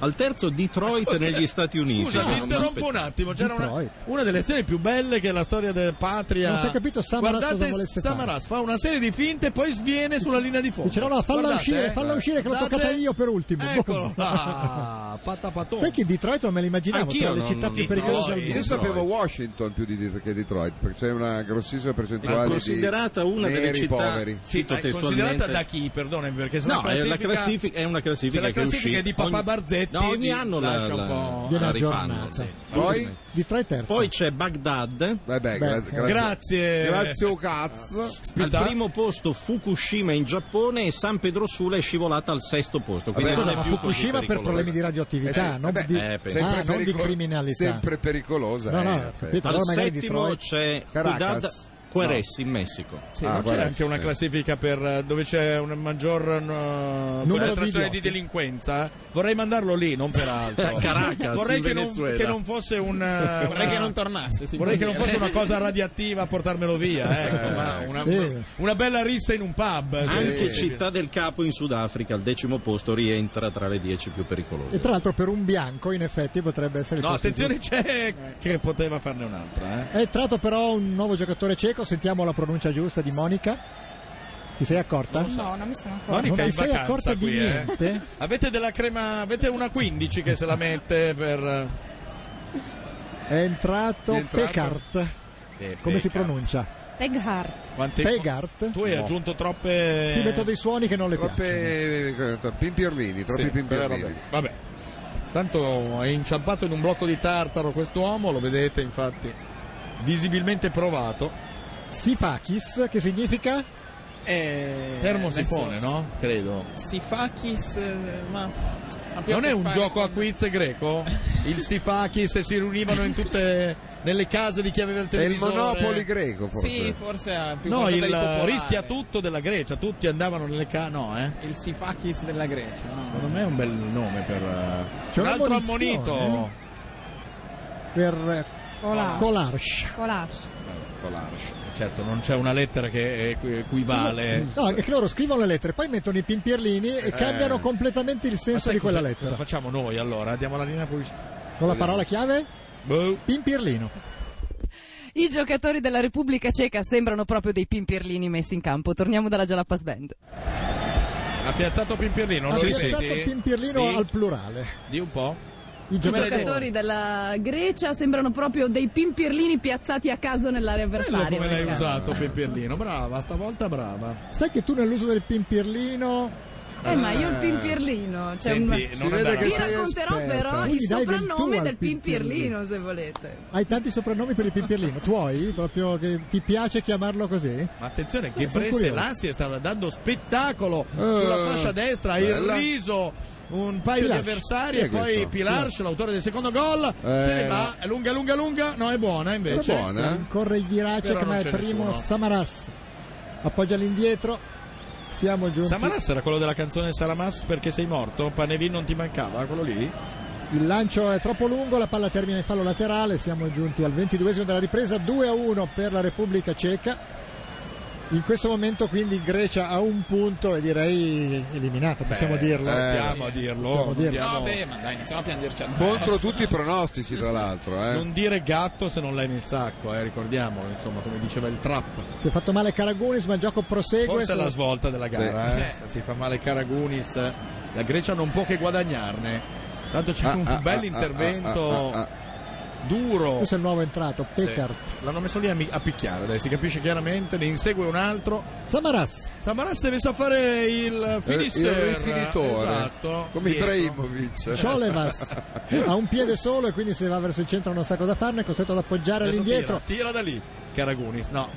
K: Al terzo Detroit negli Stati Uniti.
C: Scusa,
K: Non
C: ti interrompo un
K: aspettavo.
C: attimo. C'era una,
B: Detroit.
C: una delle lezioni più belle che è la storia della patria.
B: Non si è capito Samaras
C: Guardate,
B: cosa volesse fare.
C: Samaras fa una serie di finte e poi sviene sulla linea di fondo.
B: Dice no, no, falla
C: Guardate,
B: uscire,
C: eh.
B: falla uscire che l'ho
C: Guardate.
B: toccata io per ultimo.
C: Eccolo
B: Boom.
C: là, patapatone.
B: Sai che Detroit non me l'immaginavo
K: Anch'io
B: tra le
K: non-
B: città
K: non-
B: più
K: non-
B: pericolose al
K: Detroit.
J: Io
B: mondo.
J: sapevo Washington più di Det- che Detroit, perché c'è una grossissima
K: Era
J: percentuale
K: considerata
J: di
K: una delle
J: neri
K: città
J: poveri.
C: Sì,
K: cito
C: ma è
K: testualmente-
C: considerata da chi? Perdone, perché se
K: No,
C: la
K: è, la
C: classifica-
K: classifica, è una classifica
C: se la
K: che
C: classifica è
K: uscì.
C: di papà
K: Ogni-
C: Barzetti,
K: no, ogni
C: di-
K: anno la,
C: lascia un
K: la-
C: po'.
K: la
B: Viene
K: rifanno.
B: aggiornata.
K: sì.
J: Poi,
B: Detroit terzo.
K: Poi c'è Baghdad.
J: vabbè, gra-
B: Beh,
J: gra-
C: Grazie.
J: Grazie, o cazzo.
C: Spità.
K: Al primo posto Fukushima in Giappone e San Pedro Sula è scivolata al sesto posto. Quindi
J: Vabbè,
K: non
J: ma
K: è più
B: Fukushima
K: così
B: per problemi di
K: pericolosa.
B: radioattività, non,
J: vabbè,
B: di,
K: eh, penso.
B: ah,
J: Sempre
B: non di
J: pericolo-
B: criminalità.
J: Sempre pericolosa.
B: No, no,
J: eh, in effetti.
B: capito.
K: Al
B: Allora magari
K: settimo
B: Detroit.
K: c'è Ciudad
J: Caracas.
K: Juarez in Messico.
C: Sì,
J: Ah,
C: non c'è
J: guarda,
C: anche una
J: sì.
C: classifica per, eh, dove c'è un maggior eh, concentrazione
B: idioti.
C: di delinquenza? Vorrei mandarlo lì, non per altro.
K: Caracas,
C: vorrei
K: in
C: che non,
K: Venezuela.
C: che non fosse un eh,
D: Vorrei
C: una-
D: che non tornasse. sì.
C: vorrei che non fosse una cosa radioattiva a portarmelo via, ecco, ma una,
B: Sì.
C: una bella rissa in un pub. sì.
K: Eh. Anche Città del Capo in Sudafrica al decimo posto rientra tra le dieci più
B: E
K: pericolose.
B: tra l'altro per un bianco in effetti potrebbe essere... il
C: No,
B: posto
C: attenzione c'è che poteva farne un'altra, eh.
B: giusto. È entrato però un nuovo giocatore cieco, sentiamo la pronuncia giusta di Monica. Ti sei accorta?
E: No, non mi sono ancora.
C: Monica
B: non
C: è
B: ti
C: in
B: sei
C: vacanza
B: accorta di
C: qui, eh.
B: niente?
C: Avete della crema, avete una 15 che se la mette per eh,
B: È entrato,
J: È entrato-
B: Pecart.
C: Eh,
B: Come si pronuncia?
E: Teghart.
C: Quanti-
B: Pegart?
C: Tu hai
J: No.
C: aggiunto troppe
B: Si metto dei suoni che non le piacciono.
J: Troppe eh, pimpirlini, troppi
C: Sì, però
J: pimpirlini.
C: vabbè. Vabbè. Tanto è inciampato in un blocco di tartaro quest'uomo, lo vedete infatti visibilmente provato.
B: Sifakis, che significa?
D: Eh,
C: Termo si
D: adesso-
C: pone, no? Credo.
D: Sifakis, eh, ma...
C: Non è un gioco a quiz greco? Il Sifaki se si riunivano in tutte nelle case di chi aveva il
J: È il
C: televisore.
J: Monopoli greco, forse.
D: Sì, forse ha più
C: No,
D: qualcosa di
C: il
D: popolare.
C: rischia tutto della Grecia, tutti andavano nelle case, no, eh.
D: Il Sifakis della Grecia. No?
C: Secondo me è un bel nome per eh,
B: C'è
C: un
B: una
C: altro
B: munizione,
C: ammonito.
B: per eh,
S: Colas.
B: Colarsh.
S: Colas.
B: eh?
C: Colarsh. Certo, non c'è una lettera che eh, equi- equivale.
B: No, anche che loro scrivono le lettere, poi mettono i pimpirlini e
C: Eh.
B: cambiano completamente il
C: Ma
B: senso
C: sai
B: di quella
C: cosa-
B: lettera.
C: Cosa facciamo noi allora? Diamo la linea boh. pubblicità.
B: Con la parola chiave? Pimpirlino.
E: I giocatori della Repubblica Ceca sembrano proprio dei pimpirlini messi in campo. Torniamo dalla Jalapas Band.
C: Ha piazzato Pimpirlino,
B: Ha
C: lo
B: piazzato
C: risenti?
B: Pimpirlino
C: Di-
B: al plurale.
C: Di un po'.
B: I
H: I giocatori della Grecia sembrano proprio dei pimpirlini piazzati a caso nell'area
C: Bello
H: avversaria.
C: Eh, come l'hai
H: Mercano.
C: usato Pimpirlino, brava, stavolta brava.
B: Sai che tu nell'uso del pimpirlino...
H: Eh, ma io il pimpirlino. cioè C'è
C: Senti,
H: un...
C: non Si vede andare che
H: Vi
C: sei
H: racconterò
B: esperta.
H: però
B: Tu gli
H: il
B: dai del tuo
H: soprannome
B: al
H: del
B: pimpirlino.
H: pimpirlino, se volete.
B: Hai tanti soprannomi per il pimpirlino, tuoi? Proprio che ti piace chiamarlo così?
C: Ma attenzione,
B: Eh,
C: che
B: sono
C: prese
B: curioso.
C: l'Assia stava dando spettacolo sulla fascia destra,
J: bella.
C: il riso, un paio
J: Pilarch.
C: di avversari
J: Chi è
C: e poi
J: questo?
C: Pilarch, l'autore del secondo gol,
J: Eh,
C: se ne
J: no.
C: va, è lunga, lunga, lunga, no è buona invece.
B: Eh? Corre Giracek,
C: Però non
B: ma è
C: c'è
B: primo
C: nessuno.
B: Samaras. Appoggia l'indietro. Siamo giunti.
C: Samaras era quello della canzone Saramas perché sei morto, Panevin non ti mancava, quello lì?
B: Il lancio è troppo lungo, la palla termina in fallo laterale, siamo giunti al 22esimo della ripresa, 2 a 1 per la Repubblica Ceca. In questo momento quindi Grecia ha un punto e direi eliminata, possiamo dirlo.
C: Eh,
B: Eh.
C: Possiamo dirlo.
B: Possiamo dirlo.
C: Andiamo.
D: Vabbè, ma dai, iniziamo a piangerci addosso.
J: Contro tutti i pronostici, tra l'altro. Eh.
C: Non dire gatto se non l'hai nel sacco, eh, ricordiamolo, insomma, come diceva il trap.
B: Si è fatto male Caragunis, ma il gioco prosegue.
C: Forse è
B: Sono-
C: la svolta della gara,
J: Sì.
C: eh. se si fa male Caragunis, la Grecia non può che guadagnarne. Tanto c'è
J: Ah,
C: un
J: ah,
C: bel
J: ah,
C: intervento
J: ah, ah, ah,
C: duro.
B: Questo è il nuovo entrato, Pekart.
C: Sì. L'hanno messo lì a, mi- a picchiare, dai, si capisce chiaramente, ne insegue un altro.
B: Samaras.
C: Samaras deve sa fare il
J: Eh, il
C: finisher.
J: rifinitore.
C: Esatto.
J: Come
C: Dietro.
J: Ibrahimovic.
B: Ciolevas ha un piede solo e quindi se va verso il centro non sa cosa farne, è costretto ad appoggiare
C: Adesso
B: all'indietro.
C: Tira, tira da lì, Caragunis. No,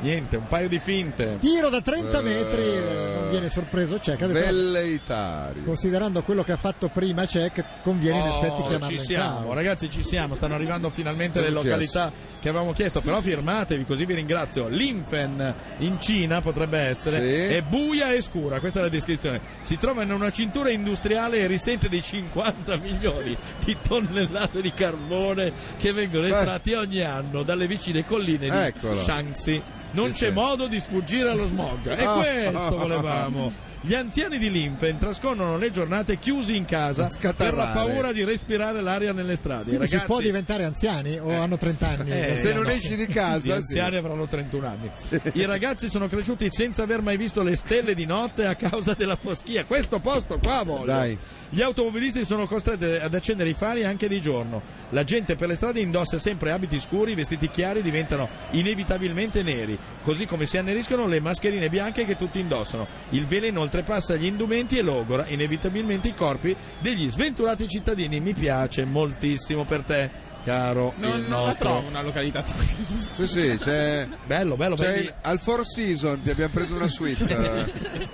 C: niente, un paio di finte.
B: Tiro da 30
J: Eh,
B: metri, eh, non viene sorpreso Ceca.
J: Velleitario.
B: Considerando quello che ha fatto prima Cech, conviene in
C: Oh,
B: effetti chiamarlo
C: ci
B: in
C: siamo,
B: causa.
C: ragazzi, ci siamo. Stanno arrivando finalmente le
J: Cosa è successo?
C: località che avevamo chiesto. Però firmatevi, così vi ringrazio. Linfen in Cina potrebbe essere.
J: Sì.
C: È buia e scura, questa è la descrizione. Si trova in una cintura industriale e risente dei 50 milioni di tonnellate di carbone che vengono estratti ogni anno dalle vicine colline di
J: Eh. Eccolo.
C: Shanxi. Non
J: Sì,
C: c'è
J: sì.
C: modo di sfuggire allo smog. E
J: Ah.
C: questo volevamo. Gli anziani di Linfen trascorrono le giornate chiusi in casa per la
J: Scatarrare.
C: paura di respirare l'aria nelle strade. I
B: Quindi si
C: ragazzi,
B: può diventare anziani o hanno 30 anni?
C: Eh,
J: Se non
C: no.
J: esci di
C: gli
J: casa, sì.
C: anziani avranno 31 anni. I ragazzi sono cresciuti senza aver mai visto le stelle di notte a causa della foschia. Questo posto qua voglio.
J: Dai.
C: Gli automobilisti sono costretti ad accendere i fari anche di giorno. La gente per le strade indossa sempre abiti scuri, i vestiti chiari diventano inevitabilmente neri, così come si anneriscono le mascherine bianche che tutti indossano. Il veleno oltrepassa gli indumenti e logora inevitabilmente i corpi degli sventurati cittadini. Mi piace moltissimo per te, caro
D: Non,
C: il
D: non la
C: nostro.
D: trovo una località turistica.
J: Sì, sì, c'è.
C: Bello, bello,
J: c'è
C: belli-
J: il- al Four Seasons ti abbiamo preso una suite.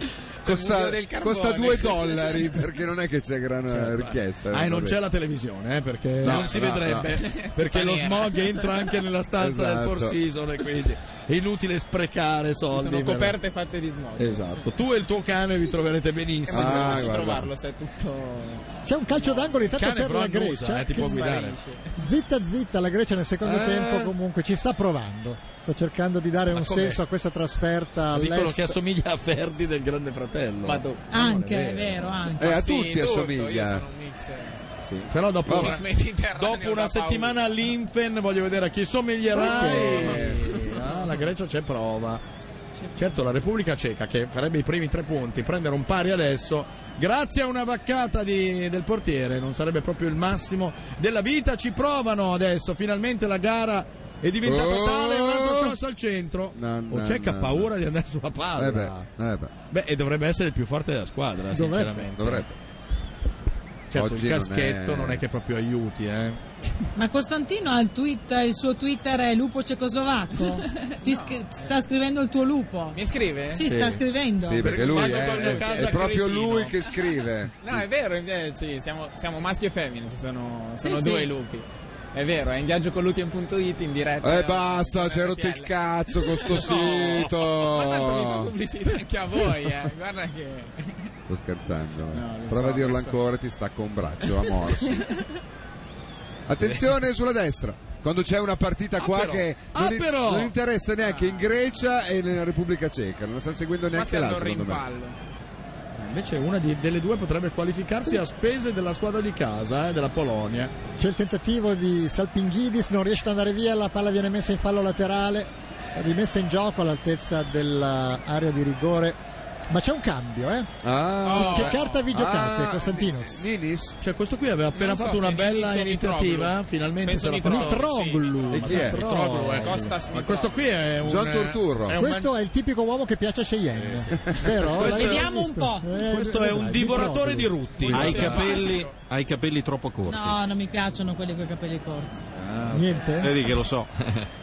D: Museo
J: costa,
D: del Carbone.
J: costa 2 dollari perché non è che c'è gran richiesta.
C: Ah, e non
J: vabbè.
C: c'è la televisione, eh, perché
J: No,
C: non si
J: no,
C: vedrebbe, perché lo
D: Maniera.
C: smog entra anche nella stanza del Four
J: Esatto.
C: Seasons e quindi è inutile sprecare soldi.
D: Ci sono
C: per-
D: coperte fatte di smog.
C: Esatto, tu e il tuo cane vi troverete
D: È
C: benissimo.
J: Ah,
D: molto facile
J: guarda.
D: trovarlo se è tutto...
B: C'è un calcio d'angolo
C: il
B: intanto
C: cane
B: per
C: però
B: la
C: annusa,
B: Grecia.
C: eh, ti
B: che
C: può guidare.
D: sparisce.
B: zitta zitta la Grecia nel secondo
C: Eh.
B: tempo comunque ci sta provando. Sta cercando di dare
C: Ma
B: un
C: com'è?
B: senso a questa trasferta
C: Dicono
B: all'est.
C: che assomiglia a Ferdi del Grande Fratello.
D: Ma do-
T: Anche, è vero, anche.
J: Eh, a
D: Sì,
J: tutti
D: tutto, Io
J: assomiglia.
D: sono un mix. eh,
C: Sì. Però dopo,
D: Miss Mediterraneo
C: dopo una
D: da paura.
C: settimana all'Infen voglio vedere a chi somiglierai. Ah, la Grecia c'è prova. Certo, la Repubblica Ceca che farebbe i primi tre punti, prendere un pari adesso, grazie a una vaccata di- del portiere, non sarebbe proprio il massimo della vita. Ci provano adesso, finalmente la gara è diventata
J: Oh!
C: tale, un altro cross al centro.
J: No, no,
C: o Ceca ha
J: no,
C: paura di andare sulla palla.
J: Eh beh, eh beh,
C: Beh, e dovrebbe essere il più forte della squadra,
B: Dovrebbe.
C: sinceramente.
J: dovrebbe.
C: Certo,
J: Oggi
C: il
J: non
C: caschetto non è...
J: è-
C: che proprio aiuti, eh.
H: Ma Costantino ha il, tweet, il suo Twitter è lupo cecoslovacco. Ti scri- sta scrivendo il tuo lupo.
D: Mi scrive?
H: Sì, sta scrivendo.
J: Sì, perché lui
D: Quando
J: è,
D: torno a
J: è-
D: casa
J: è proprio
D: cretino.
J: lui che scrive.
D: No, è vero, eh, sì, siamo, siamo maschi e femmine, ci sono,
J: Sì,
D: sono
J: sì.
D: due lupi. È vero, è in viaggio con lutien.it in diretta.
J: Eh basta, c'è rotto il cazzo con sto
D: No.
J: sito.
D: Ma tanto mi fa pubblicità anche a voi, eh. Guarda che...
J: Sto scherzando. eh.
D: lo
J: Prova
D: so,
J: a dirlo
D: lo so.
J: ancora, ti stacco un braccio a morsi. Attenzione sulla destra. Quando c'è una partita qua
F: però.
J: che
F: Ah,
J: non, i-
F: però.
J: non interessa neanche in Grecia e nella Repubblica Ceca, non la stanno seguendo
C: Ah. Ma
J: neanche
C: se
J: là,
C: hanno
J: secondo me.
C: rimpallo. Invece una di- delle due potrebbe qualificarsi a spese della squadra di casa, eh, della Polonia.
B: C'è il tentativo di Salpinghidis, non riesce ad andare via, la palla viene messa in fallo laterale, rimessa in gioco all'altezza dell'area di rigore. Ma c'è un cambio, eh?
C: Oh.
J: Ah.
B: che carta vi
C: Ah,
B: giocate, Costantinos?
J: Ninis?
C: Cioè questo qui aveva appena
B: Non so
C: fatto una
B: se
C: bella
B: Ninis o
C: iniziativa,
B: Mitroglou.
C: finalmente
B: Penso
C: se la fa.
B: Mitroglou. Mitroglou.
C: Sì,
B: E chi è?
C: Mitroglou,
B: Mitroglou,
C: eh.
B: Costas
C: Ma questo qui è un
B: Gian
C: Torturro. È un Eh,
B: questo è il tipico uomo che piace a Cheyenne. Vero?
C: Questo
B: L'hai
C: è-
B: mai visto? Eh,
C: questo è un
B: dai,
C: divoratore di
B: Mitroglou.
C: rutti.
K: Ha i
C: Questo è-
K: capelli, ha i capelli troppo corti.
H: No, non mi piacciono quelli con i capelli corti. Eh?
B: Niente?
C: Eh.
K: Vedi che lo so.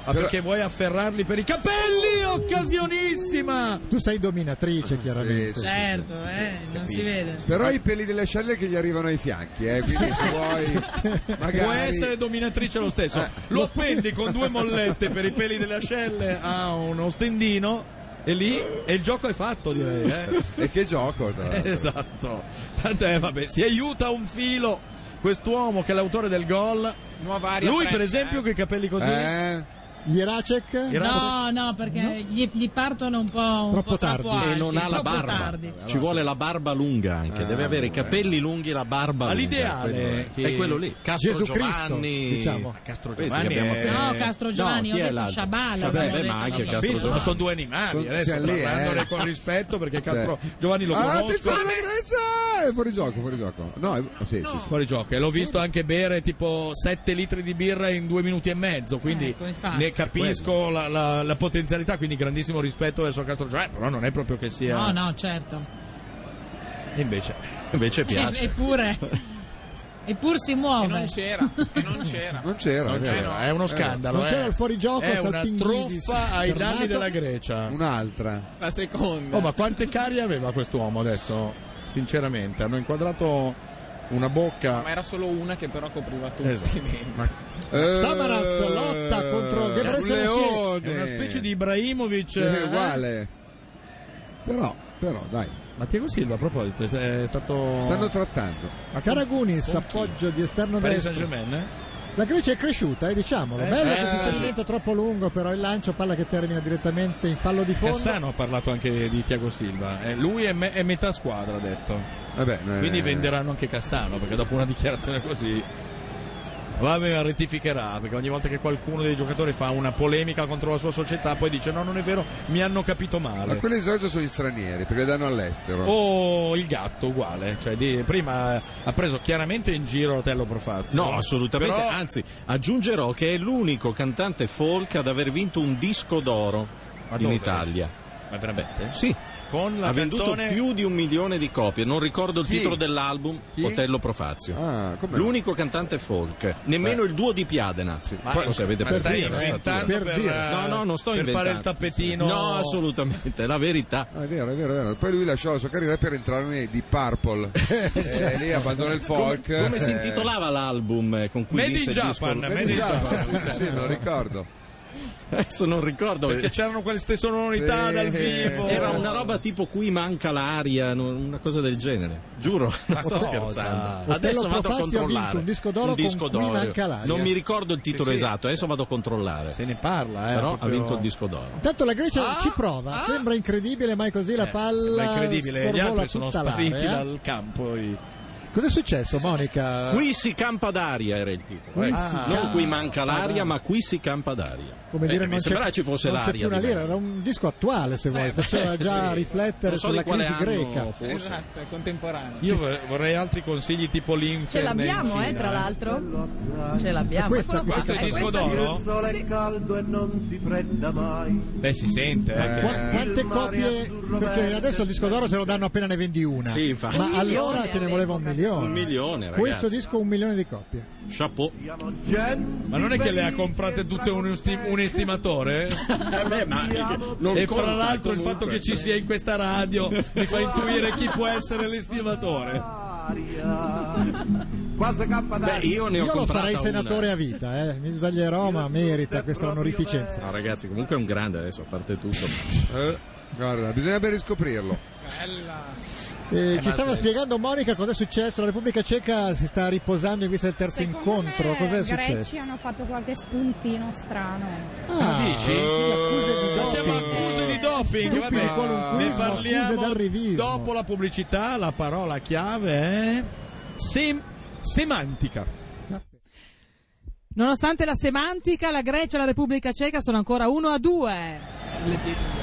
C: Ah, perché vuoi afferrarli per i capelli? Occasionissima!
B: Tu sei dominatrice, chiaramente.
H: Certo, eh, non si vede.
J: Però i peli delle ascelle che gli arrivano ai fianchi, eh, quindi se vuoi magari
C: Può essere dominatrice lo stesso.
B: Eh.
C: Lo appendi con due mollette per i peli delle ascelle a uno stendino e lì e il gioco è fatto, direi. eh.
J: E che gioco, tra l'altro.
C: Esatto. Tant'è, vabbè, si aiuta un filo quest'uomo che è l'autore del gol.
D: Nuova aria
C: Lui, per
D: fresca,
C: esempio,
D: eh.
C: con i capelli così.
J: Eh.
B: Jiracek?
H: No, no, perché Gli, gli partono un po', un
K: Troppo
H: po' troppo
K: tardi. E
H: alti,
K: non ha la
H: troppo
K: barba.
H: tardi.
K: Ci vuole la barba lunga anche,
C: Ah,
K: deve avere
C: eh.
K: i capelli lunghi e la barba lunga.
C: All'ideale
K: Quello è.
C: che-
K: è quello lì, Castro
C: Gesù Cristo,
K: Giovanni.
C: diciamo.
K: Castro
C: Questi
K: Giovanni.
C: che abbiamo
K: è-
C: appena-
H: No, Castro Giovanni,
K: chi
H: ho
K: è
H: detto
K: l'altro?
H: Sciaballa,
K: Sciaballa,
H: non ho
K: beh, ma
H: detto
K: anche
H: Castro
K: Castro
C: Capito?
K: Giovanni.
C: Ma sono due animali
J: Sono-
C: adesso
J: siamo lì,
C: trattandole
J: eh.
C: con rispetto perché Castro
J: Sì.
C: Giovanni lo
J: Ah,
C: conosco
J: attenzione, Grecia! È fuori gioco, fuori gioco. No, è- sì, sì, sì.
C: fuori gioco e l'ho visto anche bere tipo 7 litri di birra in due minuti e mezzo quindi
J: Ecco, infatti.
C: ne capisco la, la- la potenzialità quindi grandissimo rispetto verso Castro Giovanni però non è proprio che sia
H: No, no, certo.
C: invece
K: invece
H: E- Eppure, eppur si muove. non
D: c'era, e non c'era.
J: Non c'era,
C: Non
J: è vero.
C: c'era, è uno
J: Eh,
C: scandalo,
B: Non
C: eh.
B: c'era il fuorigioco,
C: È una
B: Salpinghidis.
C: truffa ai
B: Tornato.
C: danni della Grecia.
J: Un'altra.
D: La seconda.
C: Oh, ma quante carie aveva quest'uomo adesso? Sinceramente, hanno inquadrato una bocca.
D: Ma era solo una che però copriva tutti.
C: Esatto.
J: Eh,
B: Samaras lotta contro Gebrselassie.
C: Leone. Una specie di eh? Ibrahimovic.
J: Sì, è Eh. uguale. Però, però, dai.
C: Matteo Silva, a proposito, è stato.
J: Stanno trattando.
B: Ma Karagunis, appoggio di esterno
C: Paris
B: destro.
C: Saint-Germain, eh?
B: La Grecia è cresciuta, eh, diciamolo.
C: Eh,
B: Bello
C: sì.
B: questo inserimento troppo lungo, però il lancio palla che termina direttamente in fallo di fondo.
C: Cassano ha parlato anche di Tiago Silva. Eh, lui è, me- è metà squadra, ha detto. Quindi
J: eh.
C: venderanno anche Cassano, perché dopo una dichiarazione così. Vabbè, rettificherà, perché ogni volta che qualcuno dei giocatori fa una polemica contro la sua società, poi dice no, non è vero, mi hanno capito
J: Ma
C: male.
J: quelli di solito sono gli stranieri, perché li danno all'estero.
C: Oh. O il gatto uguale, cioè di- prima ha preso chiaramente in giro Otello Profazzi.
K: No, assolutamente.
C: Però-
K: Anzi, aggiungerò che è l'unico cantante folk ad aver vinto un disco d'oro in
C: dove?
K: Italia.
C: Ma veramente?
K: Sì.
C: Con la
K: ha venduto
C: canzone-
K: più di un milione di copie, non ricordo il
C: Chi?
K: titolo dell'album,
C: Chi?
K: Otello Profazio.
J: Ah, com'è?
K: L'unico cantante folk, nemmeno il duo di Piadena.
C: Ma-
K: Poi, se avete
C: ma
K: presente
C: stai
K: la
C: inventando
K: statura.
C: per dire.
K: no, no, non sto
C: per
K: inventando.
C: fare il tappetino.
K: No, assolutamente, è la verità.
J: Ah, è vero, è vero, è vero. Poi lui lasciò la sua carriera per entrare nei Deep Purple. e lì abbandona il folk.
K: Come, come si
J: eh.
K: intitolava l'album eh, con cui
J: Made in
K: vinse il
J: Japan,
K: disco?
J: Made in Japan, sì, sì, sì, me lo ricordo.
K: Adesso non ricordo.
C: Perché c'erano queste sonorità
K: Sì.
C: dal vivo.
K: Era una roba tipo qui manca l'aria, non- una cosa del genere. Giuro, ma sto
C: cosa?
K: scherzando.
B: Otello
K: Adesso vado a
B: Procazio ha vinto
K: controllare.
B: un disco d'oro con Qui manca l'aria.
K: Non mi ricordo il titolo
B: Sì, sì.
K: esatto, adesso vado a controllare. Se
C: ne parla, eh,
K: Però
C: proprio-
K: ha vinto il disco d'oro.
B: Intanto la Grecia
C: Ah.
B: ci prova, sembra incredibile, ma è così la
C: Ma
B: palla
C: è Eh, incredibile, gli
B: sorvola
C: altri sono
B: tutta
C: spariti
B: l'area. eh.
L: eh.
C: dal campo. i-
B: Cos'è successo Monica?
K: Qui si campa d'aria era il titolo.
B: Qui
K: eh.
B: si
K: non
B: campa
K: qui manca l'aria,
B: d'aria.
K: ma qui si campa d'aria.
B: Come
K: Eh,
B: dire,
K: mi
B: non c'è,
K: sembrava ci fosse
B: non c'è
K: l'aria.
B: più una
K: di
B: lira,
K: mezzo.
B: era un disco attuale se
C: Eh,
B: vuoi, faceva già
K: sì.
B: riflettere
K: Non so
B: sulla
K: di quale
B: crisi
K: anno,
B: greca.
K: forse.
D: Esatto, è contemporanea.
C: Io vor- vorrei altri consigli tipo l'inferno.
L: Ce l'abbiamo, eh, tra l'altro. Ce l'abbiamo.
C: Ma questa-
L: Eccolo qua.
C: questo è il disco
L: questa-
C: d'oro?
U: Il sole è caldo e non si fredda mai.
C: Beh, si sente. eh,
B: Qua-
C: che-
B: quante copie? Perché adesso il disco d'oro te lo danno appena ne vendi una.
C: Sì, infatti.
B: Ma
C: Un
B: allora
C: milione
B: ce ne voleva un
C: all'epoca,
B: milione.
K: Un milione, ragazzi.
B: Questo
C: eh.
B: disco un milione di copie.
K: Chapeau.
C: Ma non è che le ha comprate tutte un, esti- un estimatore?
K: eh,
V: non
C: e
V: conta
C: fra l'altro il
V: comunque.
C: fatto che ci sia in questa radio mi fa intuire chi può essere l'estimatore.
W: Quasi cappa
C: Beh, io ne ho
B: Io lo
C: comprata
B: farei
C: una.
B: senatore a vita, eh. mi sbaglierò, ma merita questa onorificenza.
K: No, ragazzi, comunque è un grande adesso, a parte tutto.
J: Eh, guarda, bisognerebbe riscoprirlo.
B: Eh,
J: Eh,
B: ci
J: ma
B: stava
J: se-
B: spiegando Monica cosa è successo. La Repubblica Ceca si sta riposando in vista del terzo incontro. Cos'è
X: I greci
B: successo?
X: hanno fatto qualche spuntino strano.
B: Ah,
C: Dici?
B: quindi accuse di
C: Ma
B: doping.
C: siamo accuse di doping,
B: Doping,
C: vabbè.
B: qualunquismo,
C: Ne
B: accuse
C: parliamo
B: dal rivismo.
C: dopo la pubblicità, la parola chiave è sem- semantica.
Y: Nonostante la semantica, la Grecia e la Repubblica Ceca sono ancora 1 a 2.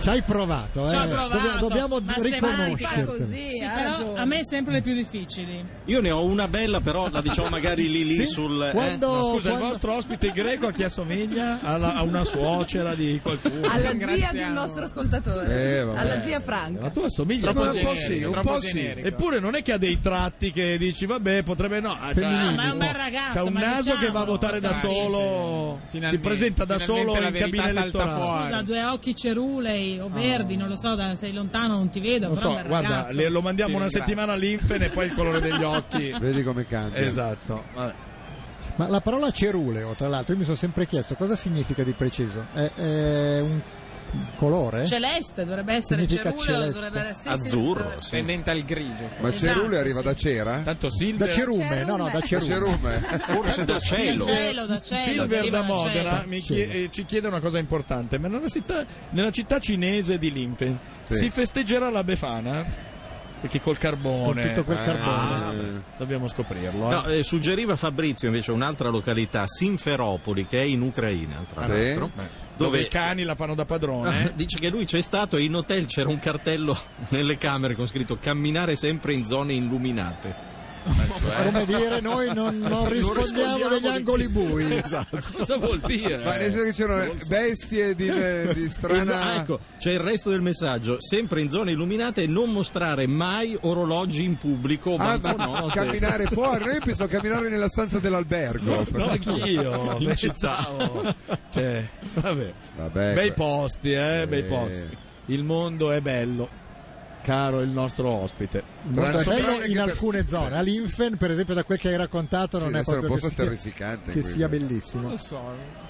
B: Ci hai provato, eh.
H: Ci ho provato,
B: Dobbiamo- dobbiamo
H: ma se manca Eh,
B: riconoscerti.
H: Sì,
E: ha
H: però
E: ragione.
H: a me è sempre le più difficili.
K: Io ne ho una bella, però la diciamo magari lì lì
C: Sì?
K: sul. eh?
C: Quando-
B: Oh,
C: Ma scusa,
K: quando-
C: il vostro ospite greco a chi assomiglia? Alla- a una suocera di qualcuno.
E: Alla zia di un nostro ascoltatore.
C: Eh, vabbè. Eh,
E: alla zia Franca.
C: Ma tu assomigli
E: Troppo
C: un po' sì,
E: generico,
C: un
E: troppo
C: po' sì.
E: generico.
C: Eppure non è che ha dei tratti che dici, vabbè, potrebbe no. ah, cioè,
D: Femminili. No, ma è un bel
C: no.
D: ragazzo,
C: C'ha un
D: ma diciamo,
C: naso
D: diciamolo,
C: che va a votare da
D: dai,
C: solo.
D: sì.
C: Si
D: Finalmente-
C: presenta da
D: finalmente
C: solo
D: la
C: in
D: verità
C: cabina
D: salta
C: elettorale.
H: Scusa, due occhi cerulei o verdi, non lo so, da- sei lontano, non ti vedo.
C: Lo
H: però
C: Ah. so,
H: è un bel
C: guarda,
H: ragazzo.
C: le- lo mandiamo
H: Ti
C: una
H: ringrazio.
C: settimana all'Infen e poi il colore degli occhi.
J: Vedi come cambia.
C: Esatto. Vabbè.
B: Ma la parola ceruleo, tra l'altro, io mi sono sempre chiesto cosa significa di preciso. È, è un colore?
C: eh? Cioè,
H: Celeste dovrebbe essere
B: Significa
H: ceruleo,
B: celeste.
H: dovrebbe essere
D: Tendente al grigio.
J: Ma
H: Esatto,
J: Cerule arriva
H: sì.
J: da cera?
C: Tanto
B: Da cerume, no, no, da cerume.
J: eh.
C: Forse da cielo.
H: Da cielo, da cielo,
C: Silver
H: deriva
C: da
H: da
C: Modena
H: cielo.
C: mi chie- eh, ci chiede una cosa importante, ma nella città, nella città cinese di Linfen
J: Sì.
C: si festeggerà la Befana? Perché col carbone.
K: Con tutto
B: Eh,
K: quel carbone.
C: Ah, vabbè, dobbiamo scoprirlo. eh.
K: No, eh, suggeriva Fabrizio invece un'altra località, Sinferopoli, che è in Ucraina, tra
C: Sì.
K: l'altro.
C: Ah,
K: eh,
C: Dove, eh? i cani la fanno da padrone.
K: Dice che lui c'è stato e in hotel c'era un cartello nelle camere con scritto camminare sempre in zone illuminate.
B: Come dire, noi non, non rispondiamo degli angoli bui.
K: Esatto.
C: Cosa vuol dire?
J: Ma nel senso che c'erano bestie di, di strana...
D: Eh,
K: Ah, ecco, c'è il resto del messaggio. Sempre in zone illuminate, non mostrare mai orologi in pubblico. o
J: Ah, ma
K: banconote.
J: camminare fuori, io penso a camminare nella stanza dell'albergo.
C: No, anch'io.
J: In
C: pensavo. Cioè, vabbè.
J: Vabbè,
C: bei
J: que-
C: posti, eh, bei
J: Eh.
C: posti. Il mondo è bello, caro il nostro ospite.
B: Molto bello in alcune zone, all'Infen per esempio da quel che hai raccontato non
C: Sì,
B: è
C: deve essere
B: proprio
C: un posto
B: che sia-
C: terrificante
B: che
C: quello.
B: sia bellissimo.
D: Non so,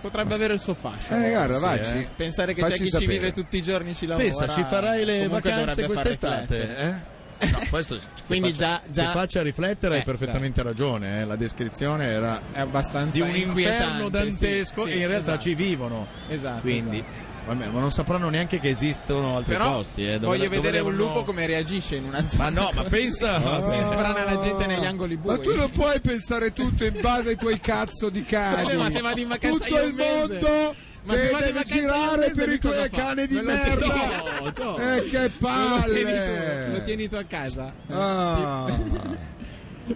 D: potrebbe avere il suo fascio.
B: Eh, guarda, vacci.
D: Pensare che
B: Facci
D: c'è chi
B: sapere.
D: ci vive tutti i giorni, ci lavora.
C: Pensa, ci farai le
D: Comunque
C: vacanze
D: dovrebbe far
C: quest'estate?
D: riflettere.
C: Eh? No, questo
D: Quindi già- già-
C: Ti faccia riflettere, hai
D: Eh,
C: perfettamente ragione. eh, La descrizione era
D: abbastanza
C: di un inferno
D: inquietante,
C: dantesco
D: sì,
C: e
D: sì,
C: in realtà
D: esatto.
C: ci vivono.
D: Esatto.
C: Quindi, vabbè, ma non sapranno neanche che esistono altri
D: Però
C: posti. eh, dove-
D: voglio
C: dove
D: vedere un
C: devono-
D: lupo come reagisce in una
C: Ma no, ma pensa-
D: si
C: Ah.
D: sprana la gente negli angoli bui.
J: Ma tu non puoi pensare tutto in base ai tuoi cazzo di cani.
D: Vabbè, Eh, ma se vado in vacanza
J: tutto
D: io
J: il
D: un mese.
J: mondo
D: Ma se
J: che
D: vado in
J: deve
D: vacanza io un
J: girare
D: mese,
J: per i
D: lui cosa
J: tuoi
D: fa?
J: cani di
D: Me lo tieni-
J: merda.
D: No, no.
J: Eh, che
D: Me lo tieni tu,
J: palle.
D: Lo tieni tu a casa.
J: Ah.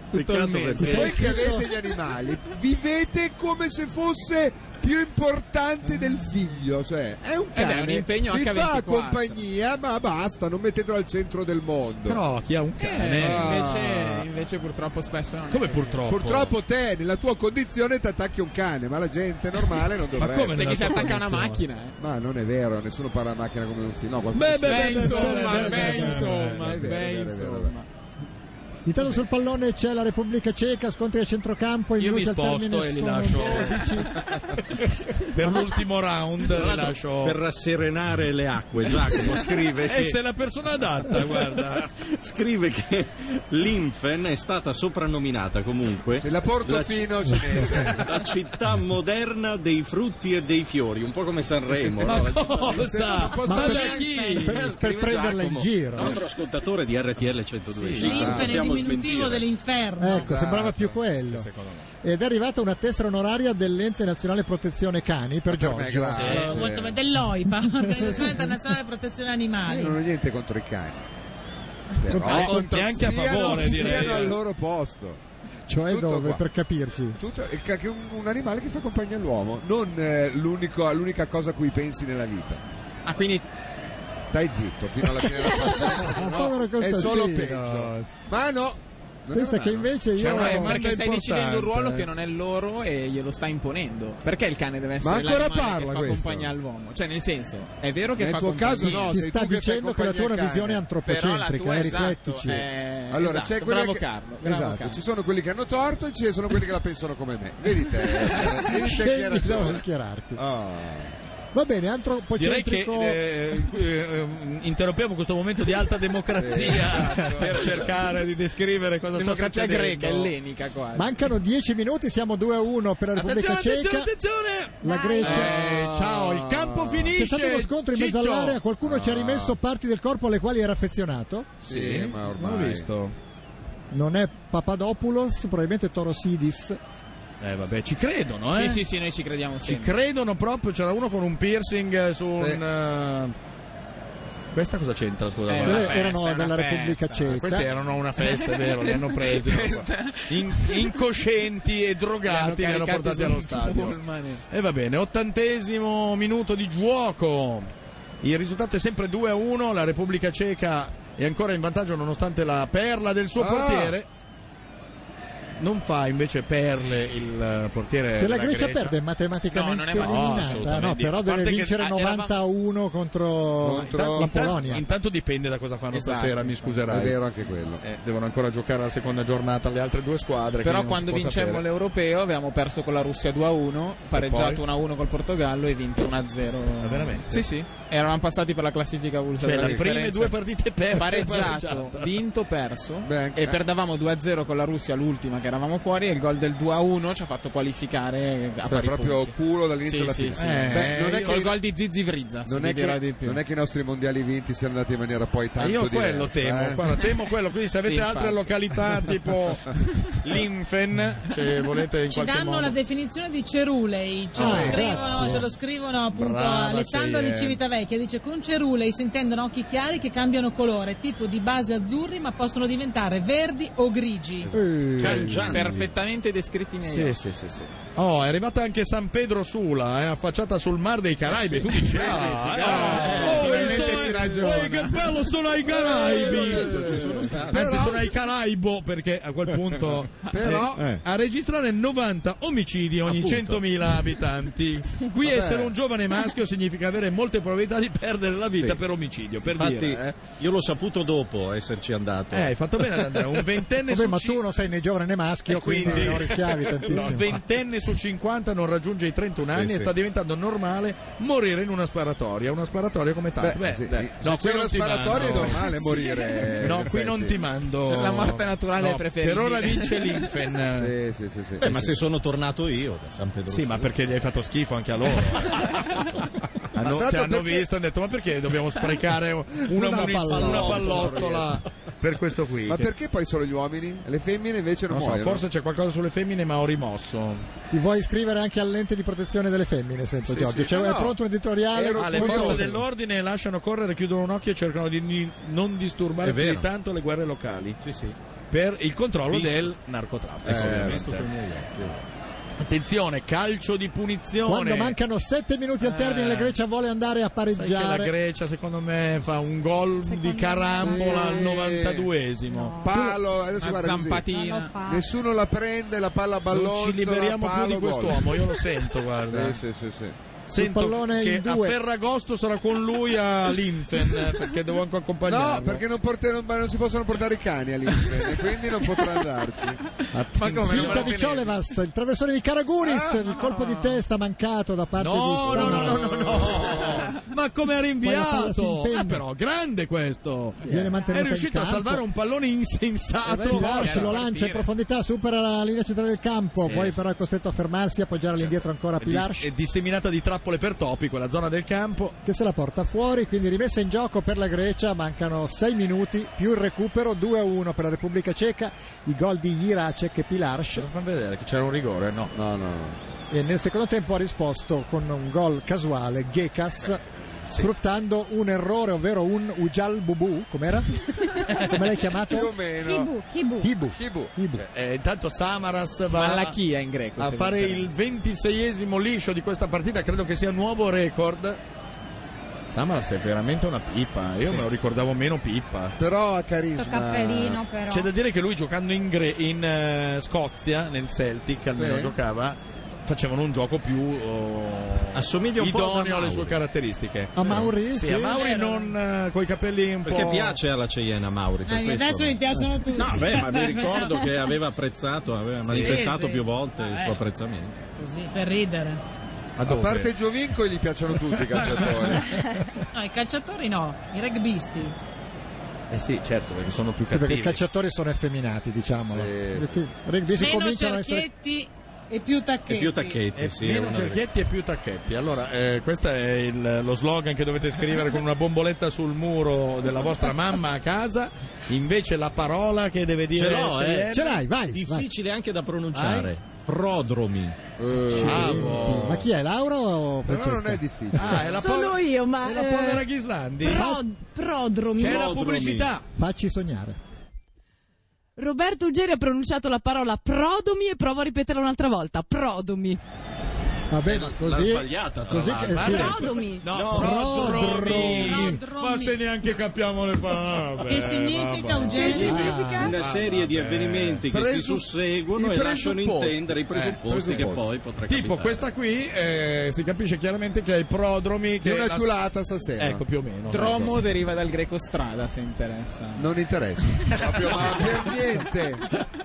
D: Tutto il mese.
J: Voi che avete gli animali, vivete come se fosse più importante del figlio, cioè è un
D: Eh beh, è
J: cane,
D: un impegno
J: vi fa
D: H24.
J: compagnia, ma basta, non mettetelo al centro del mondo.
C: Però chi ha un
D: Eh, invece, invece purtroppo spesso non
C: ah. Come
D: è così.
C: purtroppo?
J: Purtroppo te, nella tua condizione, ti attacchi a un cane, ma la gente normale non dovrebbe.
D: come C'è chi nella si tua attacca a una condizione? macchina,
J: Ma non è vero, nessuno parla a macchina come un figlio. No, qualcuno
D: Beh,
J: si-
D: beh, beh, insomma,
J: beh,
D: beh,
J: beh, beh,
D: insomma,
J: è vero, è vero,
D: beh,
J: è vero, è
D: insomma.
J: vero.
B: Intanto sul pallone c'è la Repubblica Ceca, scontri a centrocampo, i
C: Io mi
B: minuti al termine
C: sposto e li
B: sono
C: lascio. diciamo, per l'ultimo
K: Tra
C: round, li
K: l'altro,
C: lascio.
K: Per rasserenare le acque, Giacomo scrive
C: E
K: che
C: se la persona adatta, guarda.
K: scrive che l'Infen è stata soprannominata comunque
J: Se la porto
K: ci-
J: fino cinese.
K: la città moderna dei frutti e dei fiori, un po' come Sanremo.
C: Ma
K: no? La città-
C: cosa?
J: cosa
C: Ma da
J: per-
C: chi?
B: per, per
K: Scrive
B: prenderla in
K: Giacomo,
B: giro.
K: Il nostro ascoltatore di RTL 102.
H: Sì, L'infen è diminutivo
K: Siamo smentire.
H: dell'inferno.
B: Ecco, sembrava più quello. Ed è arrivata una tessera onoraria dell'Ente Nazionale Protezione Cani per
J: me,
B: Giorgio.
J: grazie.
H: Eh, molto be- dell'OIPA, Organizzazione Internazionale Protezione
J: Io
H: Animali.
J: non ho niente contro i cani.
C: Ah, contro- neanche a
J: stiano-
C: favore, direi.
J: stiano al loro posto.
B: Cioè
J: Tutto
B: dove,
J: qua.
B: per capirci.
J: Tutto- il ca- che un, un animale che fa compagnia all'uomo, non eh, l'unico- l'unica cosa a cui pensi nella vita.
D: Ah, quindi
J: Stai zitto fino alla fine della
B: Ah, Povero
J: partita. no? È
B: Costantino.
J: solo peggio. Ma no,
B: Pensa che invece io...
D: Cioè, perché stai decidendo un ruolo che non è il loro e glielo sta imponendo. Perché il cane deve essere
B: Ma ancora
D: l'animale
B: parla
D: che fa
B: questo?
D: compagnia all'uomo? Cioè, nel senso, è vero che
B: Nel
D: fa
B: tuo
D: compagnia.
B: caso no, Ti sei sta tu che fai dicendo che la tua è una compagnia al visione cane. antropocentrica,
D: Però la
B: eh,
D: tua, esatto,
B: riflettici.
D: è-
J: Allora,
D: esatto,
J: c'è quelli
D: bravo
J: che-
D: Carlo, bravo
J: esatto,
D: Carlo.
J: ci sono quelli che hanno torto e ci sono quelli che la pensano come me. Vedi te, vedi te chi ha
B: Scegli dove
J: ragione.
B: schierarti.
J: Ah.
B: Va bene,
C: Direi
B: antropocentrico...
C: che eh, eh, interrompiamo questo momento di alta democrazia per cercare di descrivere cosa sta
D: Democrazia
C: succedendo.
D: greca, ellenica quasi.
B: Mancano 10 minuti, siamo 2 a 1 per la Repubblica
C: Attenzione, attenzione,
B: Ceca.
C: attenzione!
B: La Grecia.
C: Eh, ciao, il campo
B: C'è
C: finisce.
B: stato uno scontro in mezzo
C: Ciccio. Ah.
B: all'area, qualcuno ci ha rimesso parti del corpo alle quali era affezionato.
C: Sì, ma ormai.
J: l'ho
C: visto.
B: Non è Papadopoulos, probabilmente Torosidis.
C: Eh vabbè, ci credono, eh.
D: Sì, sì, sì, noi ci crediamo
C: Ci
D: sempre.
C: credono proprio, c'era uno con un piercing eh, su un... eh, Questa cosa c'entra, scusa?
B: Eh,
C: guarda?
B: quelle erano della Repubblica Ceca.
C: Queste erano una festa, è vero, li hanno presi. In- incoscienti e
D: Eh,
C: drogati li
Z: Li hanno
C: hanno
Z: caricati
C: portati
Z: su
C: allo
Z: un
C: stadio.
Z: pullman e-
C: E va bene, ottantesimo minuto di gioco. Il risultato è sempre 2 a 1, la Repubblica Ceca è ancora in vantaggio nonostante la perla del suo
Z: Ah.
C: portiere. Non fa invece perle il eh, portiere
B: Se la
C: della
B: Grecia,
C: Grecia
B: perde è matematicamente
C: No, non è matematico,
B: eliminata, no,
C: assolutamente.
B: però
C: A parte
B: deve
C: che-
B: vincere
C: ah,
B: 90 a 1 contro,
C: Contro-
B: la
C: intanto-
B: Polonia.
C: Intanto dipende da cosa fanno
J: Esatto.
C: stasera, mi scuserai.
J: È vero anche quello. Cioè,
C: Eh, devono ancora giocare la seconda giornata le altre due squadre. quindi
D: Però
C: non
D: quando
C: si può
D: vincemmo
C: sapere.
D: l'europeo avevamo perso con la Russia 2-1, pareggiato
C: poi? Ah,
D: 1-1 col Portogallo e vinto 1-0.
C: veramente?
D: Sì, sì. Eravamo passati per la classifica vulsa.
C: Cioè,
D: della
C: le prime
D: differenza. Eh,
C: due partite perse, esatto.
D: Pareggiato,
C: pareggiata.
D: vinto, perso.
C: anche- eh.
D: e perdavamo 2-0 con la Russia, l'ultima che eravamo fuori. E il gol del 2-1 ci ha fatto qualificare a
J: Cioè,
D: pari
J: proprio
D: punti.
J: culo dall'inizio
D: Sì,
J: alla
D: sì,
J: fine.
D: sì.
J: Eh, Beh, non è
D: col
J: che-
D: gol di Zizi Vrizza.
J: Non è,
D: dirà
J: che,
D: di più.
J: non è che i nostri mondiali vinti siano andati in maniera poi tanto
C: Ah, Io quello
J: diversa,
C: temo,
J: eh.
C: guarda, temo quello, quindi se avete
J: Sì,
C: altre
J: infatti.
C: località tipo Linfen,
J: eh.
C: se eh, volete in
H: Ci
C: qualche
H: danno
C: modo...
H: la definizione di cerulei, ce,
C: Ah,
H: lo,
C: grazie.
H: scrivono, ce lo scrivono appunto
C: Brava
H: Alessandro
C: sei,
H: di
C: eh.
H: Civitavecchia, dice con cerulei si intendono occhi chiari che cambiano colore, tipo di base azzurri ma possono diventare verdi o grigi.
C: Cangiani.
D: Perfettamente descritti i miei
C: Sì,
D: occhi.
C: sì, sì, sì. Oh, è arrivata anche San Pedro Sula, eh, affacciata sul Mar dei Caraibi. Tu dici, ah, eh, oh,
Z: Probabilmente si ragiona.
C: eh, che bello sono ai Caraibi!
Z: Eh, eh, eh, ci sono stato.
C: Anzi,
Z: Però-
C: sono ai Caraibo perché a quel punto
Z: Però-
C: eh, a registrare 90 omicidi ogni
Z: Appunto.
C: 100.000 abitanti. Qui
Z: Vabbè.
C: essere un giovane maschio significa avere molte probabilità di perdere la vita per omicidio. Per
K: Infatti,
C: dire, eh.
K: io l'ho saputo dopo esserci andato.
C: Eh, hai fatto bene ad andare. Un ventenne
B: Vabbè,
C: su
B: ma
C: cin-
B: tu non sei né giovane né maschio, quindi, non rischiavi tantissimo.
C: un ventenne su 50 non raggiunge i 31 anni
J: sì.
C: e sta diventando normale morire in una sparatoria. Una sparatoria come tante.
J: Beh,
C: Ah, Beh,
J: sì,
C: dai.
J: se
C: No,
J: c'è
C: qui
J: una
C: non ti
J: sparatoria
C: mando.
J: è normale morire, eh,
C: no,
J: in
C: qui
J: effetti.
C: non ti mando.
D: La morte naturale è preferibile.
C: Per ora vince l'Infen.
J: Sì, sì, sì, sì.
K: Beh, Eh, ma se sono tornato io da San Pedro
C: Sì, ma perché gli hai fatto schifo anche a loro? Hanno,
K: tanto
C: ti hanno
K: perché-
C: visto e hanno detto: Ma perché dobbiamo sprecare una,
J: Una
C: muniz-
J: pallottola.
C: una pallottola per questo qui?
J: Ma
C: Che-
J: perché poi solo gli uomini? Le femmine invece non,
C: Non so,
J: muoiono.
C: forse c'è qualcosa sulle femmine, ma ho rimosso.
B: Ti vuoi iscrivere anche all'ente di protezione delle femmine, sento
C: Sì,
B: Giorgio.
C: sì.
B: C'è
C: No,
B: è
C: no.
B: pronto un editoriale.
C: Ah, le
B: con
C: forze
B: Giorgio.
C: dell'ordine lasciano correre, chiudono un occhio e cercano di ni- non disturbare
K: È
C: più di
K: vero.
C: tanto le guerre locali. Per il controllo
K: Visto.
C: del narcotraffico.
K: Eh,
C: ovviamente.
K: visto con i miei occhi, è vero.
C: Attenzione, calcio di punizione.
B: Quando mancano 7 minuti al termine,
C: Eh.
B: la Grecia vuole andare a
C: Sai che la
B: pareggiare.
C: Grecia, secondo me, fa un gol di carambola al 92esimo.
J: Palo, adesso
C: Una
J: guarda così.
C: zampatina.
J: Non lo fa. Nessuno la prende, la palla
C: Non
J: ballonzola,
C: ci liberiamo più di
J: palo, gol.
C: quest'uomo, io lo sento, guarda.
J: Sì, sì, sì, sì.
C: Sento
J: pallone in
C: che a
J: due.
C: Ferragosto sarà con lui a Linfen perché devo anche accompagnarlo.
J: No, perché non, porte- non- non si possono portare i cani all'Inter e quindi non potrà andarci.
C: Ma come?
B: Finta di Ciolevas, il traversone di Caraguris, il colpo di testa mancato da parte
C: Ah, No,
B: di
C: no, no,
B: Samaras.
C: no, no, no. Ma come ha
B: Quella palla si
C: rinviato?
B: impegna.
C: Eh, però, grande questo.
B: Viene mantenuta
C: È riuscito
B: in
C: a
B: campo.
C: salvare un pallone insensato.
B: Ti lasci, lo lancia in profondità, supera la linea centrale del campo,
C: Sì.
B: poi però è costretto a fermarsi, appoggiare all'indietro ancora
C: È, dis-
B: Pilar
C: è disseminata di trappole per topi quella zona del campo.
B: che se la porta fuori, quindi rimessa in gioco per la Grecia, mancano 6 minuti più il recupero 2-1 per la Repubblica Ceca, i gol di Jiracek e Pilarsh
C: Fammi vedere che c'era un rigore, no?
J: No, no.
B: e nel secondo tempo ha risposto con un gol casuale Gekas sfruttando un errore, ovvero un Ujal Bubu, com'era? Come l'hai chiamato?
J: Più o meno.
E: Kibu, Kibu.
B: Hibu.
J: Kibu.
B: Hibu.
C: Eh, intanto Samaras va
D: Malachia in greco,
C: a
D: se
C: fare
D: vi interessa.
C: il 26esimo liscio di questa partita, credo che sia un nuovo record. Samaras è veramente una pippa. Io
F: Sì.
C: me lo ricordavo meno pippa.
J: Però ha
E: Sto cappellino però.
C: C'è da dire che lui giocando in, Gre- in, eh, Scozia, nel Celtic, almeno
F: Sì.
C: giocava, facevano un gioco più oh,
F: Assomiglia un po' ad
C: idoneo alle
F: Amauri.
C: sue caratteristiche.
B: A Mauri?
C: Sì,
B: sì.
C: a Mauri non eh, coi capelli un
K: Perché
C: po'...
K: piace alla Cheyenne a Mauri. Per
H: Ah,
K: questo.
H: adesso mi piacciono tutti.
K: No, Ah, beh, ma mi ricordo che aveva apprezzato, esatto, aveva
H: Sì,
K: manifestato
H: sì.
K: più volte il
C: Eh.
H: Vabbè.
K: suo apprezzamento.
H: Così, per ridere.
K: Ma
J: A
K: dove?
J: parte Giovinco gli piacciono tutti i calciatori.
H: No, i calciatori no, i rugbisti.
C: Eh sì, certo, perché sono più
B: Sì, perché i
C: cattivi.
B: calciatori sono effeminati, diciamolo. Sì. Rugby si
H: Meno
B: cominciano a essere
H: cerchietti e più tacchetti.
K: E più tacchetti,
C: E
K: sì. è
C: Eh, meno
K: una-
C: cerchietti e più tacchetti. Allora, eh, questo è il- lo slogan che dovete scrivere con una bomboletta sul muro della vostra mamma a casa. Invece la parola che deve dire
K: Ce l'ho, eh.
C: Celier-
K: Difficile anche da pronunciare. Prodromi.
B: Accidenti. Ma chi è Laura o Francesca?
J: non è difficile.
C: Ah, è la
L: Sono
C: povera-
L: io, ma.
C: è la
L: eh,
C: povera Ghislandi.
L: pro- prodromi.
C: C'è la pubblicità.
B: Facci sognare.
G: Roberto Ugeri ha pronunciato la parola prodomi e provo a ripeterla un'altra volta. Prodomi.
B: Vabbè, ma
K: L'ha
B: così.
K: sbagliata, tra
B: così
K: l'altro.
B: che- sì.
G: Prodomi.
C: No,
K: No,
C: prodromi.
H: Prodromi.
C: Ma se neanche capiamo le parole.
H: Che significa,
C: vabbè.
B: Ah.
H: Eugenio?
K: Una serie di avvenimenti che si susseguono e lasciano intendere i presupposti che poi potrà
C: Tipo
K: capitare.
C: questa qui eh, si capisce chiaramente che è i prodromi che
J: È una
C: la-
J: ciulata stasera.
C: Ecco più o meno.
D: Dromo deriva dal greco strada, se interessa.
J: Non interessa. Proprio ma per niente.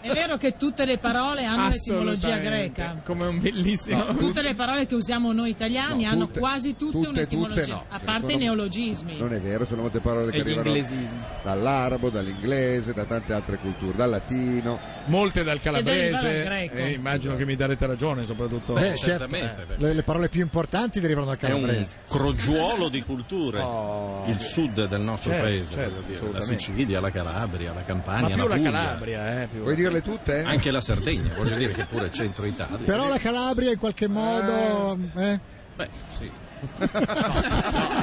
H: È vero che tutte le parole hanno l'etimologia
D: Assolutamente.
H: greca.
D: Come un bellissimo.
J: No,
H: Tutte le parole che usiamo noi italiani
J: No,
H: hanno
J: tutte-
H: quasi tutte,
J: tutte,
H: un'etimologia,
J: tutte no.
H: a
J: Ce ne
H: parte i
J: sono-
H: neologismi.
J: Non è vero, sono molte parole che
D: E gli
J: arrivano
D: inglesismi.
J: dall'arabo, dall'inglese, da tante altre culture, dal latino.
C: Molte dal
H: E deriva
C: calabrese.
H: dal greco.
C: e immagino che mi darete ragione, soprattutto.
B: Beh, certo,
C: eh,
B: le, le parole più importanti derivano dal
K: È un
B: calabrese.
K: crogiuolo di culture. Il sud del nostro
C: Oh. Certo,
K: paese,
C: certo,
K: voglio dire, la
C: assolutamente.
K: Sicilia, la Calabria, la
C: Ma
K: Campania,
C: più
K: la
C: la
K: Puglia,
C: Calabria, eh, più-
J: Vuoi dirle tutte?
K: anche la Sardegna, voglio dire che pure è centro Italia.
B: Però la Calabria in qualche modo. eh,
K: Beh, sì.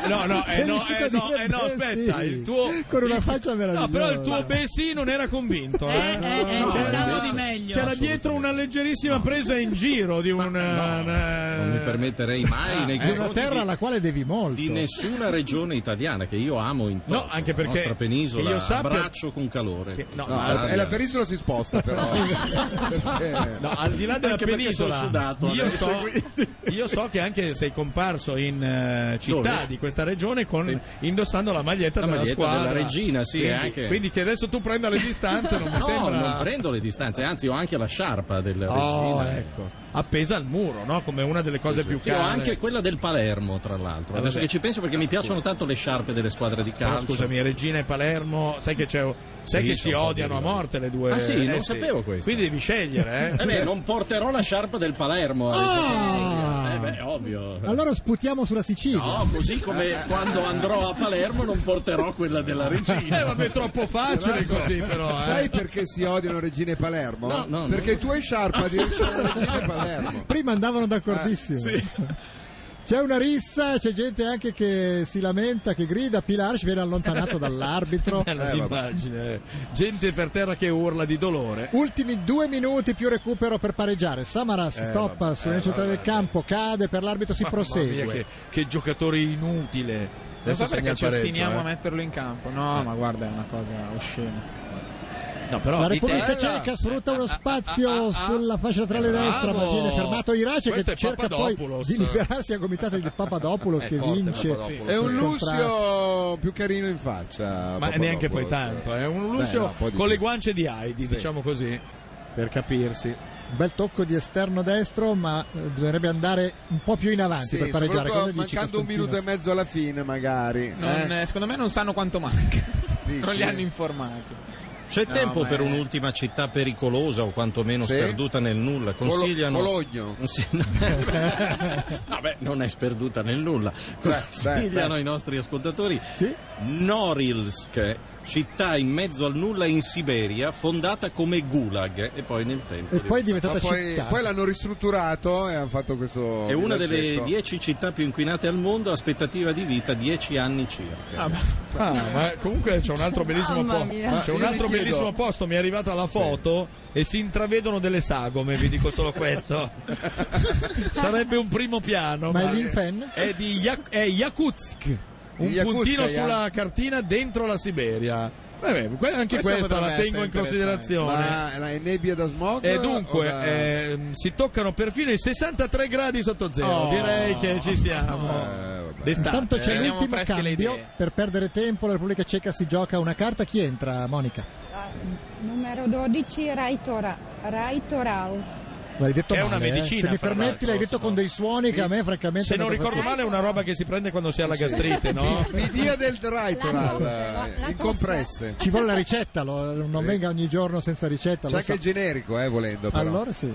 C: No, no, eh, no,
B: Sei
C: eh, no,
B: riuscito a
C: eh, no,
B: dire beh,
C: aspetta,
B: sì.
C: il tuo.
B: Con una faccia
C: No,
B: meravigliosa.
C: però il tuo Bessì non era convinto,
H: Eh,
C: eh.
H: eh, eh,
K: no,
H: facciamo
K: no,
H: di
K: no.
H: meglio.
C: C'era dietro una leggerissima presa in giro di un. eh,
K: Non mi permetterei mai nei
B: È una
K: confronti
B: terra
K: di-
B: alla quale devi molto.
K: di nessuna regione italiana che io amo in toto.
C: No, anche perché
K: la nostra penisola
C: che io sappia-
K: abbraccio con calore.
C: no,
J: No,
K: Calabria.
J: e la penisola si sposta però. Perché-
C: No, al di là della
K: Anche perché
C: penisola,
K: sono sudato
C: io,
K: adesso,
C: so, io so che anche sei comparso in eh, città
K: Dove?
C: di questa regionone con- indossando la maglietta,
K: La
C: della
K: maglietta
C: squadra
K: della regina, sì,
C: quindi,
K: anche.
C: quindi che adesso tu prenda le distanze non mi
K: No,
C: sembra.
K: non prendo le distanze, anzi ho anche la sciarpa del
C: Oh,
K: regina.
C: ecco. Appesa al muro, no? Come una delle cose più
K: Sì, ho
C: care.
K: anche quella del Palermo, tra l'altro.
C: Ah,
K: Adesso
C: vabbè.
K: che ci penso perché mi piacciono tanto le sciarpe delle squadre di
C: Però
K: calcio.
C: scusami, Regina e Palermo, sai che c'è Sai
K: Sì,
C: che
K: sono
C: si
K: un po'
C: odiano a
K: derivanti.
C: morte le due.
K: Ah, sì?
C: eh,
K: Non sapevo questo.
C: Quindi devi scegliere,
K: Eh
C: eh. Ah!
K: beh, non porterò la sciarpa del Palermo. Eh beh, ovvio.
B: Allora sputiamo sulla Sicilia.
K: No, così
C: Eh,
K: come quando andrò a Palermo non porterò quella della regina.
C: Eh, vabbè, troppo facile così, però. eh.
J: Sai perché si odiano Regina e Palermo?
K: No, no,
J: perché tu hai sciarpa di Regina e Palermo.
B: Prima andavano d'accordissimo.
C: eh,
B: C'è una rissa, c'è gente anche che si lamenta, che grida, Pilarch viene allontanato dall'arbitro.
C: Bella
J: Eh, vabbè.
C: immagine. Gente per terra che urla di dolore.
B: Ultimi due minuti più recupero per pareggiare. Samaras
C: Eh,
B: stoppa sulla centrale del campo, cade per l'arbitro, si
C: Mamma
B: prosegue.
C: mia, che, che giocatore inutile.
D: Non
C: Adesso
D: so perché
C: segna
D: ci
C: il pareggio,
D: ostiniamo
C: eh.
D: a metterlo in campo. No, ma guarda, è una cosa oscena.
C: No, però
B: La
C: di
B: Repubblica
C: testa-
B: Ceca sfrutta uno spazio
C: ah, ah.
B: sulla fascia laterale
C: Bravo.
B: destra, ma viene fermato Irace
C: Questo
B: che
C: è
B: cerca poi
C: Papadopoulos.
B: di liberarsi a gomitate di Papadopoulos
C: È
B: che
C: forte,
B: vince.
C: Papadopoulos.
J: È
B: sul
J: un
B: contrasto.
J: Lucio più carino in faccia.
C: Ma
J: Papadopoulos.
C: neanche poi tanto. È un Lucio
J: Beh, no, poi di
C: con le
J: più.
C: guance di Heidi,
J: Sì.
C: diciamo così. Per capirsi.
B: Un bel tocco di esterno destro, ma eh, bisognerebbe andare un po' più in avanti
J: Sì,
B: per pareggiare. Cosa
J: soprattutto
B: dici,
J: mancando un
B: Costantino?
J: minuto e mezzo alla fine, magari.
D: Non-
J: eh?
D: eh, Secondo me non sanno quanto manca. non
J: Dici?
D: li hanno informati.
K: C'è
D: No,
K: tempo
D: ma
K: per
D: è-
K: un'ultima città pericolosa o quantomeno
J: Sì.
K: sperduta nel nulla. Consigliano.
J: Bolo- Bologna.
K: Consi- no, Vabbè, non è sperduta nel nulla. Consigliano ai nostri ascoltatori
B: Sì?
K: Norilsk, città in mezzo al nulla in Siberia, fondata come gulag e poi nel tempo.
B: E poi è diventata
J: Ma poi,
B: città.
J: poi l'hanno ristrutturato e hanno fatto questo.
K: È una delle
B: ecco.
J: villaggetto.
K: dieci città più inquinate al mondo, aspettativa di vita 10 anni circa.
D: Ah, ma-
C: Ah, ma comunque c'è un altro bellissimo
L: Mamma
C: posto.
L: mia.
C: C'è
J: Ma
C: un
J: io
C: altro
J: mi chiedo-
C: bellissimo posto, mi è arrivata la foto e si intravedono delle sagome, vi dico solo questo. Sarebbe un primo piano.
B: Ma è Linfen?
C: È di Jak- è Yakutsk. un
F: Yakutskaya.
B: eh,
C: puntino sulla cartina dentro la Siberia. Vabbè, que- anche
F: Questo
C: questa la
F: potrebbe
C: tengo
F: essere
C: in considerazione.
J: Ma è- è nebbia da smog?
C: E dunque
J: o da-
C: ehm, si toccano perfino i 63 gradi sotto zero.
J: Oh.
C: Direi che ci siamo.
J: Eh,
B: Eh.
C: D'estate.
B: Intanto c'è
C: Teniamo
B: l'ultimo
C: Eh, fresche le
B: cambio.
C: idee.
B: Per perdere tempo, la Repubblica Ceca si gioca una carta. Chi entra, Monica?
E: Numero 12, Raitora, Raitoral.
B: L'hai detto
C: È una
B: male, eh.
C: medicina,
B: Se mi
C: fra
B: permetti,
C: l'altro,
B: l'hai detto con dei suoni che a me, francamente,
C: Se non
B: hanno
C: ricordo
B: fatto-
C: male, è una roba che si prende quando si ha la gastrite, no?
B: Sì. Mi dia del
J: Raitoral,
B: La tosse, la- la
J: in compresse.
B: Ci vuole la ricetta, lo- non venga ogni giorno senza ricetta.
J: C'è
B: lo
J: anche
B: sa-
J: il generico, eh, volendo però.
B: Allora sì.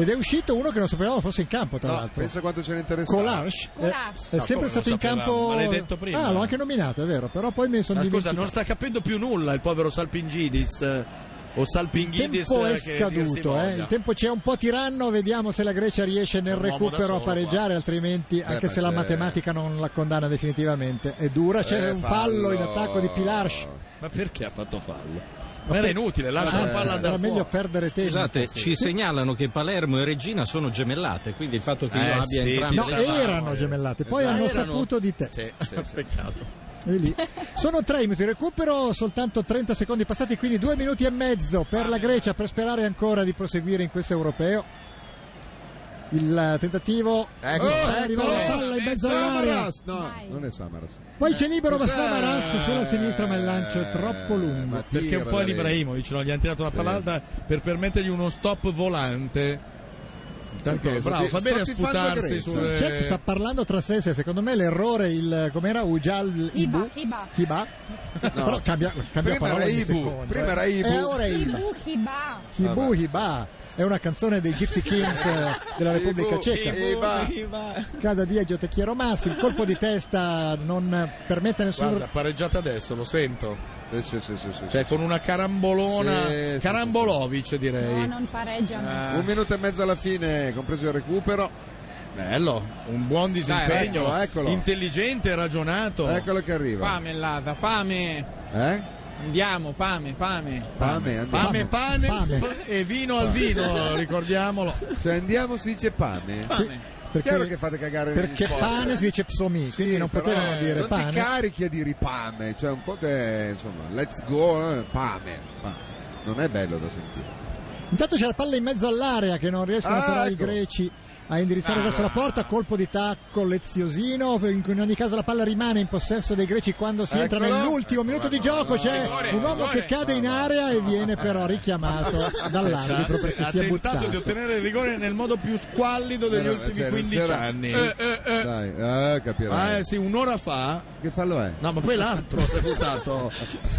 B: Ed è uscito uno che non sapevamo fosse in campo, tra
J: No,
B: l'altro.
J: pensa quanto ce ne interessa.
B: Colarsh eh, è,
J: No, come
B: sempre stato
J: non
B: in
J: sapevamo?
B: campo.
J: Ma l'hai detto prima.
B: Ah, l'ho anche nominato, è vero, però poi mi sono
C: Ma scusa,
B: dimenticato.
C: non sta capendo più nulla il povero Salpingidis. eh, O
B: Il
C: Salpinghidis
B: tempo
C: eh,
B: è
C: che dir si
B: scaduto, eh.
C: voglia.
B: il tempo c'è un po' tiranno, vediamo se la Grecia riesce nel
C: Un uomo da
B: recupero a
C: solo, Eh,
B: pareggiare, altrimenti anche
J: ma
B: se la
J: c'è-
B: matematica non la condanna definitivamente, è dura, c'è
C: Eh,
B: un fallo
C: fallo.
B: in attacco di Pilarsh.
C: Ma perché ha fatto fallo? Ma era inutile, lascia
B: Eh,
C: la palla andare
B: Era meglio
C: fuori.
B: perdere tempo.
K: Scusate,
B: Sì.
K: ci segnalano che Palermo e Regina sono gemellate, quindi il fatto che
B: Eh,
K: io abbia
B: sì,
K: entrambe
B: no,
K: le parole-
B: erano gemellate, poi
K: Esatto.
B: hanno
K: Erano?
B: saputo di te.
K: Peccato.
B: E lì. Sono tre minuti di recupero, soltanto 30 secondi passati, quindi due minuti e mezzo per la Grecia per sperare ancora di proseguire in questo europeo. Il eh, tentativo
J: Ecco,
B: Oh,
J: ecco.
B: arriva la palla in mezzo all'area.
J: Samaras, no, non è Samaras.
B: Poi c'è libero
J: Cos'è?
B: Bassamaras sulla sinistra, ma il lancio è troppo lungo.
C: Perché un po' Ibrahimovic no? gli hanno tirato la palla alta per permettergli uno stop volante. Intanto,
J: Perché?
C: bravo, fa
J: Sto
C: bene a
J: tifando
C: sputarsi
J: Grecia.
C: sulle...
B: Cep Cioè, sta parlando tra sé, se secondo me l'errore, il com'era Ujal Ibu,
E: Hiba.
B: Hiba. però cambia, cambia
J: Prima
B: parola
J: era
B: ogni
J: Ibu,
B: secondo,
J: prima
B: eh.
J: era Ibu.
B: E ora è Iba.
E: Ibu Hiba.
B: Hibu Hiba è una canzone dei Gypsy Kings eh, della Repubblica
J: Ibu,
B: Ceca.
J: Iba.
B: Casa di Egio Tecchiero Maschi, il colpo di testa non permette a nessun
C: Guarda, pareggiata adesso, lo sento.
J: Eh,
C: cioè, con una
J: Sì, sì,
C: carambolona...
J: sì,
C: carambolovic, direi.
E: No, non pareggiano.
J: Un minuto e mezzo alla fine, compreso il recupero.
C: Bello, un buon disimpegno.
J: Dai, ecco, eccolo, Ecco, eccolo.
C: Intelligente,
K: Oh.
C: ragionato.
J: Eccolo che arriva.
D: Pame, Lada, pame.
J: Eh?
D: Andiamo, pame, pame.
J: Pame, andiamo.
C: Pame, pane e vino al vino, ricordiamolo.
D: Eh,
J: Cioè andiamo si dice pane.
B: Ah.
C: Pane.
B: Perché-
J: Chiaro che fate cagare negli
B: perché
J: sport.
B: pane si dice psomi, quindi non
J: Però,
B: potevano
J: eh,
B: dire
J: non
B: pane.
J: ti carichi a dire pame, cioè un conto è insomma, let's go, eh, pame, pame. Non è bello da sentire.
B: Intanto c'è la palla in mezzo all'area che non riescono
J: Ah,
B: però i
J: ecco.
B: greci a indirizzare
J: Ah.
B: verso la porta, colpo di tacco leziosino, per- in ogni caso la palla rimane in possesso dei greci quando si entra
J: Eccolo.
B: nell'ultimo minuto di gioco, c'è
C: Rigore,
B: un uomo
C: rigore.
B: che cade in area e viene però richiamato
J: ah,
B: dall'arbitro
C: Cioè,
B: perché
C: ha
B: si è
C: tentato di
B: buttato.
C: ottenere il rigore nel modo più squallido degli
J: Però,
C: ultimi
J: cioè, non
C: 15
J: c'era-
C: anni.
J: Eh,
C: Eh, eh.
J: Dai, eh,
C: Ah,
J: capirai.
C: eh, sì, un'ora fa.
J: Che fallo è? Eh,
C: No, ma poi l'altro si è buttato.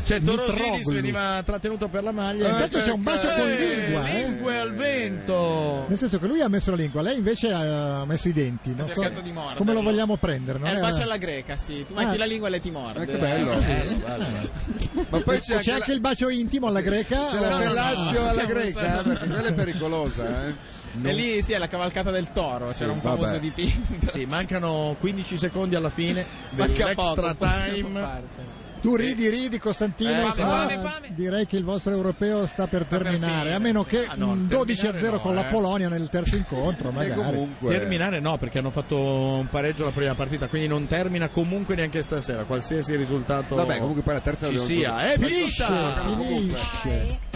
C: Cioè, Torosidis
B: Mitroglou.
C: veniva trattenuto per la maglia.
B: Eh, intanto c'è un bacio con lingua, eh.
C: Lingue al vento.
B: Nel senso che lui ha messo la lingua, lei invece eh, ha messo i denti. Non so
D: cercato di Eh, morderlo.
B: come lo vogliamo prendere. Non
D: È il
B: è-
D: bacio alla greca, sì. Tu metti
B: Ah.
D: la lingua e lei ti morde.
J: Eh, che bello.
D: Eh,
J: Ma poi
B: C'è, anche il bacio intimo alla greca.
J: C'è la
B: o-
J: Lazio alla
D: no, no.
J: greca, eh, perché quella è pericolosa, eh.
D: E lì sì, è la cavalcata del toro, c'era un famoso
J: vabbè.
D: dipinto.
C: Sì, mancano 15 secondi alla fine
D: Manca poco,
C: dell'extra
D: possiamo
C: time.
D: farcela.
B: Tu ridi, ridi Costantino,
C: Eh, fame,
B: ma
C: fame, fame.
B: direi che il vostro europeo sta per
C: per
B: terminare,
C: finire,
B: a meno
C: sì.
B: che
C: Ah, no,
B: un 12 a 0
C: terminare
B: con
C: no,
B: la
C: eh.
B: Polonia nel terzo incontro,
J: E
B: magari.
J: comunque
C: Terminare no, perché hanno fatto un pareggio la prima partita, quindi non termina comunque neanche stasera, qualsiasi risultato
J: Vabbè, comunque poi la terza
C: ci
J: la devono
C: sia. Eh,
J: giocare.
C: È finita!
B: Finisce.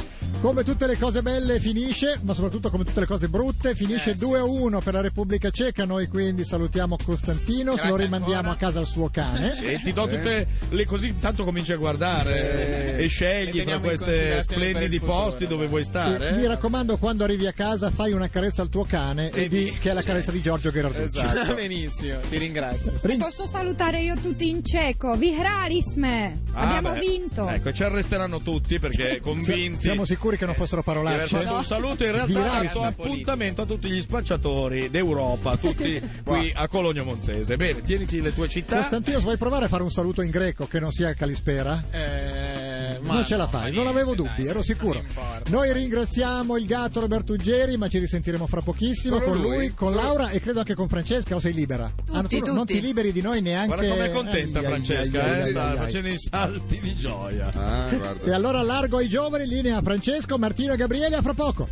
B: Come tutte le cose belle finisce, ma soprattutto come tutte le cose brutte, finisce
C: Eh,
B: 2-1 per la Repubblica Ceca. Noi quindi salutiamo Costantinos, lo rimandiamo a casa al suo cane.
C: E ti do tutte le così, intanto cominci a guardare e
D: Le
C: scegli fra
D: teniamo in
C: questi
D: considerazione per
C: splendidi
D: il futuro,
C: posti dove vuoi
B: E mi
C: stare. eh.
B: raccomando, quando arrivi a casa, fai una carezza al tuo cane e, di che è la carezza di Giorgio Gherarducci.
C: Esatto.
D: Benissimo, ti ringrazio.
B: Rin-
E: Posso salutare io tutti in cieco? Vihrarisme!
C: Ah,
E: Abbiamo
C: beh.
E: vinto!
C: Ecco, ci arresteranno tutti perché convinti.
B: Siamo sicuri che non fossero
C: di aver
B: parolacce.
C: fatto un saluto in
B: Di
C: realtà
B: Rarisma.
C: ha dato appuntamento a tutti gli spacciatori d'Europa, tutti qui a Cologno Monzese. Bene, tieniti le tue città.
B: Costantino, vuoi provare a fare un saluto in greco che non sia Calispera?
D: Eh, ma
B: non ce la
D: no,
B: fai,
D: ma
B: non
D: niente,
B: avevo
D: dai,
B: dubbi, ero
D: non
B: sicuro.
D: importa.
B: Noi ringraziamo il gatto Roberto Uggeri, ma ci risentiremo fra pochissimo
J: Solo
B: con lui,
J: lui,
B: con
J: solo-
B: Laura e credo anche con Francesca. O sei libera?
G: Tutti,
B: tu non- non
G: tutti.
B: ti liberi di noi neanche.
C: Guarda com'è contenta
B: Ai, ai,
C: Francesca,
B: ai, ai,
C: eh,
B: ai,
C: sta
B: ai.
C: facendo i salti di gioia.
J: Ah,
B: E
J: guarda.
B: allora largo ai giovani, linea a Francesco, Martino e Gabriele, a fra poco.